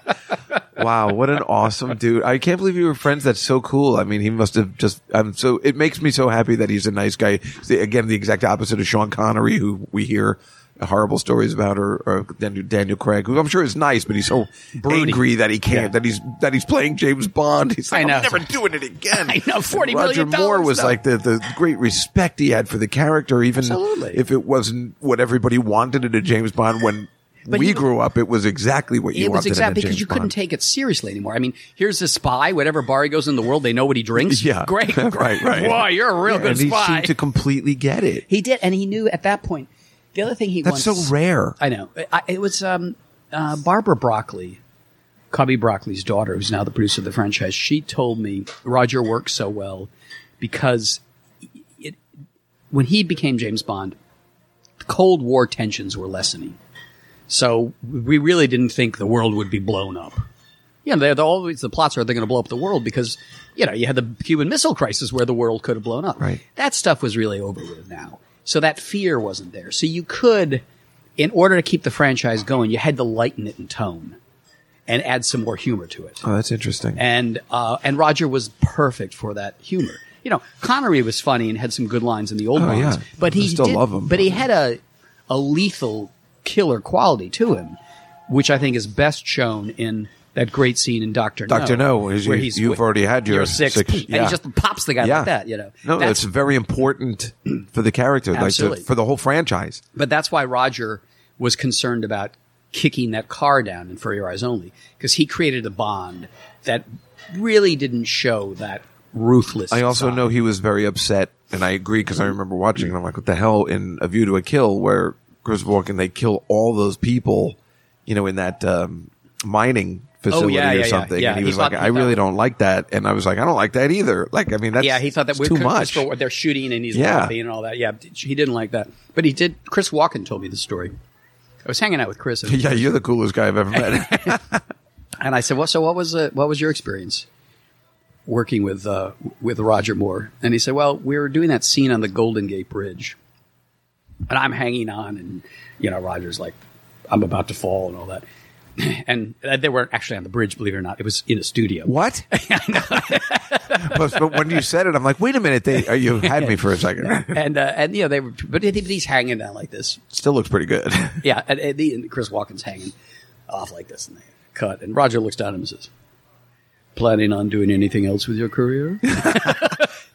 C: Wow, what an awesome dude. I can't believe you were friends. That's so cool. I mean, he must have just I'm so it makes me so happy that he's a nice guy. The- Again, the exact opposite of Sean Connery who we hear horrible stories about or, or Daniel, Daniel Craig, who I'm sure is nice, but he's so angry that he can't that he's that he's playing James Bond. He's like,
D: I know.
C: I'm never doing it again.
D: I know, $40
C: And Roger
D: million
C: Moore was
D: though.
C: like the, the great respect he had for the character, even
D: Absolutely.
C: if it wasn't what everybody wanted in a James Bond when
D: But
C: we
D: he-
C: grew up, it was exactly what you
D: It was
C: wanted in a
D: exactly
C: James
D: because you couldn't
C: Bond.
D: take it seriously anymore. I mean, here's a spy. Whatever bar he goes in the world, they know what he drinks.
C: Yeah.
D: great,
C: Right, right.
D: Wow, you're a real
C: Yeah,
D: good
C: and he
D: spy.
C: seemed to completely get it.
D: He did, and he knew at that point. The other thing he
C: That's
D: once-
C: so rare.
D: I know I, it was um, uh, Barbara Broccoli, Cubby Broccoli's daughter, who's now the producer of the franchise. She told me Roger worked so well because it, when he became James Bond, the Cold War tensions were lessening, so we really didn't think the world would be blown up. Yeah, they're, they're always the plots are they're going to blow up the world because you know you had the Cuban Missile Crisis where the world could have blown up.
C: Right.
D: That stuff was really over with now, so that fear wasn't there. So you could, in order to keep the franchise going, you had to lighten it in tone and add some more humor to it.
C: Oh, that's interesting.
D: And uh, and Roger was perfect for that humor. You know, Connery was funny and had some good lines in the old
C: Oh,
D: ones,
C: yeah.
D: but
C: I
D: he
C: still
D: did-
C: love him.
D: But he had a a lethal killer quality to him, which I think is best shown in that great scene in Doctor No.
C: Dr. No, is
D: where
C: you-
D: he's
C: you've
D: with-
C: already had your
D: your six,
C: six-
D: and
C: yeah.
D: he just pops the guy like that. You know,
C: No, it's
D: That's-
C: very important for the character, like to,
D: Absolutely.
C: for the whole franchise.
D: But that's why Roger was concerned about kicking that car down in For Your Eyes Only, because he created a bond that really didn't show that ruthless.
C: I also
D: side.
C: know he was very upset, and I agree because I remember watching, and I'm like, what the hell in A View to a Kill, where Chris Walken, they kill all those people, you know, in that um, mining facility
D: Oh, yeah,
C: or
D: yeah, yeah,
C: something.
D: yeah.
C: And he,
D: He
C: was
D: thought-
C: like,
D: he
C: I really
D: thought-
C: don't like that. And I was like, I don't like that either. Like, I mean, that's
D: Yeah, he thought
C: it's
D: that was
C: too much.
D: For what they're shooting and he's
C: Yeah.
D: laughing and all that. Yeah, he didn't like that, but he did. Chris Walken told me the story. I was hanging out with Chris, and,
C: yeah, you're the coolest guy I've ever met.
D: and I said, "Well, so what was uh, what was your experience working with uh, with Roger Moore?" And he said, "Well, we were doing that scene on the Golden Gate Bridge, and I'm hanging on, and you know, Roger's like, I'm about to fall and all that." And they weren't actually on the bridge, believe it or not. It was in a studio.
C: What? but, but when you said it, I'm like, wait a minute, they uh, you had me for a second.
D: And uh, and you know they were, but he's hanging down like this,
C: Still looks pretty good.
D: Yeah, and, and, the, and Chris Walken's hanging off like this, and they cut. And Roger looks down at him and says, "Planning on doing anything else with your career?"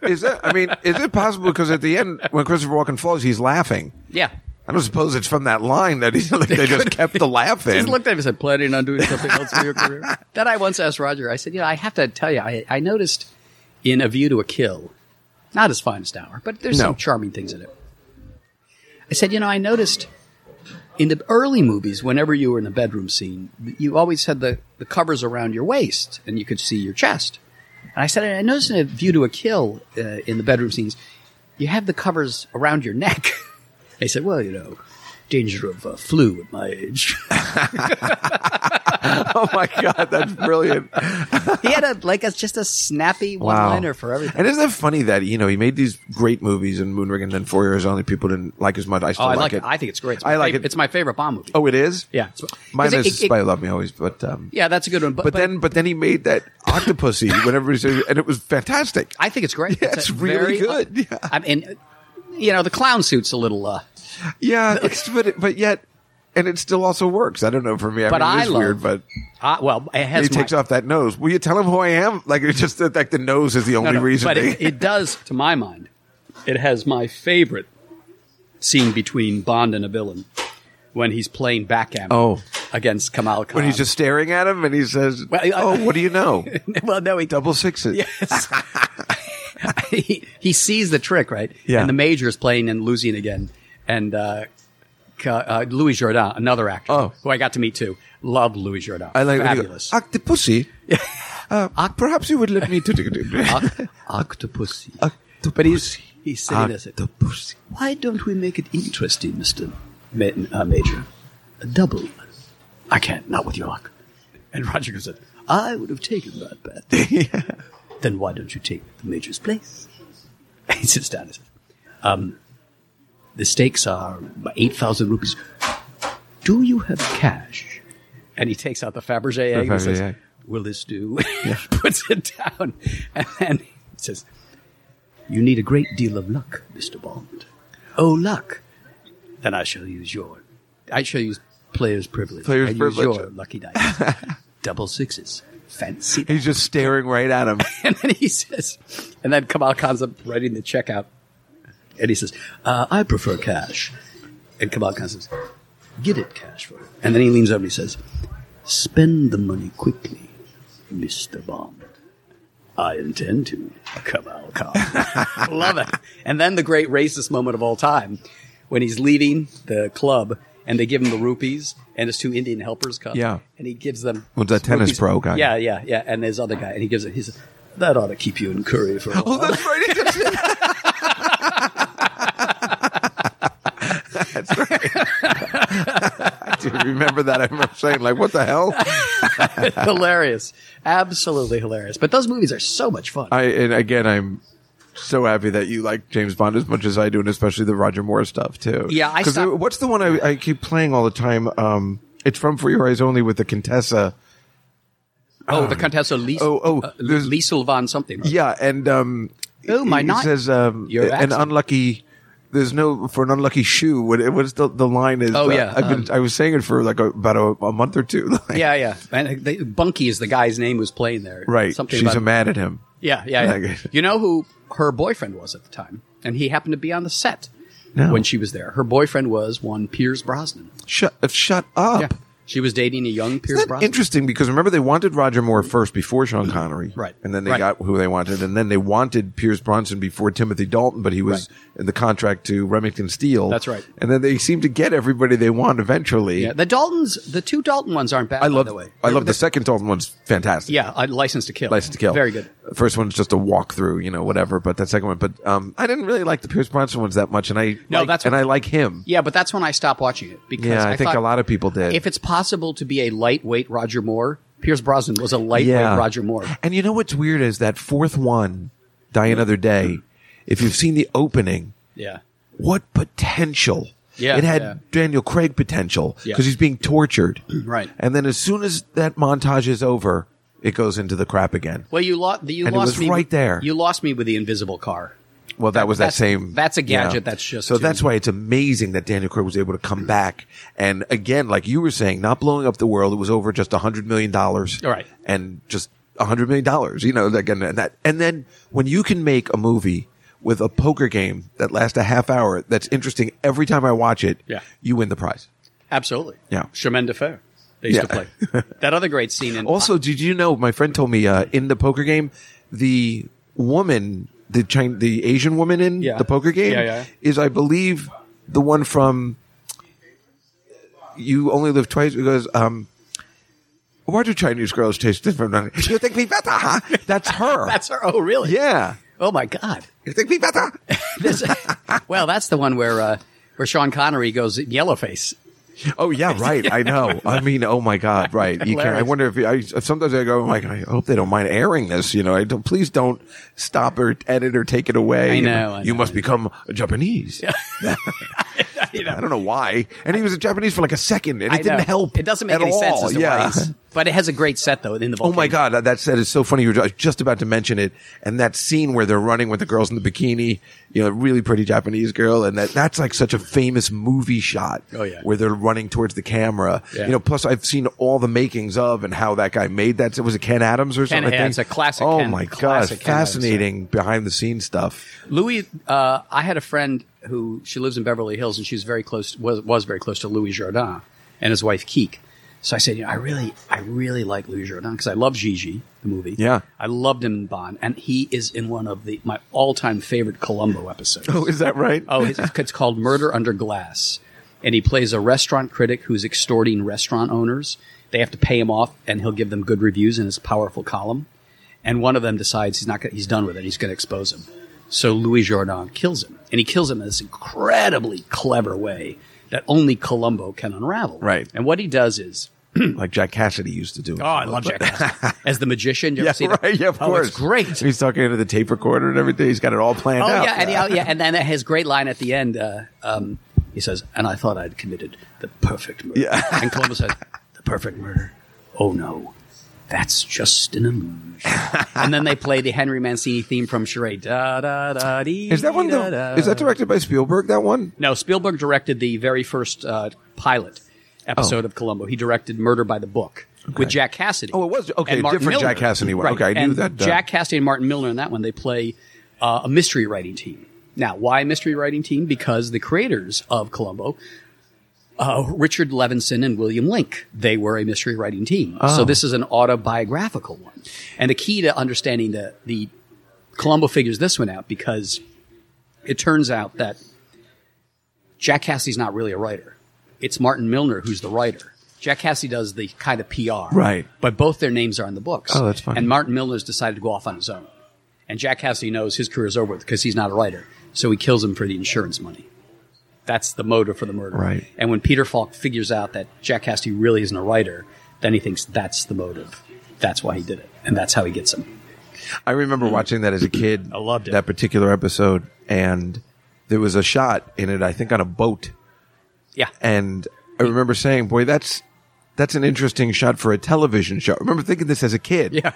C: Is that? I mean, is it possible? Because at the end, when Christopher Walken falls, he's laughing.
D: yeah.
C: I don't suppose it's from that line that he's like they just kept the laugh in.
D: Just looked at him and said, "Planning on doing something else with your career?" Then I once asked Roger. I said, "You know, I have to tell you, I, I noticed in A View to a Kill, not his finest hour, but there's
C: No.
D: some charming things in it." I said, "You know, I noticed." In the early movies, whenever you were in a bedroom scene, you always had the, the covers around your waist and you could see your chest. And I said, I noticed in a view to a kill uh, in the bedroom scenes, you have the covers around your neck. they said, well, you know, danger of uh, flu at my age.
C: oh my god, that's brilliant!
D: he had a, like a, just a snappy one liner for everything.
C: And isn't it funny that you know he made these great movies and Moonraker and then Four Years Only people didn't like as much. I still
D: Oh, I
C: like,
D: like
C: it.
D: it. I think it's great. It's
C: I
D: my
C: like
D: fav-
C: it.
D: It's my favorite Bond movie.
C: oh, it is.
D: yeah.
C: mine
D: Because
C: is
D: it- it- it-
C: Spy Love Me Always, but um,
D: yeah, that's a good one. But,
C: but, then but then he made that Octopussy when everybody said, and it was fantastic.
D: I think it's great.
C: Yeah,
D: a
C: it's really good. Yeah.
D: I mean, uh, you know, the clown suit's a little. Uh,
C: Yeah, it's, but it, but yet, and it still also works. I don't know for me. I
D: But
C: mean,
D: I
C: it is
D: love-
C: weird, but
D: uh, well, it has
C: he
D: my-
C: takes off that nose. Will you tell him who I am? Like it's just that like the nose is the only
D: No, no,
C: reason.
D: But
C: they-
D: it, it does, to my mind, it has my favorite scene between Bond and a villain when he's playing backgammon
C: Oh.
D: against Kamal Khan.
C: when he's just staring at him and he says,
D: Well, I-
C: "Oh, what do you know?
D: well, no, he
C: Double sixes.
D: Yes. he, he sees the trick, right?
C: Yeah.
D: And the major is playing and losing again, and uh, like uh, uh, Louis Jordan, another actor
C: Oh.
D: who I got to meet too. Love Louis Jordan.
C: I like
D: fabulous.
C: when you go, Octopussy. Uh, perhaps you would let me to
D: octopus.
C: Octopussy.
D: But he's he's saying this.
C: Octopussy.
D: Why don't we make it interesting, Mister Ma- uh, Major? A double. I can't. Not with your luck. And Roger goes, "I would have taken that bet. Then why don't you take the major's place?" he sits down and says, um, "The stakes are eight thousand rupees. Do you have cash?" And he takes out the Fabergé egg and
C: Fabergé
D: says,
C: egg.
D: "Will this do?" Puts it down and then he says, "You need a great deal of luck, Mister Bond. Oh, luck! Then I shall use your. I shall use player's privilege.
C: Player's
D: I use
C: privilege.
D: your lucky dice. Double sixes. Fancy." that.
C: He's just staring right at him.
D: And then he says, and then Kamal Khan's up writing the check out, and he says, uh, "I prefer cash." And Kamal Khan says, "Get it cash for it." And then he leans over and he says, "Spend the money quickly, Mister Bond." I intend to, Kamal Khan. Love it. And then the great racist moment of all time, when he's leaving the club and they give him the rupees and his two Indian helpers come.
C: Yeah.
D: And he gives them.
C: Well, that tennis
D: rupees.
C: pro guy.
D: Yeah, Uh, yeah, yeah. And there's other guy, and he gives it. He says, "That ought to keep you in curry for
C: Oh,
D: a while."
C: that's right. He just That's right. I do remember that. I remember saying, like, what the hell?
D: hilarious, absolutely hilarious. But those movies are so much fun.
C: I and again, I'm so happy that you like James Bond as much as I do, and especially the Roger Moore stuff too.
D: Yeah, I
C: 'Cause
D: stopped-
C: what's the one I, I keep playing all the time? Um, it's from For Your Eyes Only with the Contessa.
D: oh, the Contessa Lisa.
C: Oh, oh,
D: uh,
C: there's-
D: Liesel von something. right?
C: Yeah, and um,
D: Oh, my
C: it
D: not-
C: says um,
D: Your
C: an
D: accent.
C: unlucky. There's no for an unlucky shoe. What it was the the line is?
D: Oh,
C: uh,
D: yeah,
C: I've been I was saying it for like a, about a, a month or two. Like,
D: yeah, yeah. And they, Bunky is the guy's name who's playing there.
C: right.
D: Something
C: She's
D: about,
C: a mad at him.
D: Yeah, yeah, yeah.
C: Okay.
D: you know who her boyfriend was at the time, and he happened to be on the set
C: No.
D: when she was there. Her boyfriend was one Piers Brosnan.
C: Shut uh, shut up.
D: Yeah, she was dating a young Piers
C: Isn't that
D: Brosnan.
C: interesting because remember they wanted Roger Moore first before Sean Connery,
D: Right.
C: And then they
D: Right.
C: got who they wanted, and then they wanted Pierce Bronson before Timothy Dalton, but he was in the contract to Remington Steele.
D: That's right.
C: And then they seem to get everybody they want eventually.
D: yeah, the Daltons, the two Dalton ones aren't bad.
C: I love
D: by the way.
C: I love the second Dalton one's fantastic.
D: Yeah, I License to Kill.
C: License to Kill.
D: Very good.
C: The First one's just a walkthrough, you know, whatever. But that second one, but um, I didn't really like the Pierce Bronson ones that much, and I
D: No,
C: like-
D: that's-
C: and I like him.
D: Yeah, but that's when I stopped watching it because
C: Yeah, I,
D: I,
C: think
D: thought
C: a lot of people did.
D: if it's possible to be a lightweight Roger Moore, Pierce Brosnan was a lightweight Roger Moore.
C: And you know what's weird is that fourth one, Die Another Day, if you've seen the opening,
D: Yeah.
C: what potential.
D: Yeah,
C: it had
D: yeah.
C: Daniel Craig potential
D: Yeah.
C: because he's being tortured.
D: Right.
C: And then as soon as that montage is over, it goes into the crap again.
D: Well, you, lo- you
C: And it
D: lost
C: was
D: me
C: right there.
D: You lost me with the invisible car.
C: Well, that was that
D: that's-
C: same.
D: that's a gadget that's just
C: So
D: too-
C: that's why it's amazing that Daniel Craig was able to come back. And again, like you were saying, not blowing up the world. It was over just a hundred million dollars.
D: All right.
C: And just a hundred million dollars, you know, like, and, and that, and then when you can make a movie with a poker game that lasts a half hour, that's interesting every time I watch it.
D: Yeah.
C: You win the prize.
D: Absolutely.
C: Yeah.
D: Chemin de Fer. They used
C: Yeah.
D: to play that other great scene. In,
C: Also, did you know? My friend told me uh, in the poker game, the woman, the Chin- the Asian woman in
D: Yeah.
C: the poker game,
D: Yeah, yeah.
C: is I believe the one from "You Only Live Twice." Who goes, um, "Why do Chinese girls taste different? You think me better, huh?" That's her.
D: that's her. Oh, really?
C: yeah.
D: Oh my God.
C: You think me better?
D: This- well, that's the one where uh, where Sean Connery goes yellow face.
C: Oh yeah, right. I know. I mean, oh my God, right. You can, I
D: Hilarious.
C: wonder if I sometimes I go, I'm like, I hope they don't mind airing this. You know, I don't, please don't stop or edit or take it away.
D: I
C: You
D: know, I
C: you
D: know.
C: must become a Japanese. I don't know why. And he was a Japanese for like a second, and it
D: I know.
C: didn't help.
D: It doesn't make
C: at
D: any
C: all.
D: sense. As to why
C: yeah.
D: he's- but it has a great set though in the
C: Oh
D: volcano.
C: my God, that- that said, it's so funny. You were ju- just about to mention it, and that scene where they're running with the girls in the bikini, you know, really pretty Japanese girl, and that that's like such a famous movie shot.
D: Oh, yeah.
C: where they're running towards the camera.
D: Yeah.
C: You know, plus I've seen all the makings of and how that guy made that. It was it Ken Adams or something. I
D: Adams,
C: think?
D: a classic
C: Oh
D: Ken-
C: my God,
D: classic Ken Adams,
C: fascinating behind the scenes stuff.
D: Louis, uh, I had a friend who she lives in Beverly Hills, and she's very close was was very close to Louis Jordan and his wife Keek. So I said, you know, I really, I really like Louis Jordan because I love Gigi the movie.
C: Yeah.
D: I loved him in Bond, and he is in one of the my all time favorite Columbo episodes.
C: Oh, is that right?
D: Oh, it's, it's called Murder Under Glass. and he plays a restaurant critic who's extorting restaurant owners. They have to pay him off, and he'll give them good reviews in his powerful column. And one of them decides he's not gonna, he's done with it. He's going to expose him. So Louis Jordan kills him, and he kills him in this incredibly clever way that only Columbo can unravel.
C: Right.
D: And what he does is
C: like Jack Cassidy used to do.
D: Oh, I love Jack Nicholson. as the magician. You ever
C: Yeah,
D: see that?
C: right. Yeah, of
D: oh,
C: course.
D: It's great.
C: He's talking into the tape recorder and everything. He's got it all planned
D: Oh
C: out.
D: yeah, and, he- yeah, and then his great line at the end. Uh, um, he says, "And I thought I'd committed the perfect murder."
C: Yeah.
D: and Columbus says, "The perfect murder? Oh no, that's just an illusion." and then they play the Henry Mancini theme from Charade. Da, da, da, dee,
C: Is that one?
D: da,
C: The,
D: da.
C: is that directed by Spielberg? That one?
D: No, Spielberg directed the very first uh, pilot episode of Columbo. He directed Murder by the Book with Jack Cassidy.
C: Oh, it was- okay,
D: And Martin
C: different Jack
D: Milner.
C: Cassidy one.
D: Right.
C: Okay, I knew
D: and
C: that, uh,
D: Jack Cassidy and Martin Milner in that one they play uh, a mystery writing team. Now, why mystery writing team? Because the creators of Columbo. Uh, Richard Levinson and William Link. They were a mystery writing team.
C: Oh.
D: So this is an autobiographical one. And the key to understanding the, the Columbo figures this one out because it turns out that Jack Cassidy's not really a writer. It's Martin Milner who's the writer. Jack Cassidy does the kind of PR.
C: Right.
D: But both their names are in the books.
C: Oh, that's funny.
D: And Martin Milner's decided to go off on his own. And Jack Cassidy knows his career's over because he's not a writer. So he kills him for the insurance money. That's the motive for the murder.
C: Right.
D: And when Peter Falk figures out that Jack Cassidy really isn't a writer, then he thinks that's the motive. That's why he did it. And that's how he gets him.
C: I remember watching that as a kid.
D: I loved it.
C: that particular episode, and there was a shot in it. I think on a boat,
D: Yeah.
C: and I remember saying, "Boy, that's that's an interesting shot for a television show." I remember thinking this as a kid.
D: yeah.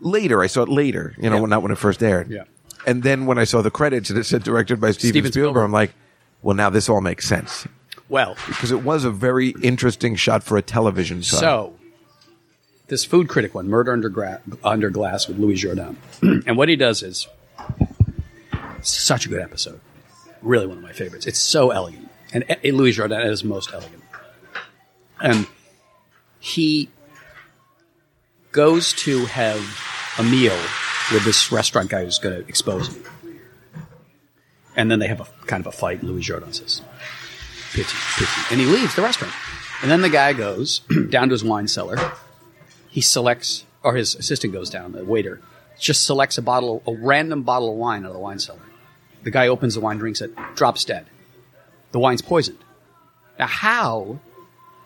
C: Later, I saw it later. You know,
D: Yeah.
C: not when it first aired.
D: Yeah.
C: And then when I saw the credits and it said directed by Steven,
D: Steven
C: Spielberg,
D: Spielberg.
C: I'm like, "Well, now this all makes sense."
D: Well,
C: because it was a very interesting shot for a television show.
D: So, this food critic one, Murder Under, Gra- Under Glass with Louis Jordan. and what he does is such a good episode. Really one of my favorites. It's so elegant. And eh, Louis Jordan is most elegant. And he goes to have a meal with this restaurant guy who's going to expose him. And then they have a kind of a fight. and Louis Jordan says, pity, pity. And he leaves the restaurant. And then the guy goes down to his wine cellar. He selects, or his assistant goes down, the waiter, just selects a bottle, a random bottle of wine out of the wine cellar. The guy opens the wine, drinks it, drops dead. The wine's poisoned. Now, how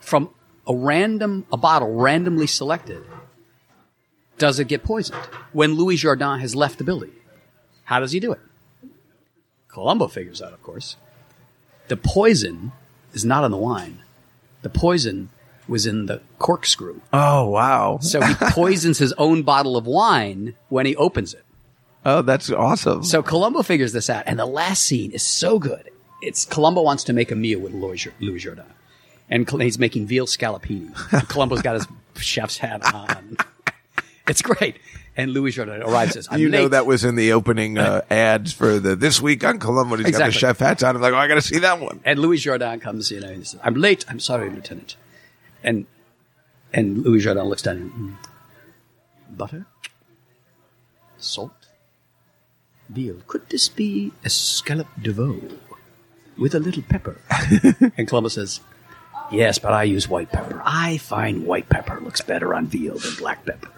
D: from a random, a bottle randomly selected, does it get poisoned when Louis Jardin has left the building? How does he do it? Columbo figures out, of course the poison is not in the wine. The poison was in the corkscrew.
C: oh wow!
D: So he poisons his own bottle of wine when he opens it.
C: Oh, that's awesome.
D: So Columbo figures this out, and the last scene is so good. It's Columbo wants to make a meal with Louis, Jor- Louis Jordan, and Col- he's making veal scallopini. Columbo's got his chef's hat on. It's great. And Louis Jordan arrives. and Says, I'm
C: you know
D: late."
C: that was in the opening uh, ads for the this week on Columbo. He's got the
D: Exactly.
C: chef hats on. I'm like, oh, I got to see that one.
D: And Louis Jordan comes, you know, and he says, I'm late. I'm sorry, Lieutenant. And and Louis Jordan looks down and "Hmm. butter, salt, veal. Could this be a scallop de veau with a little pepper? and Columbus says, Yes, but I use white pepper. I find white pepper looks better on veal than black pepper.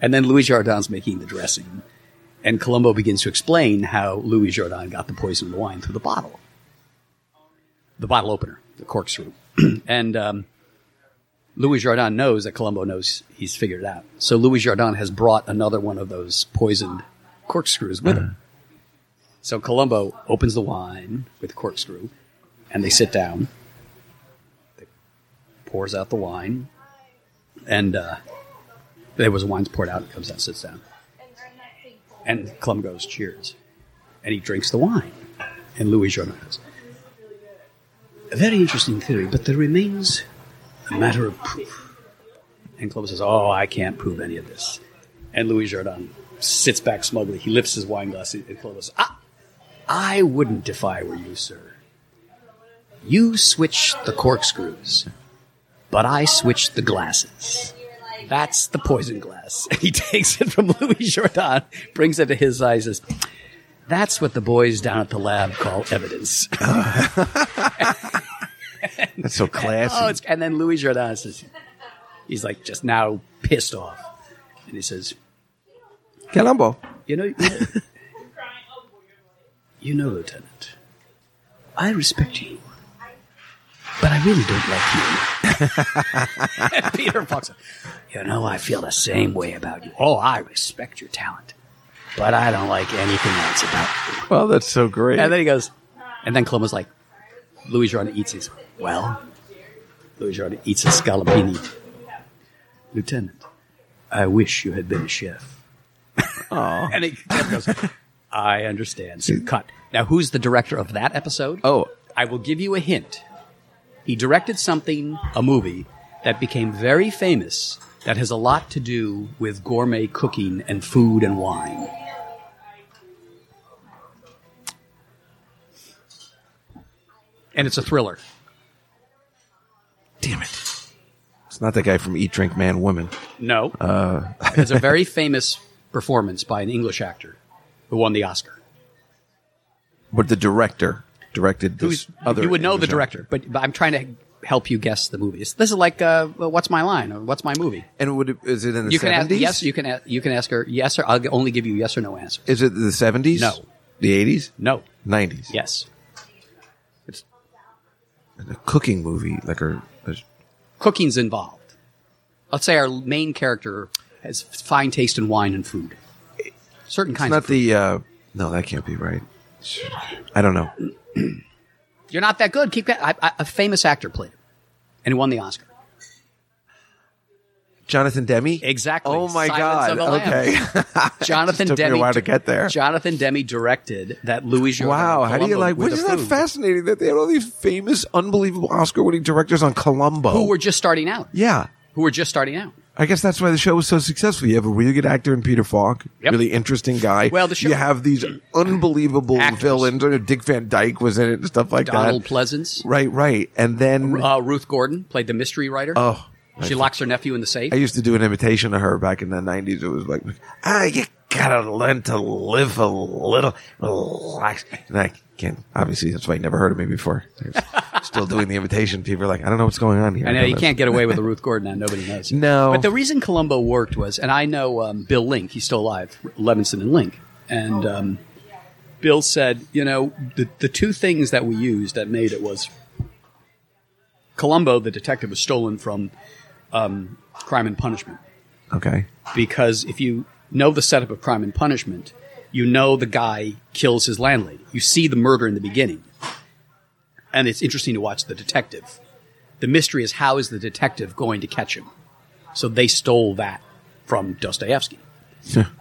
D: And then Louis Jordan's making the dressing. And Columbo begins to explain how Louis Jordan got the poison in the wine through the bottle the bottle opener, the corkscrew. and um, Louis Jardin knows that Columbo knows he's figured it out. So Louis Jardin has brought another one of those poisoned corkscrews with him. So Columbo opens the wine with the corkscrew, and they sit down. They pours out the wine, and uh, there was wine's poured out. Comes out, sits down, and Columbo goes, "Cheers," and he drinks the wine. And Louis Jardin goes, a very interesting theory, but there remains a matter of proof. And Clovis says, Oh, I can't prove any of this. And Louis Jordan sits back smugly. He lifts his wine glass, and Clovis, Ah, I wouldn't if I were you, sir. You switched the corkscrews, but I switched the glasses. That's the poison glass. he takes it from Louis Jordan, brings it to his eyes, says, That's what the boys down at the lab call evidence.
C: That's so classy.
D: Oh, it's, and then Louis Jordan says, he's like just now pissed off. And he says,
C: Colombo.
D: You know, you know, you know, Lieutenant, I respect you, but I really don't like you. Peter Fox, you know, I feel the same way about you. Oh, I respect your talent, but I don't like anything else about you.
C: Well, that's so great.
D: And then he goes, and then Columbo's like, Louis Jordan eats his, well, Louis Jordan eats a scallopini. Lieutenant, I wish you had been a chef. Oh. and he goes, I understand. So cut. Now, who's the director of that episode?
C: Oh.
D: I will give you a hint. He directed something, a movie, that became very famous that has a lot to do with gourmet cooking and food and wine. And it's a thriller.
C: Damn it. It's not that guy from Eat, Drink, Man, Woman.
D: No.
C: Uh.
D: it's a very famous performance by an English actor who won the Oscar.
C: But the director directed this
D: Who's,
C: other.
D: you would know the
C: English
D: director, but, but I'm trying to help you guess the movie. It's- This is like, uh, well, what's my line? Or what's my movie?
C: And would it, is it in the
D: You can ask
C: 70s?
D: yes. You can ask, you can ask her yes, or I'll g- only give you yes or no answer.
C: Is it the 70s?
D: No.
C: The 80s?
D: No.
C: 90s?
D: Yes.
C: A cooking movie, like a. a
D: Cooking's involved. Let's say our main character has fine taste in wine and food. Certain
C: it's
D: kinds.
C: not
D: of food.
C: the. Uh, no, that can't be right. I don't know.
D: You're not that good. Keep that. I, I, a famous actor played him, and he won the Oscar.
C: Jonathan Demi?
D: Exactly.
C: Oh my
D: Silence of
C: God.
D: the
C: Okay.
D: Lambs. Jonathan
C: took me a
D: Demi.
C: while to get there.
D: Jonathan Demi directed that Louis. Jordan
C: wow. How do you
D: Columbo
C: like.
D: with
C: Which is
D: the
C: that
D: food,
C: fascinating that they had all these famous, unbelievable Oscar winning directors on Columbo?
D: Who were just starting out?
C: Yeah.
D: Who were just starting out?
C: I guess that's why the show was so successful. You have a really good actor in Peter Falk,
D: Yep.
C: really interesting guy.
D: Well, the show-
C: you have these unbelievable
D: Actors.
C: villains. I know Dick Van Dyke was in it and stuff like
D: Donald
C: that.
D: Pleasance.
C: right, right. And then
D: Uh, Ruth Gordon played the mystery writer.
C: oh,
D: she locks her nephew in the safe.
C: I used to do an imitation of her back in the nineties. It was like, ah, you gotta learn to live a little, relax. And I can't. Obviously, that's why you never heard of me before. Still doing the imitation. People are like, I don't know what's going on here.
D: I know you
C: that's-
D: can't get away with a Ruth Gordon. Now nobody knows.
C: No.
D: but the reason Columbo worked was, and I know um, Bill Link. He's still alive, Levinson and Link. And um, Bill said, you know, the the two things that we used that made it was Columbo, the detective, was stolen from um, Crime and Punishment
C: Okay.
D: because if you know the setup of Crime and Punishment, you know the guy kills his landlady. You see the murder in the beginning, and it's interesting to watch the detective. The mystery is how is the detective going to catch him? So they stole that from Dostoevsky.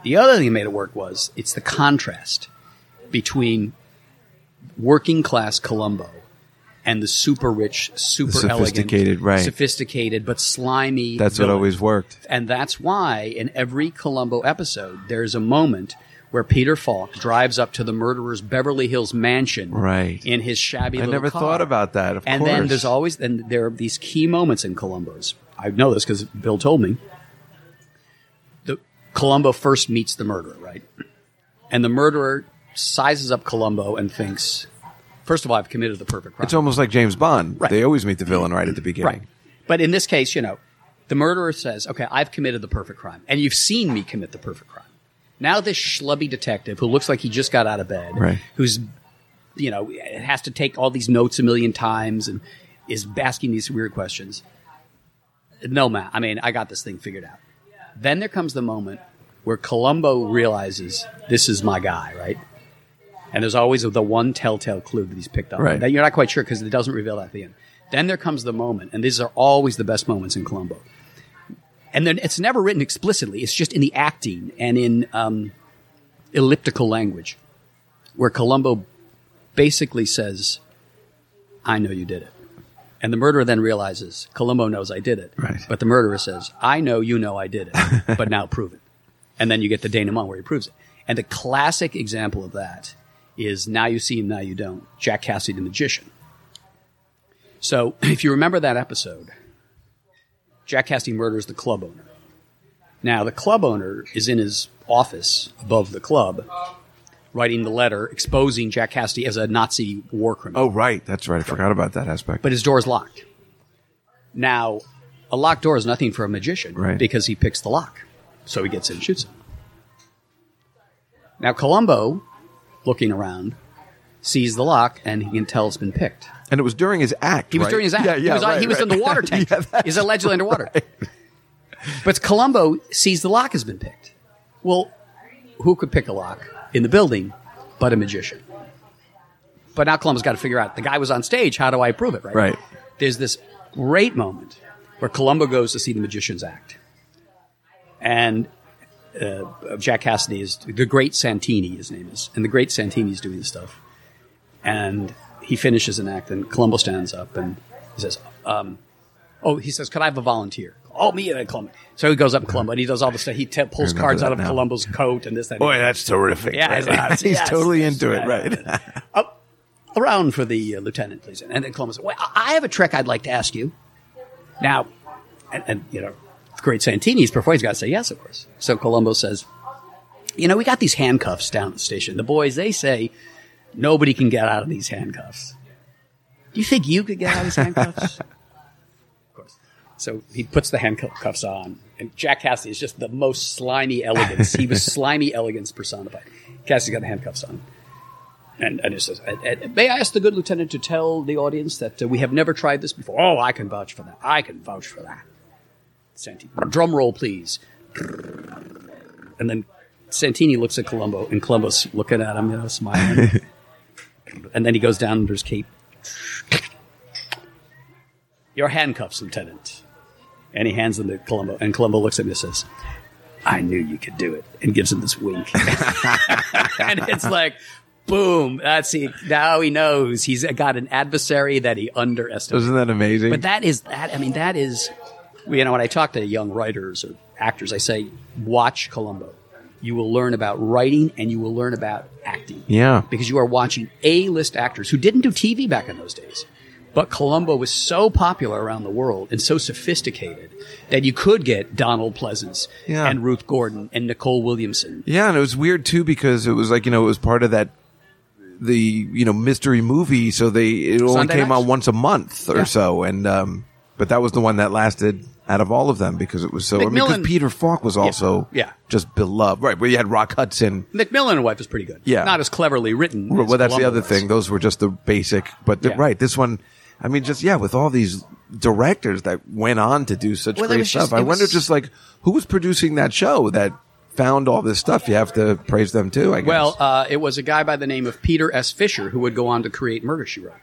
D: the other thing that made it work was it's the contrast between working class Columbo and the super rich, super
C: sophisticated,
D: elegant,
C: right.
D: sophisticated but slimy.
C: That's what
D: villain.
C: always worked.
D: And that's why in every Columbo episode, there's a moment where Peter Falk drives up to the murderer's Beverly Hills mansion
C: Right.
D: in his shabby
C: I
D: little
C: never
D: car.
C: thought about that, of
D: and then
C: course.
D: there's always then there are these key moments in Columbo's. I know this because Bill told me. The Columbo first meets the murderer, right? And the murderer sizes up Columbo and thinks, first of all, I've committed the perfect crime.
C: It's almost like James Bond.
D: Right.
C: They always meet the villain right at the beginning.
D: Right. But in this case, you know, the murderer says, okay, I've committed the perfect crime, and you've seen me commit the perfect crime. Now this schlubby detective who looks like he just got out of bed,
C: Right.
D: who's, you know, has to take all these notes a million times and is asking these weird questions. No, Matt, I mean, I got this thing figured out. Then there comes the moment where Columbo realizes this is my guy, right? And there's always the one telltale clue that he's picked up.
C: Right.
D: That you're not quite sure because it doesn't reveal that at the end. Then there comes the moment, and these are always the best moments in Columbo. And then it's never written explicitly. It's just in the acting and in um, elliptical language, where Columbo basically says, "I know you did it," and the murderer then realizes Columbo knows I did it.
C: Right.
D: But the murderer says, "I know you know I did it, but now prove it." And then you get the denouement where he proves it. And the classic example of that is "Now you see him, now you don't." Jack Cassidy, the magician. So if you remember that episode, Jack Cassidy murders the club owner. Now the club owner is in his office above the club, writing the letter exposing Jack Cassidy as a Nazi war criminal.
C: Oh, right. That's right. I forgot about that aspect.
D: But his door is locked. Now, a locked door is nothing for a magician
C: Right.
D: because he picks the lock. So he gets in and shoots him. Now, Columbo, looking around, sees the lock and he can tell it's been picked.
C: and it was during his act.
D: He was
C: right?
D: during his act.
C: Yeah, yeah.
D: he was, on-
C: right,
D: he was
C: right.
D: in the water tank.
C: Yeah, that-
D: He's allegedly underwater. But Columbo sees the lock has been picked. Well, who could pick a lock in the building but a magician? But now Columbo's got to figure out the guy was on stage. How do I prove it? Right.
C: Right.
D: There's this great moment where Columbo goes to see the magicians act, and uh, Jack Cassidy is the great Santini. His name is, and the great Santini is doing this stuff and he finishes an act and Columbo stands up and he says, um, oh, he says, could I have a volunteer? Oh, me and Columbo. So he goes up to Columbo and he does all this stuff. He t- pulls
C: remember
D: cards
C: that
D: out of
C: now.
D: Columbo's coat and this, that.
C: Boy, that's terrific.
D: Yeah,
C: right?
D: it's-
C: he's
D: yes,
C: totally
D: yes,
C: into it.
D: yeah,
C: Right.
D: Up, around for the uh, lieutenant, please. And then Columbo says, well, I I have a trick I'd like to ask you. Now, and, and you know, the great Santini's performing. He's got to say yes, of course. So Columbo says, you know, we got these handcuffs down at the station. The boys, they say nobody can get out of these handcuffs. Do you think you could get out of these handcuffs? of course. So he puts the handcuffs on, and Jack Cassidy is just the most slimy elegance. he was slimy elegance personified. Cassidy's got the handcuffs on. And, and it says, "And- and may I ask the good lieutenant to tell the audience that uh, we have never tried this before? Oh, I can vouch for that. I can vouch for that. Santini, drum roll, please. And then Santini looks at Columbo, and Columbo's looking at him, you know, smiling. and then he goes down under his cape. Your handcuffs, Lieutenant. And he hands them to Columbo, and Columbo looks at him and says, I knew you could do it, and gives him this wink. and it's like, boom, that's he. Now he knows he's got an adversary that he underestimated.
C: Isn't that amazing?
D: But that is that. I mean, that is. You know, when I talk to young writers or actors, I say, watch Columbo. You will learn about writing and you will learn about acting.
C: Yeah.
D: Because you are watching A list actors who didn't do TV back in those days. But Columbo was so popular around the world and so sophisticated that you could get Donald Pleasance
C: Yeah.
D: and Ruth Gordon and Nicole Williamson.
C: Yeah, and it was weird too because it was like you know it was part of that the you know mystery movie, so they it only
D: Sunday
C: came
D: nights?
C: on once a month or
D: Yeah.
C: so, and um, but that was the one that lasted out of all of them because it was so. I mean, because
D: McMillan-
C: Peter Falk was also
D: yeah.
C: just beloved, right? Where you had Rock Hudson.
D: Macmillan and Wife is pretty good.
C: Yeah.
D: Not as cleverly written.
C: Well,
D: as
C: that's the
D: Columbo
C: other
D: was.
C: thing; those were just the basic, but the-
D: Yeah.
C: right, this one, I mean, just yeah, with all these directors that went on to do such
D: Well, it
C: great
D: was
C: stuff,
D: just-
C: I
D: it
C: wonder
D: was-
C: just like who was producing that show that. Found all this stuff. You have to praise them too. I guess.
D: Well, uh, it was a guy by the name of Peter S. Fisher who would go on to create Murder She Wrote.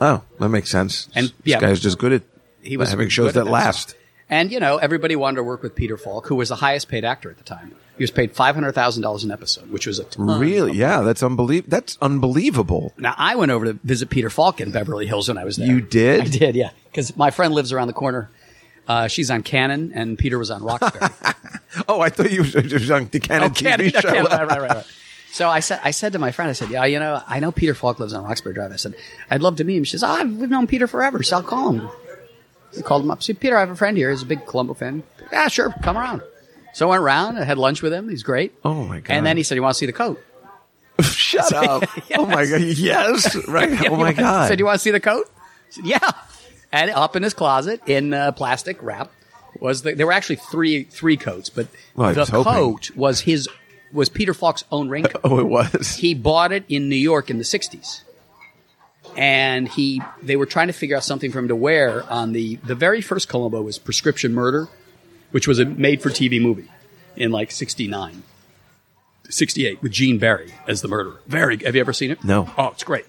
C: Oh, that makes sense.
D: And,
C: this
D: yeah.
C: guy's just good at
D: He was
C: having
D: good
C: shows
D: at
C: that
D: that
C: last.
D: And you know, everybody wanted to work with Peter Falk, who was the highest paid actor at the time. He was paid five hundred thousand dollars an episode, which was a ton.
C: Really? Yeah, that's unbelievable. That's unbelievable.
D: Now I went over to visit Peter Falk in Beverly Hills when I was there.
C: You did?
D: I did, yeah. Because my friend lives around the corner. Uh, she's on Cannon, and Peter was on Roxbury.
C: Oh, I thought you were just on the Canon
D: Oh, Cannon,
C: TV show.
D: Cannon, right, right, right, right. So I said, I said to my friend, I said, yeah, you know, I know Peter Falk lives on Roxbury Drive. I said, I'd love to meet him. She says, oh, I've known Peter forever, so I'll call him. I called him up. See, Peter, I have a friend here. He's a big Columbo fan. Yeah, sure, come around. So I went around. I had lunch with him. He's great.
C: Oh, my God.
D: And then he said, you want to see the coat?
C: Shut up! Oh my god! Yes, right. oh my god!
D: said, you want to see the coat? I said, yeah. And up in his closet in uh, plastic wrap was the, there were actually three three coats, but
C: Well, I
D: the
C: was hoping.
D: coat was his was Peter Falk's own raincoat.
C: oh, it was.
D: he bought it in New York in the 60s. And he they were trying to figure out something for him to wear on the the very first Columbo was Prescription Murder, which was a made for TV movie in like 69. 68 with Gene Barry as the murderer. Very have you ever seen it?
C: No.
D: Oh, it's great.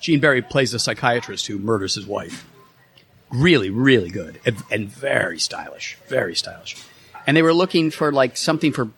D: Gene Barry plays a psychiatrist who murders his wife. Really, really good and, and very stylish, very stylish. And they were looking for like something for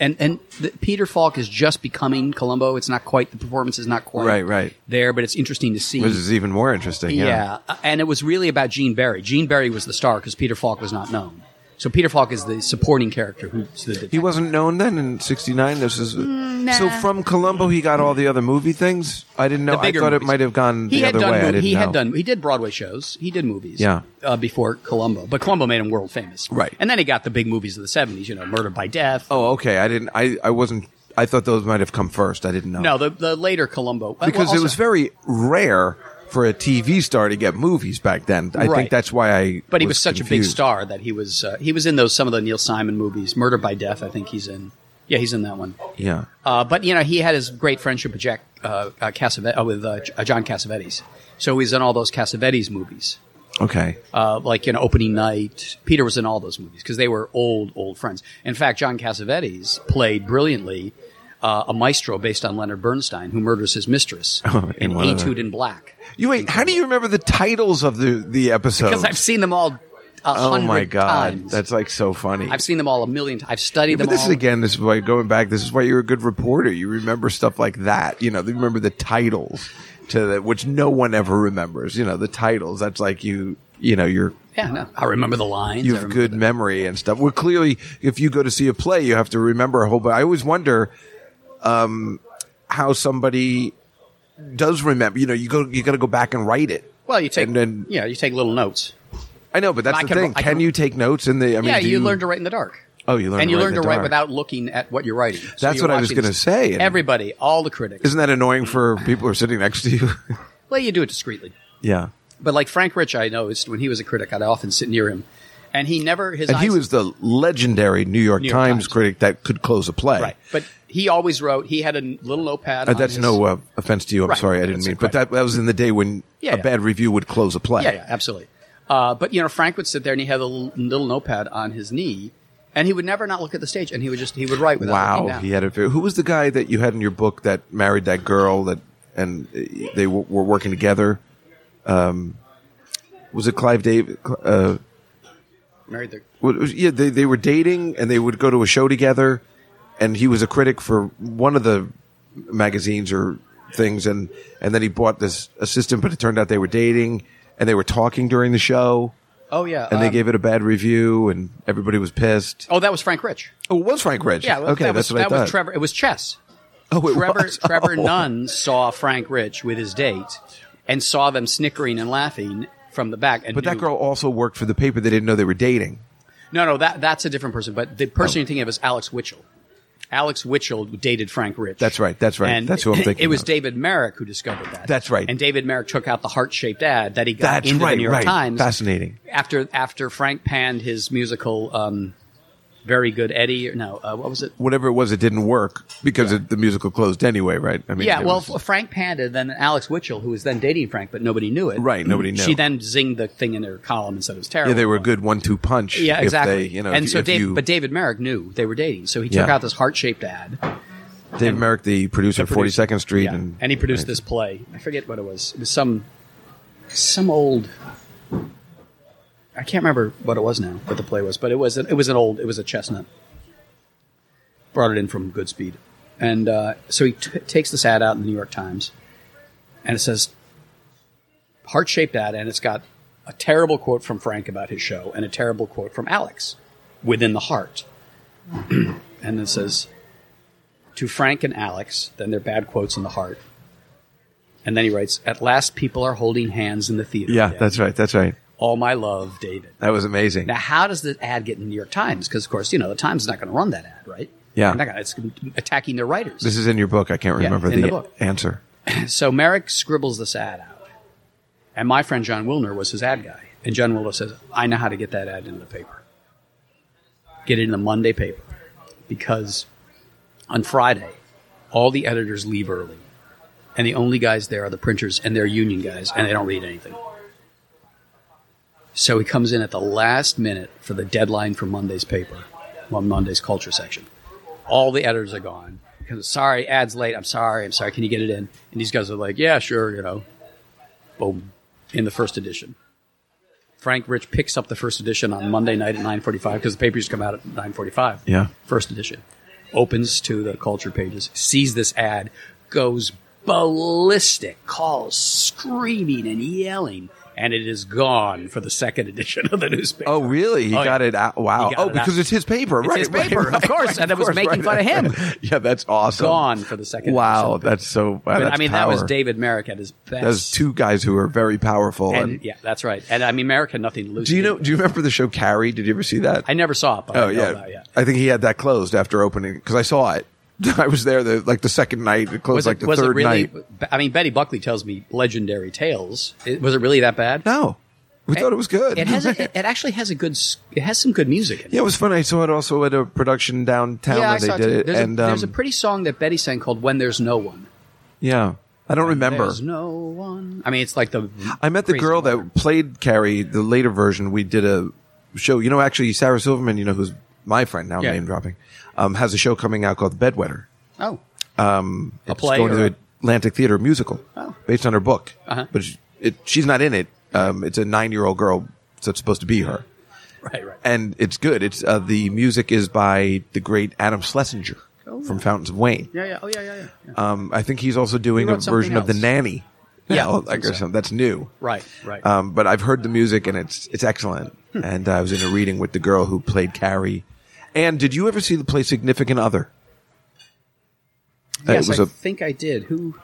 D: and and the, Peter Falk is just becoming Columbo. It's not quite the performance is not quite
C: Right, right.
D: there, but it's interesting to see.
C: Which is even more interesting. Yeah.
D: yeah. Uh, and it was really about Gene Barry. Gene Barry was the star because Peter Falk was not known. So Peter Falk is the supporting character who's the
C: He wasn't known then in '69. This is
D: Mm,
C: so from Columbo. He got all the other movie things. I didn't know.
D: the
C: I
D: bigger
C: thought it
D: movies.
C: might have gone
D: He
C: the
D: had
C: other
D: done.
C: way. I
D: mov-
C: didn't
D: he
C: know.
D: had done. He did Broadway shows. He did movies.
C: Yeah.
D: Uh, before Columbo, but Columbo made him world famous.
C: Right.
D: And then he got the big movies of the seventies. You know, Murder by Death.
C: Oh, okay. I didn't. I, I wasn't I thought those might have come first. I didn't know.
D: No, the, the later Columbo. Uh,
C: because
D: well,
C: it was
D: also-
C: very rare for a TV star to get movies back then. I
D: Right.
C: think that's why I.
D: But he was such a big
C: confused.
D: star that he was uh, he was in those some of the Neil Simon movies. Murder by Death, I think he's in. Yeah, he's in that one.
C: Yeah.
D: Uh, but you know, he had his great friendship with Jack uh, uh, Cassavet- uh, with uh, J- uh, John Cassavetes. So he's in all those Cassavetes movies,
C: Okay.
D: uh, like you know, Opening Night. Peter was in all those movies because they were old, old friends. In fact, John Cassavetes played brilliantly uh, a maestro based on Leonard Bernstein, who murders his mistress
C: in
D: in
C: one of
D: Etude in Black.
C: you wait. How do you remember the titles of the the episodes?
D: Because I've seen them all. A
C: oh
D: hundred
C: my god,
D: times.
C: that's like so funny.
D: I've seen them all a million times. I've studied
C: but
D: them
C: this
D: all.
C: is again. This is why going back. This is why you're a good reporter. You remember stuff like that. You know, you remember the titles to the, which no one ever remembers. You know, the titles. That's like you. You know, you're
D: yeah, no, I remember the lines.
C: you
D: I
C: have
D: remember
C: good
D: the-
C: memory and stuff. Well, clearly, if you go to see a play, you have to remember a whole. But I always wonder um, how somebody does remember. You know, you go, you got to go back and write it.
D: Well, you take
C: and then
D: yeah, you take little notes.
C: I know, but that's
D: I
C: the
D: can-
C: thing.
D: I
C: Can,
D: can-
C: you take notes in the? I mean,
D: yeah,
C: do
D: you, learn to write in the dark.
C: Oh, you learn
D: and
C: to
D: you
C: write
D: learn
C: in the
D: to write
C: dark.
D: without looking at what you're writing. So
C: That's
D: you're
C: what I was
D: watching
C: gonna
D: s-
C: say, and-
D: Everybody, all the critics.
C: Isn't that annoying for people who are sitting next to you?
D: well, you do it discreetly.
C: yeah,
D: But like Frank Rich, I noticed when he was a critic, I'd often sit near him, and he never his
C: and he
D: eyes-
C: was the legendary New York,
D: New York
C: Times,
D: Times.
C: critic that could close a play.
D: right, but he always wrote. He had a n- little notepad.
C: Uh,
D: on
C: that's
D: his-
C: no uh, offense to you. I'm
D: Right.
C: sorry, I didn't
D: That's
C: mean.
D: a
C: But that, that was in the day when
D: Yeah,
C: a
D: yeah.
C: bad review would close a play.
D: Yeah, yeah, absolutely. Uh, but you know, Frank would sit there and he had a little, little notepad on his knee, and he would never not look at the stage, and he would just he would write without looking
C: Wow,
D: down.
C: he had a. very- Who was the guy that you had in your book that married that girl that and uh, they w- were working together? Um, was it Clive David? Uh,
D: married the
C: wa- was- yeah, they they were dating and they would go to a show together, and he was a critic for one of the magazines or things, and and then he bought this assistant, but it turned out they were dating and they were talking during the show,
D: oh yeah,
C: and they
D: um,
C: gave it a bad review, and everybody was pissed.
D: oh that was Frank Rich.
C: Oh, it was Frank Rich?
D: Yeah, well,
C: okay,
D: that
C: that's
D: was,
C: what I
D: that
C: thought.
D: was Trevor. It was chess.
C: Oh, it
D: Trevor
C: was?
D: Trevor
C: Oh.
D: Nunn saw Frank Rich with his date and saw them snickering and laughing from the back. And
C: But that
D: knew-
C: girl also worked for the paper. They didn't know they were dating.
D: no, no, that that's a different person. But the
C: Oh.
D: person you're thinking of is Alex Witchell. Alex Witchell dated Frank Rich.
C: That's right, that's right.
D: And
C: That's who I'm thinking
D: It was
C: of.
D: David Merrick who discovered that.
C: That's right.
D: And David Merrick took out the heart shaped ad that he got
C: That's
D: into
C: right,
D: the New York
C: right.
D: Times.
C: Fascinating.
D: After after Frank panned his musical, um, very good Eddie. Or, no, uh, what was it?
C: Whatever it was, it didn't work because it, the musical closed anyway, right? I mean,
D: Yeah,
C: it
D: well,
C: was-
D: F- Frank Panda, then Alex Witchell, who was then dating Frank, but nobody knew it.
C: Right, nobody knew.
D: She then zinged the thing in her column and said it was terrible.
C: yeah, they were a good one-two punch.
D: Yeah,
C: if
D: exactly.
C: they, you know,
D: and
C: if,
D: so,
C: if
D: Dave,
C: you,
D: but David Merrick knew they were dating, so he took
C: Yeah.
D: out this heart shaped ad.
C: Dave Merrick, the producer, Forty Second Street,
D: Yeah,
C: and,
D: and he produced this play. I forget what it was. It was some some old. I can't remember what it was now, what the play was, but it was an, it was an old it was a chestnut. Brought it in from Goodspeed, and uh, so he t- takes this ad out in the New York Times, and it says heart shaped ad, and it's got a terrible quote from Frank about his show and a terrible quote from Alex within the heart, and it says to Frank and Alex, then their bad quotes in the heart. And then he writes, At last people are holding hands in the theater.
C: Yeah,
D: again.
C: that's right, that's right.
D: All my love, David.
C: That was amazing.
D: Now, how does the ad get in the New York Times? Because, of course, you know, the Times is not going to run that ad, right?
C: Yeah.
D: They're not gonna- it's attacking their writers.
C: This is in your book. I can't remember
D: in
C: the,
D: the book.
C: answer.
D: so Merrick scribbles this ad out. And my friend John Wilner was his ad guy. And John Wilner says, I know how to get that ad into the paper. Get it in the Monday paper. Because on Friday, all the editors leave early. And the only guys there are the printers and they're union guys, and they don't read anything. So he comes in at the last minute for the deadline for Monday's paper, well, Monday's culture section all the editors are gone. Because sorry, ad's late. I'm sorry. I'm sorry. Can you get it in? And these guys are like, yeah, sure. You know, boom, in the first edition. Frank Rich picks up the first edition on Monday night at 9:45 because the papers come out at 9:45.
C: Yeah.
D: first edition. Opens to the culture pages, sees this ad, goes ballistic, calls screaming and yelling, and it is gone for the second edition of the newspaper.
C: Oh, really? He
D: Oh,
C: got
D: yeah.
C: it out. Wow.
D: He got
C: Oh,
D: it out.
C: because it's his paper,
D: It's
C: right?
D: his
C: right,
D: paper, of
C: right,
D: course,
C: right,
D: and it
C: of
D: was
C: course,
D: making
C: right.
D: fun of him.
C: yeah, that's awesome.
D: Gone for the second edition
C: Wow,
D: of the paper.
C: that's so. Wow,
D: But
C: that's
D: I mean, that
C: power.
D: was David Merrick at his best.
C: Those two guys who are very powerful.
D: And,
C: and-
D: yeah, that's right. And I mean, Merrick had nothing to lose.
C: Do you
D: He-
C: know? Do you remember the show Carrie? Did you ever see that?
D: I never saw it. But I
C: Oh
D: know
C: yeah.
D: about it, yeah.
C: I think he had that closed after opening because I saw it. I was there the like the second night. It closed
D: Was
C: like
D: it
C: the
D: was
C: third
D: it really?
C: night.
D: I mean, Betty Buckley tells me legendary tales. It- was it really that bad?
C: No, we thought it was good.
D: It has. A, it it actually has a good. s- It has some good music. In it.
C: yeah, it was fun. I saw it also at a production downtown
D: I
C: and they
D: saw
C: did
D: too.
C: it.
D: There's,
C: and
D: a,
C: um,
D: there's a pretty song that Betty sang called "When There's No One."
C: yeah, I don't remember.
D: There's no one. I mean, it's like the.
C: I met the
D: crazy
C: girl
D: one.
C: that played Carrie, the later version. We did a show. You know, actually, Sarah Silverman, you know, who's my friend now,
D: Yeah.
C: name dropping, um, has a show coming out called The Bedwetter.
D: Oh,
C: Um,
D: A
C: it's
D: play
C: going to
D: or
C: the Atlantic Theater musical
D: Oh.
C: based on her book.
D: Uh-huh.
C: But she- it, she's not in it. Um, it's a nine year old girl, so it's supposed to be her.
D: right, right.
C: And it's good. It's uh, The music is by the great Adam Schlesinger
D: Oh.
C: from Fountains of Wayne.
D: Yeah, yeah. Oh, yeah, yeah, yeah. yeah.
C: Um, I think he's also doing
D: He
C: a
D: wrote something
C: version of The
D: else.
C: Nanny.
D: Yeah,
C: now,
D: I
C: like
D: think
C: or
D: so.
C: something. That's new.
D: Right, right.
C: Um, but I've heard the music and it's it's excellent.
D: Hmm.
C: And I was in a reading with the girl who played Carrie. And did you ever see the play Significant Other? Uh,
D: yes,
C: it was
D: I
C: a-
D: think I did. Who?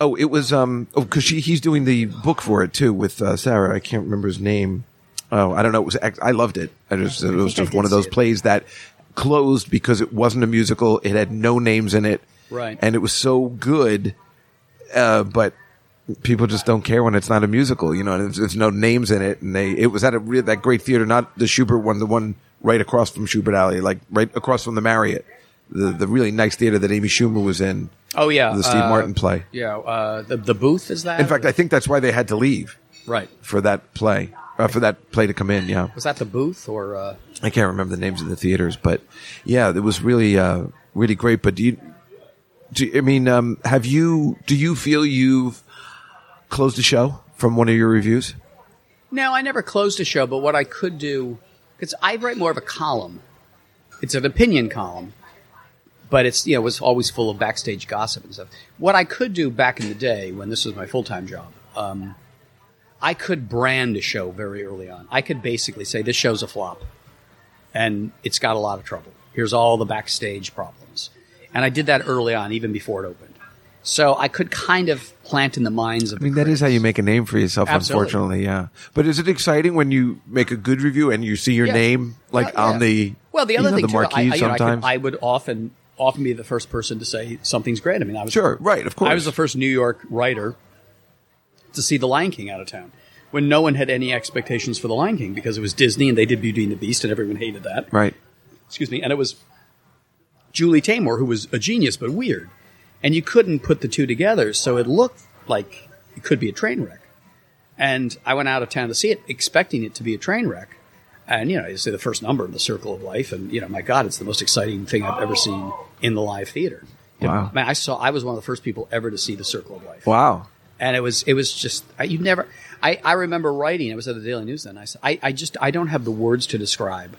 C: Oh, it was um oh because she he's doing the book for it too with uh, Sarah. I can't remember his name. Oh, I don't know. It was ex- I loved it. I just, it was
D: think I
C: just one
D: did
C: of those
D: see it.
C: plays that closed because it wasn't a musical. It had no names in it.
D: Right.
C: And it was so good, uh, but people just don't care when it's not a musical. You know, and there's, there's no names in it. And they it was at a real that great theater, not the Schubert one, the one right across from Schubert Alley, like right across from the Marriott, the the really nice theater that Amy Schumer was in.
D: Oh, yeah.
C: the Steve
D: uh,
C: Martin play.
D: Yeah, uh, the the booth is that.
C: In fact, I think that's why they had to leave
D: right.
C: for that play, uh, for that play to come in. Yeah,
D: Was that the booth or? Uh,
C: I can't remember the names of the theaters, but yeah, it was really, uh, really great. But do you, do you- I mean, um, have you? Do you feel you've closed the show from one of your reviews?
D: No, I never closed a show, but what I could do, because I write more of a column. It's an opinion column, but it's, you know, it's always full of backstage gossip and stuff. What I could do back in the day when this was my full time job, um, I could brand a show very early on. I could basically say, this show's a flop and it's got a lot of trouble. Here's all the backstage problems. And I did that early on, even before it opened. So I could kind of plant in the minds of
C: I mean, that is how you make a name for yourself.
D: Absolutely.
C: Unfortunately, yeah. But is it exciting when you make a good review and you see your
D: Yeah.
C: name like
D: Uh,
C: on
D: yeah.
C: the
D: well the
C: you
D: other
C: know,
D: thing
C: the
D: too, I-
C: marquee
D: I, you know, I could-
C: sometimes?
D: I, would often often be the first person to say something's great i mean i was
C: Sure, right, of course.
D: i was the first new york writer to see the lion king out of town when no one had any expectations for the lion king because it was disney and they did beauty and the beast and everyone hated that
C: right.
D: excuse me, and it was Julie Taymor, who was a genius but weird, and you couldn't put the two together, so it looked like it could be a train wreck. And I went out of town to see it, expecting it to be a train wreck. And you know, you see the first number in the Circle of Life, and you know, my God, it's the most exciting thing I've ever seen in the live theater.
C: Wow.
D: Man, I saw. I was one of the first people ever to see the Circle of Life
C: Wow.
D: and it was it was just I- you never I, I remember writing it was at the Daily News then I, s- I I just I don't have the words to describe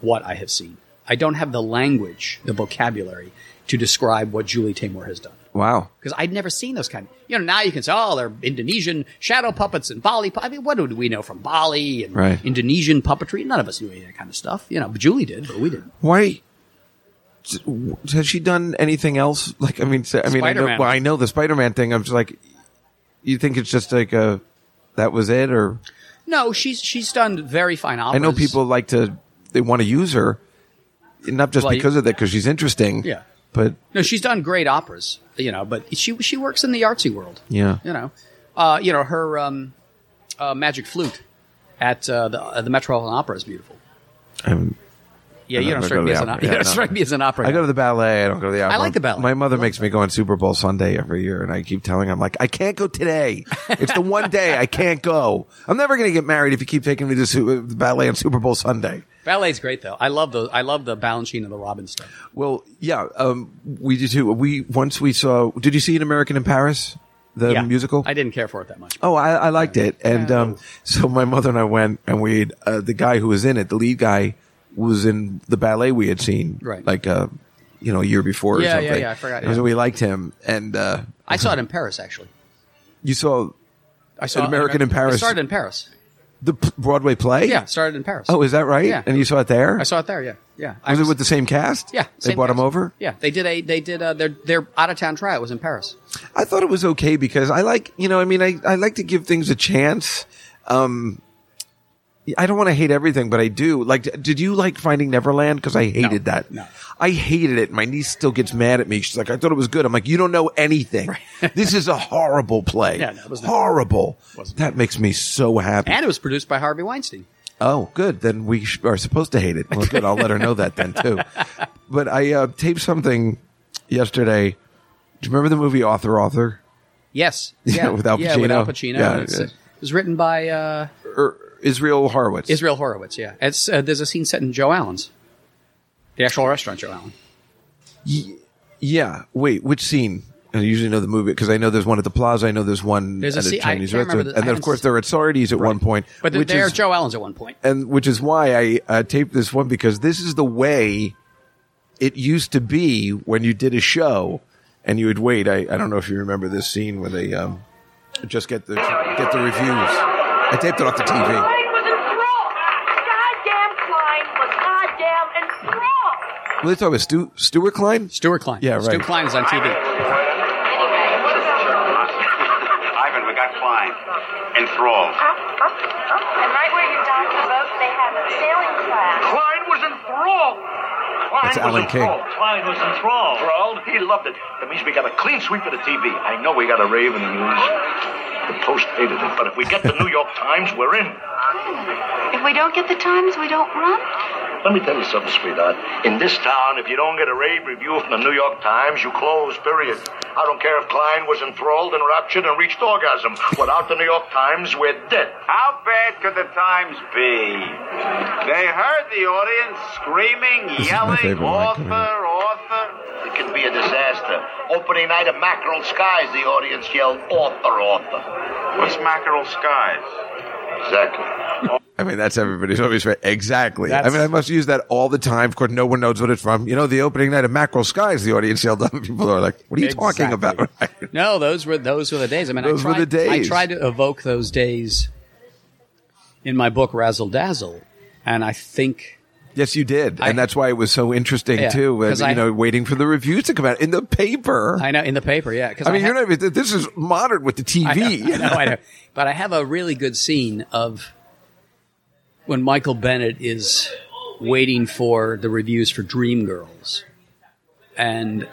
D: what I have seen I don't have the language the vocabulary to describe what Julie Taymor has done
C: Wow.
D: because I'd never seen those kind of you know now you can say oh they're Indonesian shadow puppets and Bali pu- I mean what do we know from Bali and
C: Right.
D: Indonesian puppetry none of us knew any of that kind of stuff you know but Julie did but we didn't
C: Why? Has she done anything else? Like, I mean, so- I mean, I know,
D: Spider-Man.
C: well, I know the Spider-Man thing. I'm just like, you think it's just like a that was it, or
D: no she's she's done very fine operas
C: I know people like to they want to use her, not just
D: Well, you-
C: because of that, because she's interesting.
D: Yeah.
C: but
D: No, she's done great operas, you know, but she she works in the artsy world.
C: Yeah.
D: you know, uh, you know her um, uh, magic flute at uh, the uh, the Metropolitan Opera is beautiful.
C: I'm,
D: Yeah,
C: Uh, I
D: you
C: never
D: don't
C: go
D: strike
C: to
D: me
C: the
D: as an
C: opera.
D: opera. You
C: Yeah,
D: don't
C: no.
D: strike me as an opera.
C: I
D: guy.
C: go to the ballet. I don't go to the opera.
D: like the ballet.
C: My mother makes me go on Super Bowl Sunday every year, and I keep telling her, I'm like, I can't go today. It's the one day I can't go. I'm never going to get married if you keep taking me to su- ballet on Super Bowl Sunday.
D: ballet's great though. I love the I love the Balanchine and the Robin stuff.
C: Well, yeah, um, we did too. We once we saw. Did you see an American in Paris? The
D: yeah,
C: musical.
D: I didn't care for it that much.
C: Oh, I, I liked it, and um, so my mother and I went, and we uh, the guy who was in it, the lead guy, was in the ballet we had seen,
D: Right.
C: Like uh, you know, a year before. or
D: Yeah, yeah,
C: something.
D: yeah, I forgot,
C: And
D: yeah.
C: so we liked him, and uh,
D: I saw it in Paris actually.
C: you saw
D: I saw
C: An American in Paris.
D: It started in Paris.
C: the p- Broadway play.
D: Yeah, it started in Paris.
C: Oh, is that right?
D: Yeah.
C: And you saw it there.
D: I saw it there. Yeah, yeah. I
C: Was it with the same cast?
D: yeah,
C: They
D: same
C: brought him
D: cast.
C: over.
D: Yeah, they did a they did uh, their their out of town tryout was in Paris.
C: I thought it was okay because I like, you know, I mean, I, I like to give things a chance. Um, I don't want to hate everything, but I do. Like, d- did you like Finding Neverland? Because I hated that.
D: no.
C: I hated it. My niece still gets mad at me. She's like, I thought it was good. I'm like, you don't know anything. this is a horrible play.
D: Yeah, no, it was not-
C: horrible.
D: Wasn't.
C: That makes me so happy.
D: And it was produced by Harvey Weinstein.
C: Oh, good. Then we sh- are supposed to hate it. Well, good. I'll let her know that then too. But I uh, taped something yesterday. Do you remember the movie Author Author?
D: Yes.
C: Yeah, with Al
D: Yeah, with Al
C: Pacino.
D: Pacino.
C: Yeah,
D: and it's,
C: yeah.
D: It was written by uh,
C: Or Er, Israel Horowitz?
D: Israel Horowitz, yeah. It's, uh, there's a scene set in Joe Allen's, the actual restaurant, Joe Allen.
C: Y- yeah. Wait, which scene? And I usually know the movie because I know there's one at the plaza. I know there's one
D: There's a
C: at a
D: scene- I
C: Chinese
D: can't remember
C: restaurant,
D: the-
C: and
D: I
C: then of
D: haven't
C: course
D: seen-
C: they're at Sardi's at one point.
D: But they're,
C: which
D: they're
C: is-
D: Joe Allen's at one point.
C: and which is why I uh, taped this one because this is the way it used to be when you did a show and you would wait. I, I don't know if you remember this scene where they um, just get the get the reviews. I taped it off the TV.
G: Klein was enthralled. Goddamn Klein was goddamn enthralled.
C: Were they talking about Stu, Stuart Klein?
D: Stuart Klein.
C: Yeah,
D: Stuart
C: right.
D: Klein is on TV.
H: Ivan, we got Klein. Enthralled.
I: Up, up, up, and right where you dock the boat, they have a sailing class.
H: Klein was enthralled. Klein
C: That's
H: was
C: Alan King.
H: enthralled. Klein was enthralled. Enthralled? He loved it. That means we got a clean sweep of the TV. I know we got a rave in the news. The Post hated it, but if we get the New York Times, we're in.
I: If we don't get the times, we don't run.
H: Let me tell you something, sweetheart. In this town, if you don't get a rave review from the New York Times, you close, period. I don't care if Klein was enthralled, enraptured, and reached orgasm. Without the New York Times, we're dead.
J: How bad could the times be? They heard the audience screaming,
C: is my
J: yelling,
C: favorite line
J: author,
C: coming
J: author.
H: It can be a disaster. Opening night of Mackerel Skies, the audience yelled, author, authher.
J: What's Mackerel Skies?
H: Exactly.
C: I mean, that's everybody's always right. Exactly. I
D: That's-
C: mean, I must use that all the time. Of course, no one knows what it's from. You know, the opening night of Mackerel Skies, the audience yelled up. People are like, what are you talking
D: Exactly.
C: about?
D: No, those were those were the days. I mean,
C: Those
D: I
C: were
D: tried,
C: the days.
D: I tried to evoke those days in my book Razzle Dazzle, and I think
C: Yes, you did,
D: I-
C: and that's why it was so interesting
D: Yeah,
C: too. And,
D: 'cause
C: you
D: I-
C: know, waiting for the reviews to come out in the paper. I,
D: I know in the paper, yeah. Because
C: mean, you're not even. This is modern with the TV.
D: I know, I know, I know. But I have a really good scene of when Michael Bennett is waiting for the reviews for Dreamgirls, and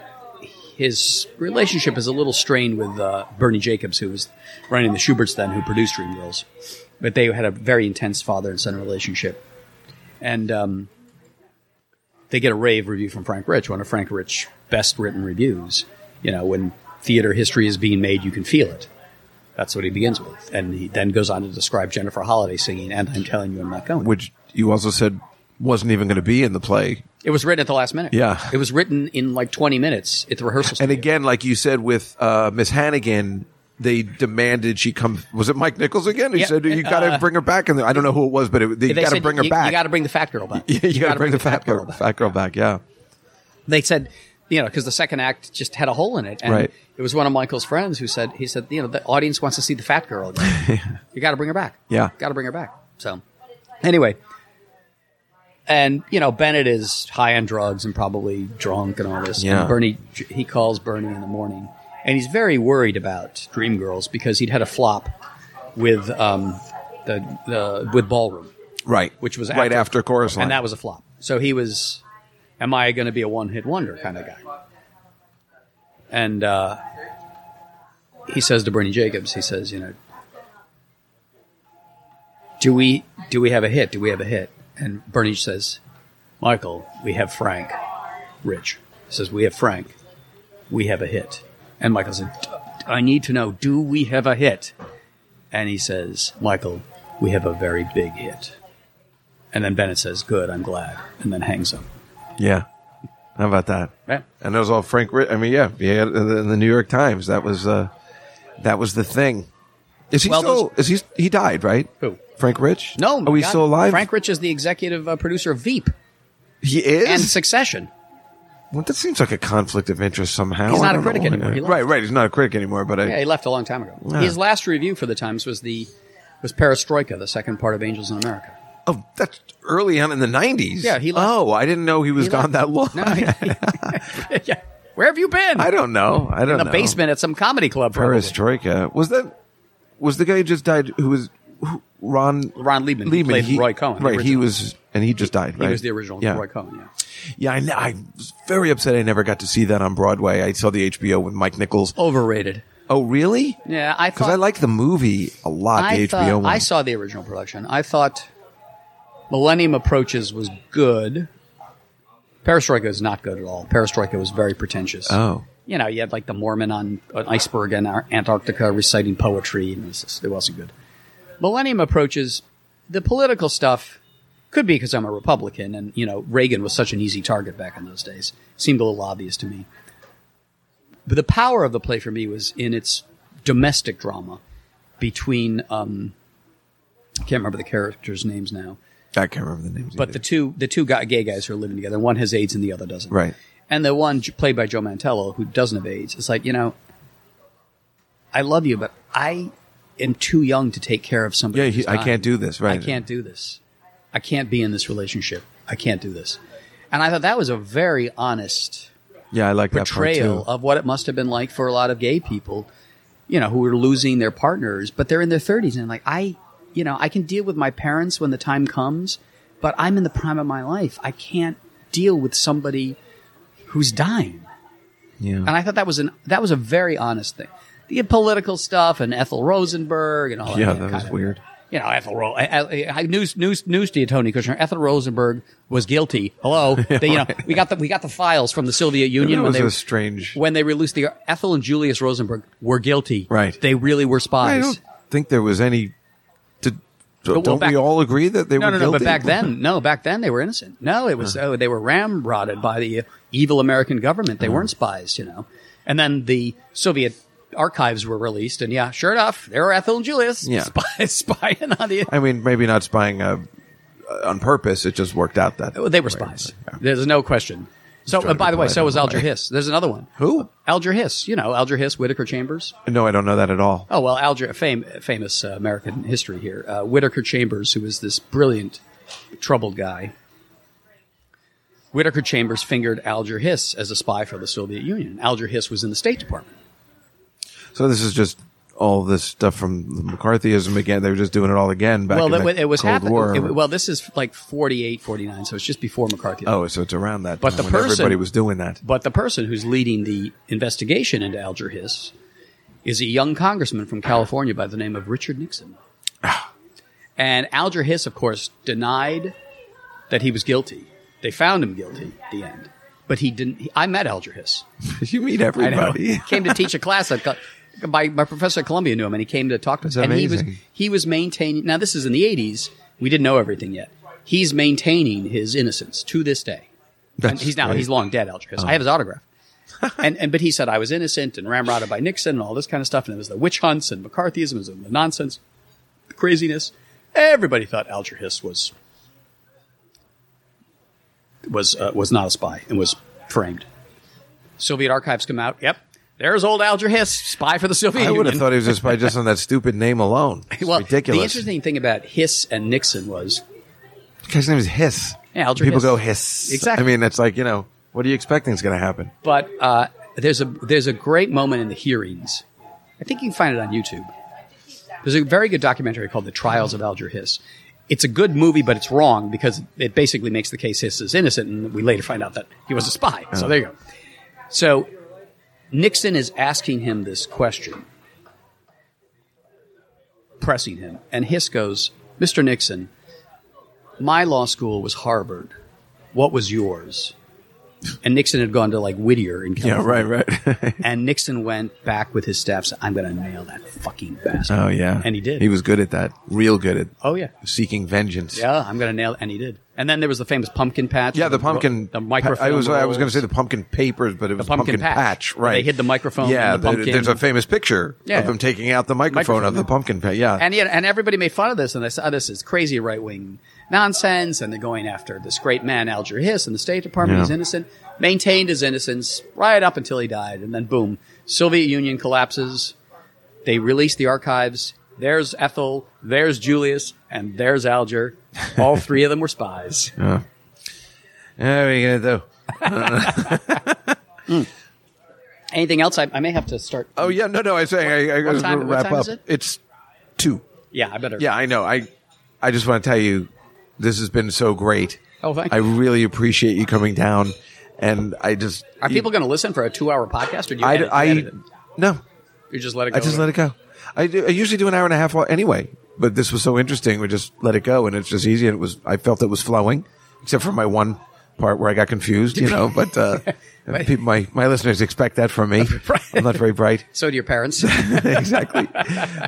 D: his relationship is a little strained with uh, Bernie Jacobs, who was running the Schuberts then, who produced Dreamgirls. But they had a very intense father and son relationship, and um, they get a rave review from Frank Rich, one of Frank Rich's best written reviews. You know, when theater history is being made, you can feel it. That's what he begins with. And he then goes on to describe Jennifer Holliday singing, and I'm telling you, I'm not going.
C: Which you also said wasn't even going to be in the play.
D: it was written at the last minute.
C: Yeah.
D: It was written in like 20 minutes at the rehearsal.
C: And
D: studio.
C: again, like you said with uh, Miss Hannigan, they demanded she come. Was it Mike Nichols again? He
D: Yeah,
C: said you got to
D: uh,
C: bring her back. And I don't know who it was, but it, they
D: They
C: got to
D: said,
C: bring her
D: "You-
C: back.
D: You got to bring the fat girl back.
C: you got to
D: gotta
C: bring the fat girl,
D: back.
C: fat girl back. Yeah.
D: they said, you know, because the second act just had a hole in it, and
C: Right.
D: it was one of Michael's friends who said, he said, you know, the audience wants to see the fat girl. Again. you got to bring her back.
C: Yeah.
D: got to bring her back. So, anyway, and you know, Bennett is high on drugs and probably drunk and all this.
C: Yeah.
D: And Bernie, he calls Bernie in the morning, and he's very worried about Dreamgirls because he'd had a flop with um, the the with Ballroom
C: Right.
D: which was
C: right after, chorus line.
D: and that was a flop. So he was, am I going to be a one hit wonder kind of guy? And uh, he says to Bernie Jacobs, he says, you know, do we do we have a hit? Do we have a hit? And Bernie says, Michael, we have Frank, Rich He says we have Frank, we have a hit. And Michael said, "D- I need to know, do we have a hit? And he says, Michael, we have a very big hit. And then Bennett says, "Good, I'm glad," and then hangs up.
C: yeah. How about that? and that was all Frank. Ri- I mean, yeah, yeah, in the, in the New York Times. That was uh, that was the thing. Is he
D: Well,
C: still? Is he? He died, right?
D: Who?
C: Frank Rich?
D: No,
C: are we
D: God,
C: still alive?
D: Frank Rich is the executive uh, producer of Veep
C: He is.
D: and Succession.
C: well, that seems like a conflict of interest somehow.
D: He's
C: I
D: not a
C: don't
D: critic
C: know.
D: anymore. He left.
C: Right, right. He's not a critic anymore. But I,
D: Yeah, he left a long time ago. His last review for the Times was the was Perestroika, the second part of Angels in America.
C: oh, that's early on in the nineties.
D: Yeah, he left.
C: Oh, I didn't know he was
D: He
C: gone
D: left.
C: that long.
D: No, he- yeah. Where have you been?
C: I don't know. I don't
D: In the
C: know.
D: basement at some comedy club. probably.
C: Perestroika was that? Was the guy who just died? Who was? Who, Ron
D: Ron Liebman, who played Roy Cohen, the
C: Right, he
D: original.
C: was, and he just died.
D: He
C: right?
D: was the original
C: yeah.
D: Roy Cohen. Yeah.
C: Yeah, I, kn- I was very upset. I never got to see that on Broadway. I saw the HBO with Mike Nichols.
D: Overrated.
C: Oh, really?
D: Yeah, I
C: Because
D: thought-
C: I like the movie a lot.
D: I
C: the
D: thought-
C: HBO one.
D: I saw the original production. I thought Millennium Approaches was good. Perestroika is not good at all. Perestroika was very pretentious.
C: Oh,
D: You know, you had like the Mormon on an iceberg in Ar- Antarctica reciting poetry, and it, was just, it wasn't good. Millennium Approaches, the political stuff could be because I'm a Republican, and, you know, Reagan was such an easy target back in those days. Seemed a little obvious to me. But the power of the play for me was in its domestic drama between um, I can't remember the characters' names now,
C: I can't remember the names.
D: but
C: either.
D: the two the two guy, gay guys who are living together, one has AIDS and the other doesn't.
C: Right.
D: And the one j- played by Joe Mantello who doesn't have AIDS, it's like you know, I love you, but I am too young to take care of somebody.
C: Yeah,
D: who's
C: he- I
D: dying.
C: can't do this, right.
D: I can't do this. I can't be in this relationship. I can't do this. And I thought that was a very honest
C: yeah, I like that part
D: portrayal
C: too.
D: of what it must have been like for a lot of gay people, you know, who are losing their partners, but they're in their 30s and like I, you know, I can deal with my parents when the time comes, but I'm in the prime of my life. I can't deal with somebody who's dying.
C: Yeah.
D: And I thought that was an that was a very honest thing. The political stuff and Ethel Rosenberg and all that.
C: Yeah,
D: you know,
C: that was
D: kind of-
C: weird.
D: You know, Ethel Ro- I, I, I, news news news to you, Tony Kushner. Ethel Rosenberg was guilty. Hello, They- you know, we got the we got the files from the Soviet Union
C: That
D: when
C: was
D: they
C: a strange.
D: when they released the Ethel and Julius Rosenberg were guilty.
C: Right.
D: They really were
C: I
D: spies.
C: don't think there was any. To, don't
D: well, back-
C: we all agree that they
D: no,
C: were
D: no, no. But
C: guilty? Uh-huh.
D: back then, no, back then they were innocent. No, it was oh, they were ramrodded by the evil American government.
C: Uh-huh.
D: They weren't spies, you know. And then the Soviet archives were released, and yeah, sure enough, there were Ethel and Julius
C: Yeah.
D: spies spying on the.
C: I mean, maybe not spying uh, on purpose. It just worked out that
D: They were spies. There's no question. So,
C: trying
D: uh,
C: to
D: by the way,
C: play
D: so was
C: somebody.
D: Alger Hiss. There's another one.
C: Who?
D: Alger Hiss. You know, Alger Hiss, Whitaker Chambers.
C: No, I don't know that at all.
D: Oh well, Alger, fame, famous uh, American history here. Uh, Whitaker Chambers, who was this brilliant, troubled guy. Whitaker Chambers fingered Alger Hiss as a spy for the Soviet Union. Alger Hiss was in the State Department.
C: So this is just all this stuff from the McCarthyism again. They were just doing it all again back
D: well,
C: in
D: that,
C: the
D: it was
C: Cold
D: happening.
C: War.
D: Well, this is like 48, 49, so it's just before McCarthy.
C: oh, so it's around that.
D: But
C: time
D: the
C: when
D: person-
C: everybody was doing that.
D: But the person who's leading the investigation into Alger Hiss is a young congressman from California by the name of Richard Nixon.
C: Ah.
D: and Alger Hiss, of course, denied that he was guilty. They found him guilty at the end. But he didn't. he- I met Alger Hiss.
C: you meet
D: I know.
C: everybody.
D: came to teach a class at. Col- My, my professor at Columbia knew him, and he came to talk to us.
C: That's
D: and he was
C: amazing.
D: he was maintaining. Now this is in the '80s. We didn't know everything yet. He's maintaining his innocence to this day. And
C: That's
D: he's now
C: great. Oh.
D: he's long dead, Alger Hiss. I have his autograph. and, and but he said I was innocent and ramrodded by Nixon and all this kind of stuff, and it was the witch hunts and McCarthyism and the nonsense, the craziness. Everybody thought Alger Hiss was was uh, was not a spy and was framed. Soviet archives come out. Yep, there's old Alger Hiss, spy for the Soviet
C: I
D: Union.
C: would have thought he was just by just on that stupid name alone. It's
D: well,
C: ridiculous.
D: the interesting thing about Hiss and Nixon was
C: The guy's name is Hiss.
D: Yeah, Alger
C: People
D: Hiss.
C: go Hiss.
D: Exactly.
C: I mean, it's like you know, what are you expecting is going to happen?
D: but uh, there's a there's a great moment in the hearings. I think you can find it on YouTube. There's a very good documentary called "The Trials of Alger Hiss." It's a good movie, but it's wrong because it basically makes the case Hiss is innocent, and we later find out that he was a spy.
C: Oh.
D: So there you go. So Nixon is asking him this question, pressing him, and Hiss goes, "Mr. Nixon, my law school was Harvard. What was yours?" And Nixon had gone to like Whittier in California.
C: Yeah, right, right.
D: And Nixon went back with his staff. Said, I'm going to nail that fucking bastard.
C: oh yeah,
D: and he did.
C: He was good at that. Real good at
D: Oh yeah.
C: seeking vengeance.
D: Yeah, I'm going to nail, and he did. And then there was the famous pumpkin patch.
C: Yeah, the
D: ro-
C: pumpkin.
D: the microphone.
C: I was I was going
D: rolls.
C: to say the pumpkin papers, but it was
D: pumpkin
C: pumpkin,
D: patch.
C: patch,
D: Where
C: right?
D: they hid the microphone
C: Yeah,
D: and the
C: there-
D: pumpkin.
C: there's a famous picture
D: Yeah.
C: of them taking out the microphone,
D: Microphone,
C: of the
D: yeah.
C: pumpkin patch. Yeah,
D: And you know, and everybody made fun of this, and they said, "Oh, this is crazy right wing nonsense." And they're going after this great man, Alger Hiss, in the State Department.
C: Yeah.
D: He's innocent, maintained his innocence right up until he died, and then boom, Soviet Union collapses. They release the archives. There's Ethel, there's Julius, and there's Alger. All three of them were spies.
C: Yeah, what are you gonna do?
D: Anything else? I, I may have to start.
C: Oh yeah, no, no. I was saying I, I
D: What
C: gotta
D: time- what
C: wrap
D: time
C: up.
D: is it?
C: It's two.
D: Yeah, I better.
C: Yeah, I know. I I just want to tell you, this has been so great.
D: Oh, thank
C: I
D: you.
C: really appreciate you coming down, and I just
D: Are
C: you-
D: people going to listen for a two-hour podcast, or do you?
C: I,
D: edit,
C: I-
D: edit it?
C: no,
D: you just let it. go
C: I just let it go. I, do, I usually do an hour and a half while- anyway, but this was so interesting. We just let it go, and it's just easy. And it was I felt it was flowing, except for my one part where I got confused, you know. But uh, people, my my listeners expect that from me. I'm not very bright.
D: So do your parents.
C: exactly.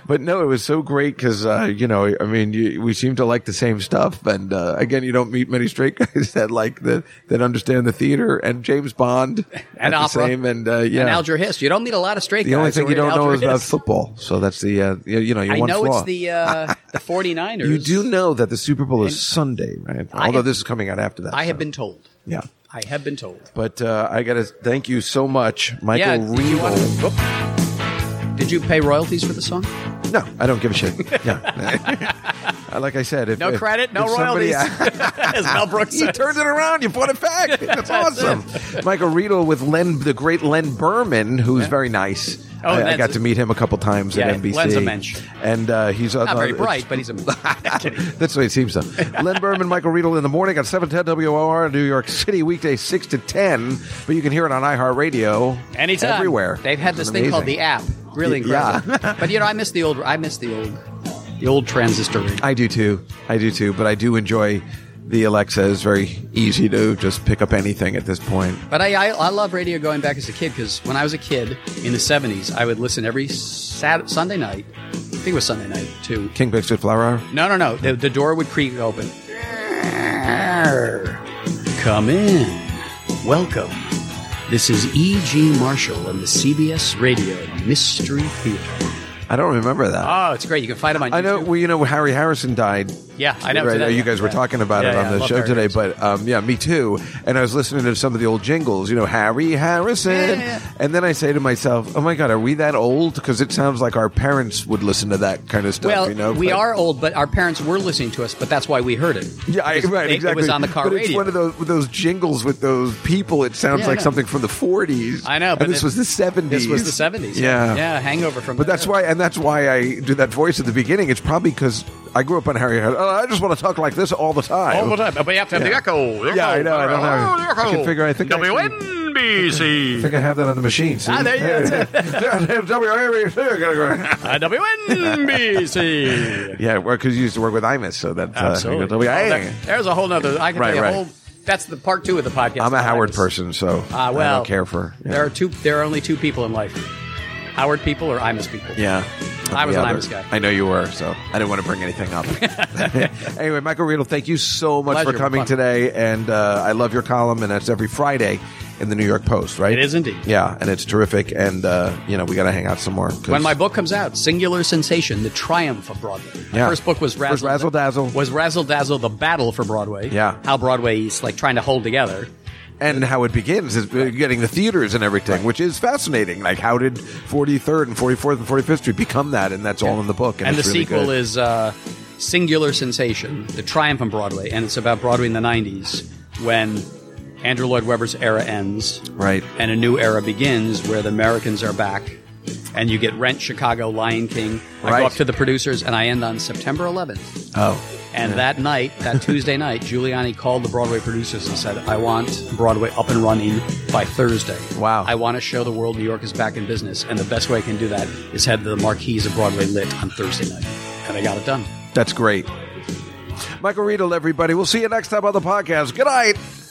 C: But no, it was so great because uh, you know, I mean, you, we seem to like the same stuff, and uh, again, you don't meet many straight guys that like the that understand the theater and James Bond
D: And
C: the
D: opera.
C: same, and uh, yeah,
D: And Alger Hiss. You don't need a lot of straight
C: the
D: guys.
C: only thing
D: who
C: you
D: are in
C: don't know
D: Alger
C: is about
D: Hiss.
C: football, so that's the uh, you, you know your
D: I
C: one
D: know
C: flaw.
D: it's the uh, the 49ers.
C: you do know that the Super Bowl is Sunday, right?
D: I
C: Although
D: have-
C: this is coming out after that.
D: I have
C: so,
D: been told.
C: yeah.
D: I have been told.
C: But uh, I got to thank you so much, Michael
D: Yeah, did you
C: Riedel.
D: want- Did you pay royalties for the song?
C: No, I don't give a shit. No. Uh, like I said, if
D: No
C: if-
D: credit, no
C: if somebody-
D: royalties. As Mel Brooks
C: he
D: said.
C: turns it around. You brought it back. That's awesome. Michael Riedel with Len, the great Len Berman, who's very nice.
D: Oh,
C: I, I
D: that's-
C: got to meet him a couple times
D: Yeah,
C: at NBC.
D: Len's a mensch.
C: and uh, he's
D: Not very bright, but he's a. Kidding.
C: That's the way it seems, though. Len Berman, Michael Riedel in the morning on 710 WOR, New York City, weekday 6 to 10. But you can hear it on iHeartRadio.
D: Anytime.
C: Everywhere.
D: They've had this
C: It's
D: thing called
C: amazing.
D: the app. Really
C: Y- yeah.
D: incredible. but you know, I miss the old I miss the old the old transistor radio.
C: I do too. I do too. But I do enjoy the Alexa. It's very easy to just pick up anything at this point.
D: But I, I, I love radio going back as a kid because when I was a kid in the 70s, I would listen every Sat- Sunday night. I think it was Sunday night, too.
C: King Bigfoot Flower Hour.
D: No, no, no. The, the door would creak open. Come in. Welcome. This is E.G. Marshall and the CBS Radio Mystery Theater.
C: I don't remember that.
D: Oh, it's great. You can find them on YouTube.
C: Ah. I know. Well, you know, Harry Harrison died.
D: Yeah, I know
C: Right, uh,
D: today,
C: you
D: yeah,
C: guys were
D: yeah.
C: talking about
D: Yeah,
C: it
D: yeah,
C: on
D: I
C: the
D: love
C: show
D: Harry
C: today,
D: Harrison.
C: but um, yeah, me too. And I was listening to some of the old jingles. You know, Harry Harrison. And then I say to myself, "Oh my God, are we that old?" Because it sounds like our parents would listen to that kind of stuff.
D: well,
C: uh, you know,
D: we
C: but-
D: are old, but our parents were listening to us, but that's why we heard it.
C: Yeah, I,
D: Because
C: right.
D: they-
C: Exactly.
D: It was on the car
C: but
D: radio.
C: It's one of those with those jingles with those people. It sounds
D: Yeah, I
C: like
D: know.
C: something from the '40s.
D: I know,
C: And
D: but
C: this
D: it-
C: was the '70s.
D: This was the 70s.
C: Yeah.
D: Yeah, hangover from
C: But that's why, and that's why I do that voice at the beginning. It's probably because I grew up on Harry. Hud- Oh, I just want to talk like this all the time.
K: All the time. But you have to have
C: Yeah.
K: the echo. the
C: Yeah, I
K: echo.
C: know, I don't have-
K: Oh, the echo.
C: I can figure- I think I actually- I
K: WNBC.
C: think I have that on the machine.
D: Ah, there you go.
C: go.
K: Uh, WNBC.
C: yeah, because you used to work with Imus, so that. Uh,
K: Absolutely.
C: W-
D: Oh,
C: I-
D: there- there's a whole nother. I can
C: Right,
D: tell you
C: right.
D: a whole. That's the part two of the podcast.
C: I'm a Howard
D: Imus.
C: person, so
D: Ah, well,
C: I don't care for. yeah.
D: There are two. There are only two people in life: Howard people or Imus people.
C: Yeah.
D: I was an
C: Yeah,
D: Imus
C: but
D: guy.
C: I know you were, so I didn't want to bring anything up. anyway, Michael Riedel, thank you so much
D: Pleasure.
C: for coming
D: Fun.
C: today. And uh, I love your column, and that's every Friday in the New York Post, right?
D: It is indeed.
C: Yeah, and it's terrific. And, uh, you know, we got to hang out some more. 'cause-
D: When my book comes out, Singular Sensation: The Triumph of Broadway. My
C: Yeah.
D: first book was
C: First
D: Razzle,
C: Razzle Dazzle.
D: Was Razzle Dazzle the battle for Broadway?
C: Yeah.
D: How Broadway's like trying to hold together.
C: and how it begins is uh, getting the theaters and everything, which is fascinating. Like, how did 43rd and 44th and 45th Street become that? And that's all in the book. And,
D: and the
C: it's really
D: sequel
C: good.
D: is uh, Singular Sensation: The Triumph on Broadway, and it's about Broadway in the '90s when Andrew Lloyd Webber's era ends,
C: Right.
D: and a new era begins where the Americans are back, and you get Rent, Chicago, Lion King. I
C: Right.
D: go up to the producers, and I end on September 11th.
C: Oh.
D: And that night, that Tuesday night, Giuliani called the Broadway producers and said, I want Broadway up and running by Thursday.
C: Wow.
D: I want to show the world New York is back in business. And the best way I can do that is have the marquees of Broadway lit on Thursday night. And I got it done.
C: That's great. Michael Riedel, everybody. We'll see you next time on the podcast. Good night.